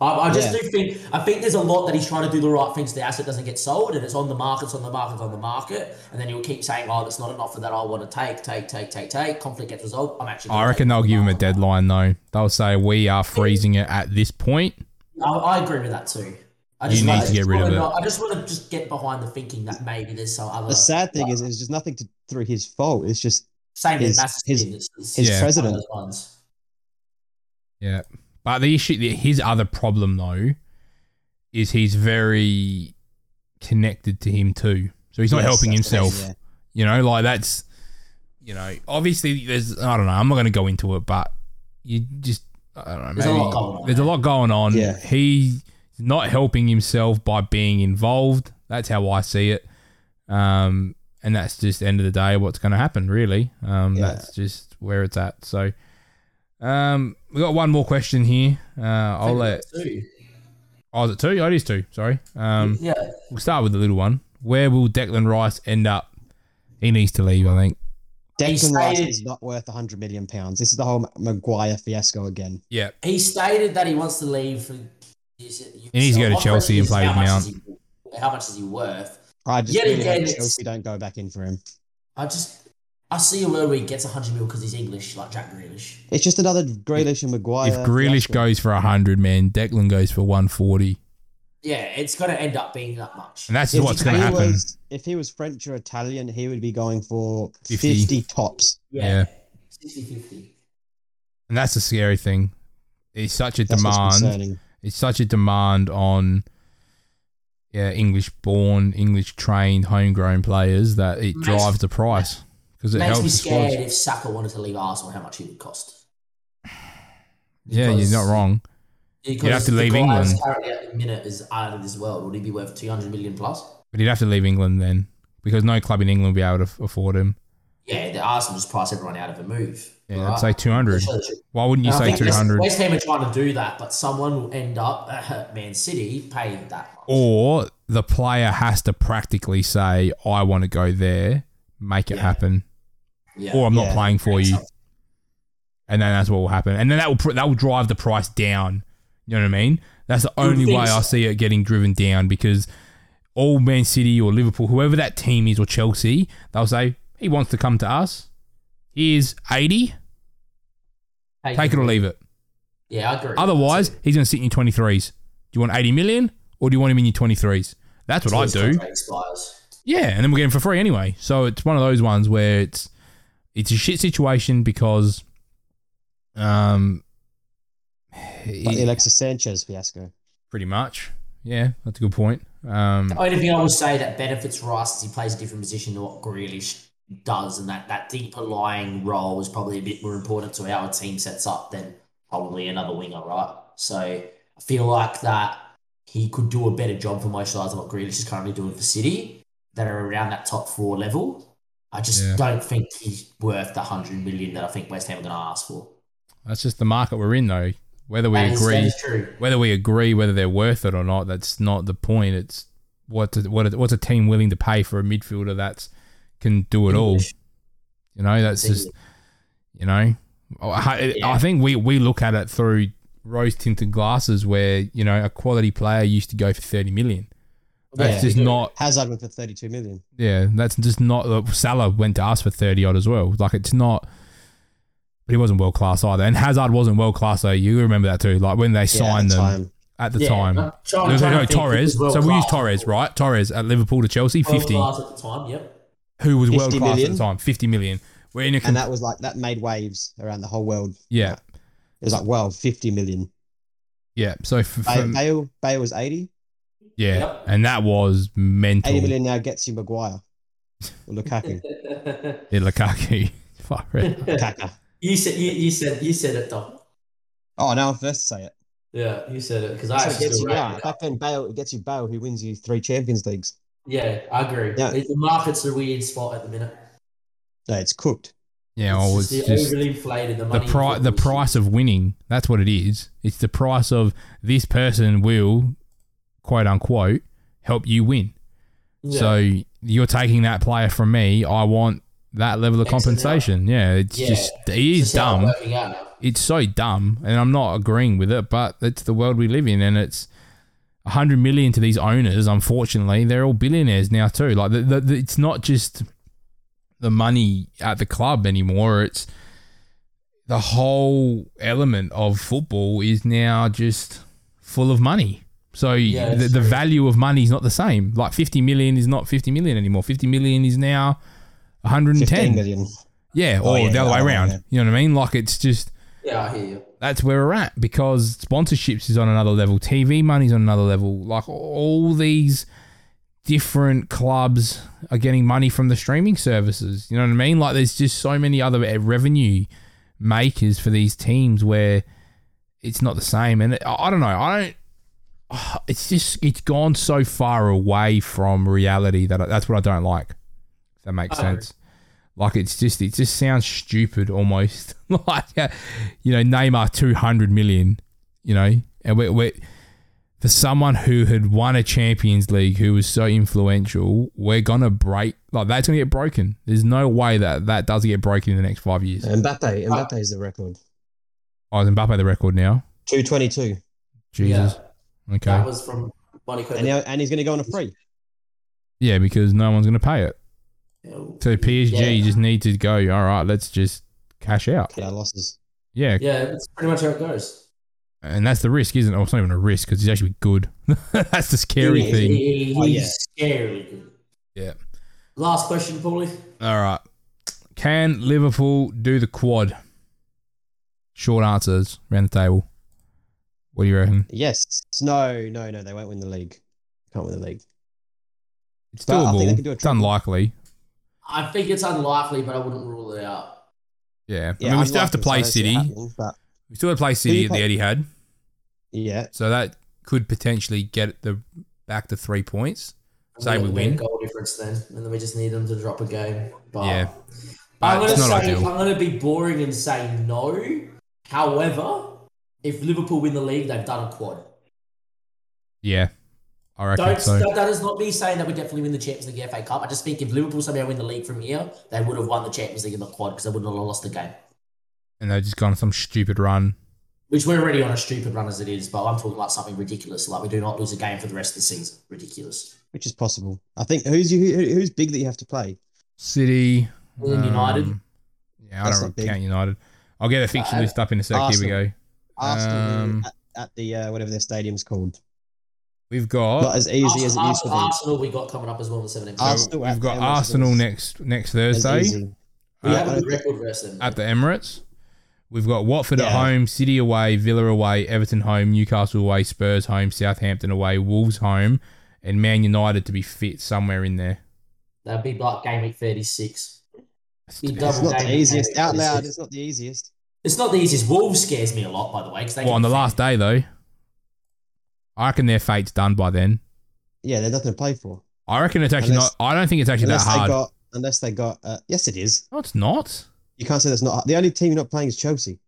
D: I, I just
E: Yeah.
D: do think I think there's a lot that he's trying to do the right things. The asset doesn't get sold, and it's on the market, it's on the market, it's on the market, and then he'll keep saying, "Oh, it's not an offer that I want to take, take, take, take, take." Conflict gets resolved. I'm actually. gonna
C: I reckon
D: take it
C: they'll
D: off the
C: give him a
D: market.
C: deadline though. They'll say we are freezing it at this point.
D: I, I agree with that too. I
C: You need
D: I
C: to get rid of
D: wanna
C: it.
D: know- I just want to just get behind the thinking that maybe there's some other
E: The sad thing is, it's just nothing to through his fault. It's just
D: same
E: his-
D: ambassador
E: his-
D: thing, it's- it's
E: his
C: Yeah.
D: one of
E: president.
D: those ones.
C: Yeah, but the issue, the- his other problem though, is he's very connected to him too. So he's not
E: Yes,
C: helping
E: that's the thing,
C: himself.
E: yeah.
C: You know, like that's, you know, obviously there's, I don't know, I'm not going to go into it, but you just, I don't know,
D: There's a
C: maybe-
D: lot going on
C: There's a
D: there.
C: lot going on.
E: Yeah.
C: He's not helping himself by being involved. That's how I see it. Um, and that's just end of the day what's going to happen, really. Um,
E: Yeah.
C: That's just where it's at. So, um, we got one more question here. Uh, I'll let.
D: Too.
C: Oh, is it two? Oh, it is two. Sorry. Um,
D: Yeah,
C: We'll start with the little one. Where will Declan Rice end up? He needs to leave, I think.
D: He
E: Declan Rice
D: stated-
E: is not worth 100 million pounds. This is the whole Maguire fiasco again.
C: Yeah.
D: he stated that he wants to leave. For, he said-
C: He needs to go to Chelsea and play
D: How
C: with
D: much
C: Mount.
D: is he- How much is he worth?
E: I just
D: Yet
E: really
D: again,
E: hope
D: it's-
E: Chelsea don't go back in for him.
D: I just I see a world where he gets 100 mil because he's English, like Jack Grealish.
E: It's just another Grealish and Maguire.
C: if Grealish
E: fiasco.
C: goes for 100, man, Declan goes for 140.
D: Yeah, it's going to end up being that much.
C: And that's
E: If
C: what's going to
E: he
C: happen.
E: Was, if he was French or Italian, he would be going for
C: 50.
E: 50, tops.
C: yeah.
D: yeah, 60-50.
C: And that's the scary thing. It's such a
E: That's what's
C: demand.
E: concerning.
C: It's such a demand on yeah, English born, English trained, homegrown players that it
D: Makes-
C: drives the price because it
D: Makes
C: helps
D: me
C: the
D: scared
C: squad.
D: if Saka wanted to leave Arsenal, how much he would cost.
C: Yeah, you're
D: Because-
C: not wrong.
D: Because
C: have to
D: the
C: leave
D: guy who's
C: England.
D: Currently at the minute is out of this world. Would he be worth two hundred million plus?
C: But he'd have to leave England then because no club in England will be able to f- afford him.
D: Yeah, the Arsenal just price everyone out of a move.
C: Yeah,
D: right?
C: I'd say 200.
D: Sure, sure.
C: Why wouldn't you
D: And I
C: say
D: think West-
C: 200?
D: West Ham are trying to do that, but someone will end up at Man City paying that much.
C: Or the player has to practically say, I want to go there, make it
D: Yeah.
C: happen,
D: yeah.
C: or I'm not
E: Yeah.
C: playing for you. And then that's what will happen. And then that will, pr- that will drive the price down. You know what I mean? That's the only way
D: think
C: I see it getting driven down because all Man City or Liverpool, whoever that team is, or Chelsea, they'll say, he wants to come to us. Here's 80.
D: Take,
C: Take it or leave it.
D: Yeah, I agree.
C: Otherwise, he's going to sit in your 23s. Do you want 80 million or do you want him in your 23s? That's what I
D: Until his
C: do.
D: contract Expires.
C: Yeah, and then we're getting for free anyway. So it's one of those ones where it's it's a shit situation because um
E: Like
C: it-
E: Alexis Sanchez fiasco.
C: pretty much. Yeah, that's a good point. Um
D: The only thing I would say that benefits Rice is he plays a different position than what Grealish does, and that, that deeper lying role is probably a bit more important to how a team sets up than probably another winger, right? So I feel like that he could do a better job for most sides than what Grealish is currently doing for City that are around that top four level. I just
C: Yeah.
D: don't think he's worth the hundred million that I think West Ham are going to ask for.
C: that's just the market we're in though. Whether we
D: That is- that
C: agree
D: is true.
C: whether we agree whether they're worth it or not, that's not the point. It's what what what's a team willing to pay for a midfielder that's can do it all.
D: English.
C: You know, that's just you know I, I
D: Yeah.
C: think we, we look at it through rose tinted glasses where you know a quality player used to go for 30 million that's
E: Yeah.
C: just not
E: Hazard went for 32 million.
C: yeah that's just not look, Salah went to us for 30 odd as well like it's not but he wasn't world class either and Hazard wasn't world class though you remember that too like when they signed them
E: at the time. uh,
C: at the
D: Yeah,
C: time
D: I'm trying-
C: no,
D: I'm
C: no,
D: trying to think
C: Torres
D: who was
C: so we use
D: world-class.
C: Torres right Torres at Liverpool to Chelsea 50
D: World-class at the time, yep.
C: who was world class at
E: million.
C: the time 50 million we're in a
E: And that was like that made waves around the whole world.
C: yeah
E: It was like wow, 50 million.
C: yeah so f-
E: Bale,
C: from-
E: Bale, Bale was 80.
C: Yeah,
D: Yep.
C: and that was mental.
E: 80 million now gets you Maguire. Or Lukaku.
C: Yeah, Lukaku. Far out.
E: Lukaku.
D: You said you, you said you said it, Dom.
E: Oh, now I'm first to say it.
D: Yeah, you said it because
E: That's
D: I
E: what it
D: actually
E: gets you
D: still
E: now.
D: rate it.
E: Back then, Bale, it gets you Bale, who wins you three Champions Leagues.
D: Yeah, I agree.
E: Yeah.
D: It- The market's a weird spot at the minute.
E: No, it's cooked.
C: Yeah, I was
D: it's just,
C: just
D: overly inflated. The
C: the
D: money.
C: price. The price of winning. That's what it is. It's the price of this person will, quote unquote, help you win.
D: Yeah.
C: So you're taking that player from me. I want that level of
D: X amount.
C: compensation. Yeah, it's
D: Yeah.
C: just it is
D: It's just how
C: dumb.
D: it's working out now.
C: it's so dumb and I'm not agreeing with it, but it's the world we live in and it's 100 million to these owners, unfortunately. They're all billionaires now too. Like the, the, the- it's not just the money at the club anymore. It's the whole element of football is now just full of money. So
D: Yeah,
C: the,
D: that's
C: the
D: true.
C: value of money is not the same. Like 50 million is not 50 million anymore. 50 million is now 110.
E: 15 million.
C: Yeah, or
E: Oh, yeah,
C: the other
E: no,
C: way
E: no,
C: around.
E: yeah.
C: You know what I mean? Like it's just
D: Yeah, I hear you.
C: that's where we're at because sponsorships is on another level, TV money's on another level. Like all these different clubs are getting money from the streaming services. You know what I mean? Like there's just so many other eh, revenue makers for these teams where it's not the same. And I I don't know. I don't. It's just it's gone so far away from reality that I, that's what I don't like. If that makes
D: I agree.
C: sense. Like it's just it just sounds stupid almost. like uh, you know Neymar two hundred million. You know, and we we for someone who had won a Champions League who was so influential, we're gonna break like that's gonna get broken. There's no way that that does get broken in the next five years.
E: Mbappe. Mbappe is the record.
C: Oh, is Mbappe the record now?
E: 222.
C: Jesus.
D: Yeah,
C: Okay.
D: that was from Monaco.
E: And, now, and he's going to go on a free.
C: yeah, because no one's gonna pay it. So PSG
D: Yeah.
C: just need to go. All right, let's just cash out.
E: Cut our losses.
C: Yeah,
D: yeah, that's pretty much how it goes.
C: and that's the risk, isn't it? Well, it's not even a risk because he's actually good. that's the scary
D: He-
C: thing.
D: he-
E: Oh, yeah.
D: he's scary good.
C: Yeah.
D: Last question, Paulie.
C: All right. Can Liverpool do the quad? Short answers round the table. What do you reckon?
E: Yes. No, no, no. They won't win the league. can't win the league.
C: It's
E: But I think they
C: doable.
E: could do a
C: it's
E: triple.
C: unlikely.
D: I think it's unlikely, but I wouldn't rule it out.
C: Yeah. I mean, we still have to
E: unlikely, so I
C: play
E: don't see it
C: City.
E: happening, but
C: We still have to play
E: you
C: City at the
E: play?
C: Etihad,
E: yeah,
C: so that could potentially get the back to three points. Say
D: And
C: we
D: get
C: win.
D: goal difference then, and then we just need them to drop a game. But
C: Yeah, but
D: I'm gonna
C: it's not
D: say
C: ideal.
D: I'm gonna be boring and say no. However, if Liverpool win the league, they've done a quad.
C: Yeah, I reckon
D: Don't
C: so.
D: that, that is not me saying that we definitely win the Champions League, FA Cup. I just think if Liverpool somehow win the league from here, they would have won the Champions League in the quad because they would not have lost the game.
C: And they've just gone on some stupid run.
D: Which we're already on a stupid run as it is, but I'm talking like something ridiculous. Like we do not lose a game for the rest of the season. Ridiculous.
E: which is possible. I think who's you who, who's big that you have to play.
C: City,
D: And then United.
C: um, Yeah, I
E: That's
C: don't
E: not big.
C: count United. I'll get a fixture
D: Uh,
C: list up in a sec. Here we go.
E: Arsenal
C: Um,
E: at, at the uh, whatever their stadium's called.
C: We've got
E: Not as easy as it
D: Arsenal,
E: used to be.
D: Arsenal we got coming up as well in the 17th.
C: so
E: Arsenal
C: we've
E: at
C: got
E: Emirates
C: Arsenal next
E: against-
C: next
E: As
C: Thursday
E: easy.
D: we
E: Yeah,
D: have
E: I
D: a
E: don't
D: good record versus them.
C: at the Emirates. We've got Watford at
E: Yeah.
C: home, City away, Villa away, Everton home, Newcastle away, Spurs home, Southampton away, Wolves home, and Man United to be fit somewhere in there.
D: That'd be like game week 36. Be
E: It's
D: double
E: not
D: game
E: the
D: week
E: easiest. Out
D: 36.
E: loud, it's not the easiest.
D: It's not the easiest. Wolves scares me a lot, by the way, because they
C: Well,
D: can
C: on the
D: defend.
C: last day though, I reckon their fate's done by then.
E: Yeah, there's nothing to play for.
C: I reckon it's actually
E: Unless-
C: not. I don't think it's actually that
E: Unless they
C: hard.
E: got, unless they got. Uh, yes, it is.
C: no, it's not.
E: You can't say that's not the only team you're not playing is Chelsea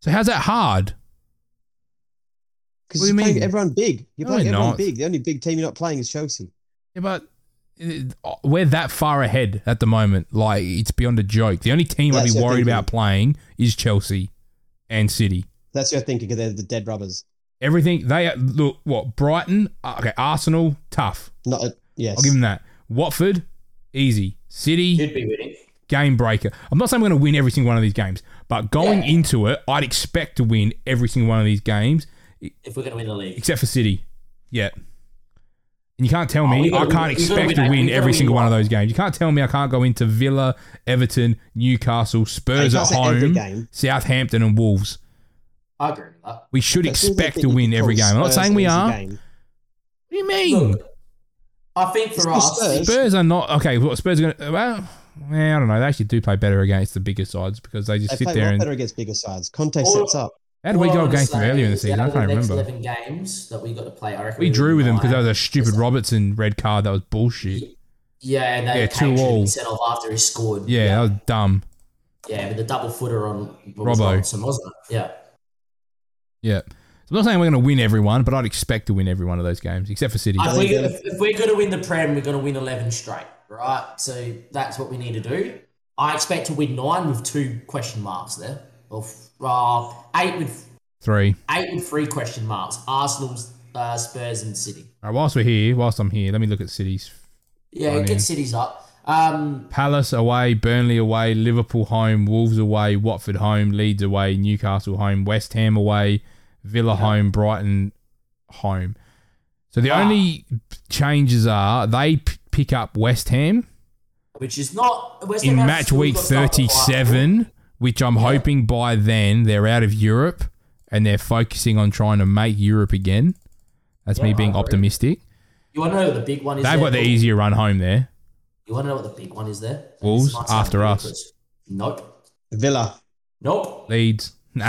C: So how's that hard? What
E: because
C: do
E: you're
C: you
E: playing
C: mean?
E: everyone big. You're
C: No,
E: playing
C: they're
E: everyone
C: not.
E: big. The only big team you're not playing is Chelsea.
C: Yeah, but it- we're that far ahead at the moment. Like it's beyond a joke. The only team I'd
E: That's
C: be
E: the
C: worried
E: thing,
C: about
E: though.
C: playing is Chelsea and City.
E: That's your thinking because they're the dead rubbers.
C: Everything they look what Brighton, uh, okay, Arsenal tough.
E: Not a, yes.
C: I'll give them that. Watford easy. City
D: Should be winning.
C: game breaker. I'm not saying I'm going to win every single one of these games, but going into it, I'd expect to win every single one of these games
D: If we're going to win the league,
C: except for City. Yeah. And you can't tell
D: Oh, we
C: me I can't
D: gotta win- we gotta
C: expect
D: win
C: to win
D: that. We gotta
C: every
D: win
C: single one of
D: one.
C: those games. You can't tell me I can't go into Villa, Everton, Newcastle,
E: You
C: Spurs
E: can't
C: at
E: say every
C: home,
E: game.
C: Southampton, and Wolves.
D: I agree with that.
C: We should
E: That's all they
C: expect
E: think
C: to
E: you
C: win
E: can
C: every
E: call
C: game. I'm not
E: Spurs
C: saying
E: an
C: we
E: easy
C: are. What
E: game.
C: do you mean?
D: Look, I think
E: It's
D: for
E: the
D: us,
E: Spurs.
C: Spurs are not okay. What Spurs are going to? Well, yeah, I don't know. They actually do play better against the bigger sides because they just
E: They
C: sit
E: play a
C: there
E: lot
C: and
E: better against bigger sides. Conte
D: All-
E: sets up.
C: how did we
D: all I
C: go
D: wanna
C: against them
D: say
C: earlier in the
D: is
C: season?
D: out
C: I
D: of the
C: can't
D: next
C: remember.
D: 11 games that we got to play, I reckon
C: We drew with them because that was
D: were
C: a stupid Robertson red card. That was bullshit.
D: Yeah, and they
C: Yeah,
D: yeah,
C: two all.
D: sent off after he scored.
C: Yeah, that was dumb.
D: Yeah, but the double footer on
C: Robbo.
D: Robinson, wasn't it? Yeah.
C: Yeah. So I'm not saying we're going to win everyone, but I'd expect to win every one of those games, except for City.
D: If, we,
E: think
D: if, if we're going to win the Prem, we're going to win 11 straight, right? So that's what we need to do. I expect to win nine with two question marks there, or f- uh, eight with
C: Three.
D: eight with three question marks. Arsenal, uh, Spurs, and City.
C: All right, whilst we're here, whilst I'm here, let me look at City's
D: Yeah,
C: Blimey.
D: get City's up. Um,
C: Palace away, Burnley away, Liverpool home, Wolves away, Watford home, Leeds away, Newcastle home, West Ham away, Villa home, Brighton home. So the
D: Ah.
C: only changes are they p- pick up West Ham
D: which is not West
C: in
D: Ham have
C: match
D: still
C: week
D: got stuff to fight for.
C: 37, which I'm hoping by then they're out of Europe and they're focusing on trying to make Europe again. That's me
D: Yeah, I
C: being
D: agree.
C: optimistic.
D: You want to know what the big one is?
C: They've
D: there?
C: got the easier run home there.
D: You want to know what the big one is there?
C: Wolves,
D: This might sound
C: after us.
D: ludicrous. Nope.
E: Villa,
D: Nope.
C: Leeds.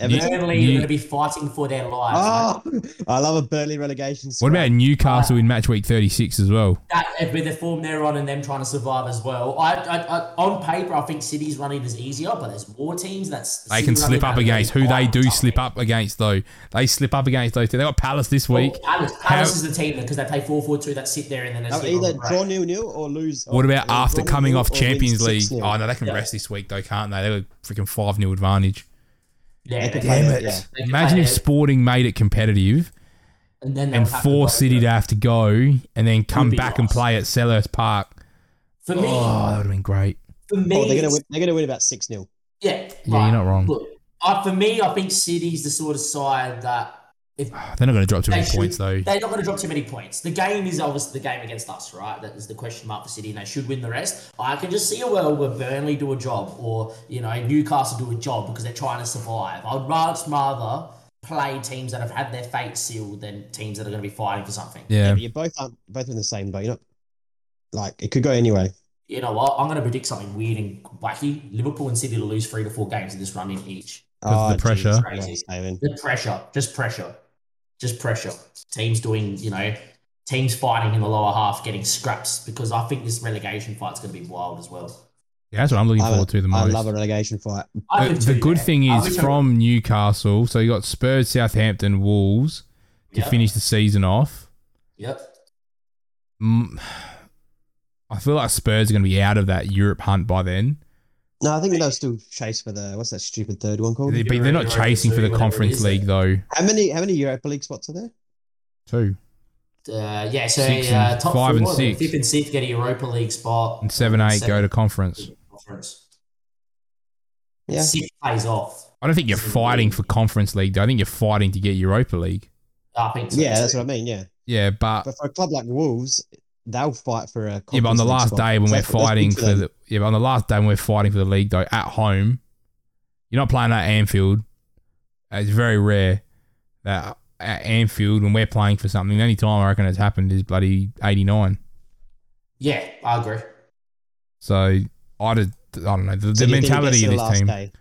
E: Everton, Everton.
D: Burnley
C: you-
D: are going to be fighting for their lives. mate.
E: Oh, I love a Burnley relegation.
C: What
E: Squad.
C: about Newcastle in match week 36 as well?
D: that with the form they're on and them trying to survive as well. I, I, I on paper, I think City's running is easier, but there's more teams that's
C: They can slip up against who they do slip up against, though. They slip up against those two. They got Palace this week.
D: Palace, Palace
C: How-
D: is the team because they play 4 4 2 that sit there and then they
E: Oh,
D: sit on
E: either
D: the break.
E: draw nil nil or lose?
D: Oh,
C: What
E: or-
C: about
E: or
C: after
E: draw
C: coming
E: 0-0
C: off
E: or win
C: Champions League?
E: 6-0.
C: Oh, no, they can
D: Yeah.
C: rest this week, though, can't they? They got freaking 5 0 advantage.
D: Yeah,
E: They could
D: yeah.
E: play that, yeah.
D: They can
C: Imagine
D: play
C: if
D: it.
C: Sporting made it competitive
D: and then
C: and forced City to have to go and then come
D: be
C: back and
D: nice.
C: play at Selhurst Park.
D: For me,
C: Oh, that would have been great.
D: for me,
E: Oh, they're gonna
D: it's-
E: win. They're gonna win about six 0
D: Yeah,
C: you're not wrong.
D: Look, I, for me, I think City's the sort of side that
C: They're not going to drop too
D: They
C: many
D: should-
C: points, though.
D: They're not going to drop too many points. The game is obviously the game against us, right? That is the question mark for City, and they should win the rest. I can just see a world where Burnley do a job, or you know Newcastle do a job because they're trying to survive. I'd much rather play teams that have had their fate sealed than teams that are going to be fighting for something.
C: Yeah.
E: but you both aren't both in the same boat. You're not like it could go anyway.
D: You know what? I'm going to predict something weird and wacky. Liverpool and City to lose three to four games in this run in each.
C: Because of the
E: Ah, geez,
C: pressure.
E: yeah, it's Ivan.
D: The pressure, just pressure, just pressure. Teams doing, you know, teams fighting in the lower half, getting scraps because I think this relegation fight's going to be wild as well.
C: Yeah, that's what I'm looking
E: I,
C: forward to the most.
E: I love a relegation fight.
D: I
C: The,
D: could
C: Uh, the
D: do
C: good
D: that.
C: thing
D: I
C: is
D: wish I-
C: from Newcastle, so you got Spurs, Southampton, Wolves to
D: Yep,
C: finish the season off.
D: Yep.
C: Mm, I feel like Spurs are going to be out of that Europe hunt by then.
E: No, I think they'll still chase for the what's that stupid third one called?
C: They, but they're not
D: Euro,
C: chasing for the
D: whatever it
C: Conference
D: is.
C: League though.
E: How many how many Europa League spots are there?
C: Two
D: Uh, yeah, so
C: Six and-
D: uh, top
C: five
D: four,
C: and
D: the
C: six.
D: fifth and sixth get a Europa League spot.
C: and seven, eight go to Conference.
D: conference.
E: Yeah.
D: Six plays off.
C: I don't think you're
D: Seven.
C: fighting for Conference League. though. I think you're fighting to get Europa League.
D: I think so.
E: Yeah, that's what I mean. Yeah,
C: Yeah, but
E: but for a club like Wolves, they'll fight for a.
C: yeah, but on
E: Conference
C: the
E: League
C: last
E: spot.
C: day when
E: So
C: we're
E: that's- that's big
C: fighting for
E: them.
C: the yeah, but on the last day when we're fighting for the league though at home, you're not playing at Anfield. Uh, It's very rare that at Anfield when we're playing for something. The only time I reckon it's happened is bloody '89.
D: Yeah, I agree.
C: So I did. I don't know the,
E: So
C: the
E: you think it gets
C: mentality
E: to
C: of
E: the
C: this
E: last
C: team.
E: day?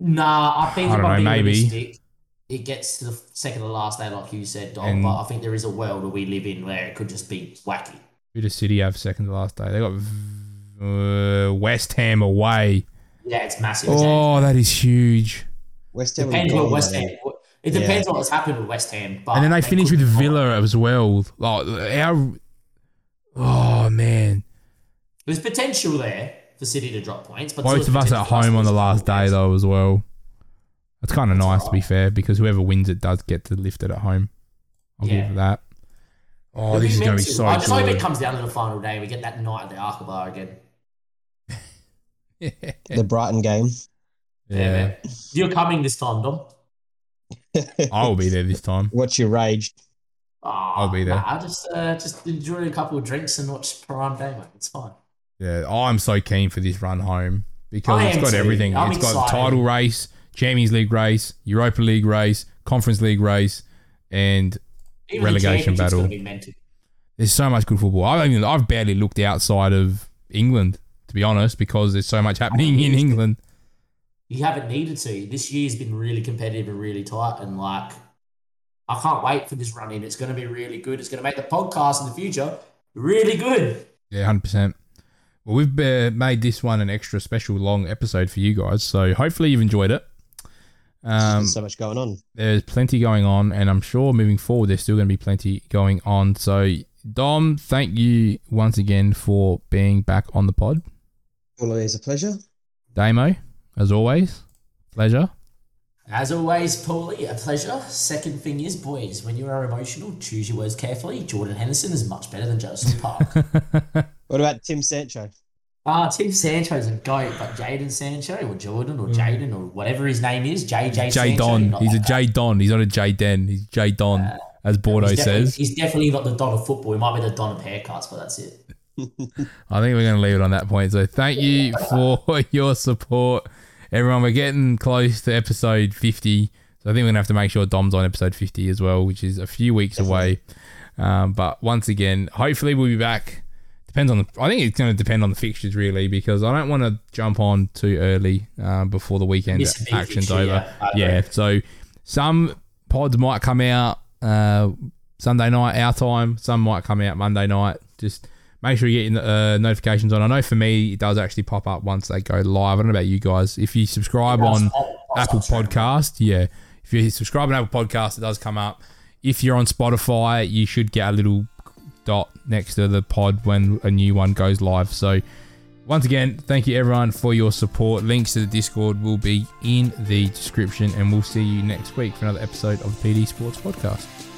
D: Nah, I think
C: I
D: if
C: don't
D: I'm
C: know,
D: being
C: maybe.
D: realistic, it gets to the second to last day, like you said, Dom.
C: And-
D: but I think there is a world that we live in where it could just be wacky.
C: Who does City have second to last day? They got v- uh, West Ham away.
D: Yeah, it's massive.
C: Oh, that is huge.
E: West Ham.
D: it depends
E: will be
D: what West
E: gone by
D: Ham.
E: then.
D: It
E: Yeah.
D: depends on what's happened with West Ham. But
C: And then they finish
D: could
C: with
D: be-
C: Villa as well. Like our, oh man,
D: There's potential there for City to drop points, but
C: both of
D: still
C: us at
D: potential for
C: home
D: to
C: on the
D: lose
C: last
D: four
C: day
D: games.
C: though as well. It's kind of
D: That's
C: nice to be
D: alright.
C: fair because whoever wins it does get to lift it at home. I'll
D: Yeah.
C: give it that. Oh,
D: It'd
C: this
D: be
C: is going to be
D: mental.
C: so
D: I just hope
C: good.
D: it comes down to the final day. and We get that night at the Arkabar again.
C: yeah.
E: The Brighton game.
D: man. You're coming this time, Dom.
C: I will be there this time.
E: What's your rage?
D: Oh,
C: I'll be there.
D: Nah, just uh, just enjoy a couple of drinks and watch Prime Day, mate. It's fine.
C: Yeah, I'm so keen for this run home because
D: I
C: it's
D: am
C: got
D: too.
C: everything.
D: I'm
C: It's got the
D: excited.
C: title race, Champions League race, Europa League race, Conference League race, and
D: Even the
C: Relegation
D: championship's
C: battle.
D: gonna be mental.
C: there's so much good football. I've even, I've barely looked outside of England to be honest because there's so much happening in England.
D: You haven't needed to. This year's been really competitive and really tight, and like, I can't wait for this run in. It's going to be really good. It's going to make the podcast in the future really good.
C: Yeah, hundred percent. Well, we've uh, made this one an extra special long episode for you guys, so hopefully you've enjoyed it. Um,
E: There's so much going on.
C: there's plenty going on, and I'm sure moving forward there's still going to be plenty going on. So, Dom, thank you once again for being back on the pod.
E: Always a pleasure.
C: Damo, as always, pleasure.
D: As always, Paulie, a pleasure. Second thing is, boys, when you are emotional, choose your words carefully. Jordan Henderson is much better than Joseph Park.
E: What about Tim Sancho?
D: Ah, Tim Sancho's a goat, but Jaden Sancho or Jordan or Jaden or whatever his name is, JJ
C: Mm. J
D: Sancho,
C: Don,
D: not
C: he's a
D: like that.
C: J Don. He's not a J Den. He's J Don, as Bordeaux
D: He's definitely-
C: says.
D: He's definitely not the don of football. He might be the don of haircuts, but that's it.
C: I think we're going to leave it on that point. So thank you for your support, everyone. We're getting close to episode 50. So I think we're going to have to make sure Dom's on episode 50 as well, which is a few weeks away. Um, but once again, hopefully we'll be back. Depends on the. I think it's going to depend on the fixtures really, because I don't want to jump on too early uh, before the weekend
D: Miss a big
C: action's
D: fixture,
C: over.
D: yeah. I agree.
C: yeah. So some pods might come out uh, Sunday night our time. Some might come out Monday night. Just make sure you get uh, notifications on. I know for me, it does actually pop up once they go live. I don't know about you guys. If you subscribe
D: It does
C: on
D: pop- pops
C: Apple
D: up straight away.
C: Podcast, yeah. If you subscribe on Apple Podcast, it does come up. If you're on Spotify, you should get a little dot next to the pod when a new one goes live. So. Once again, thank you everyone for your support. Links to the Discord will be in the description, and we'll see you next week for another episode of the PD Sports Podcast.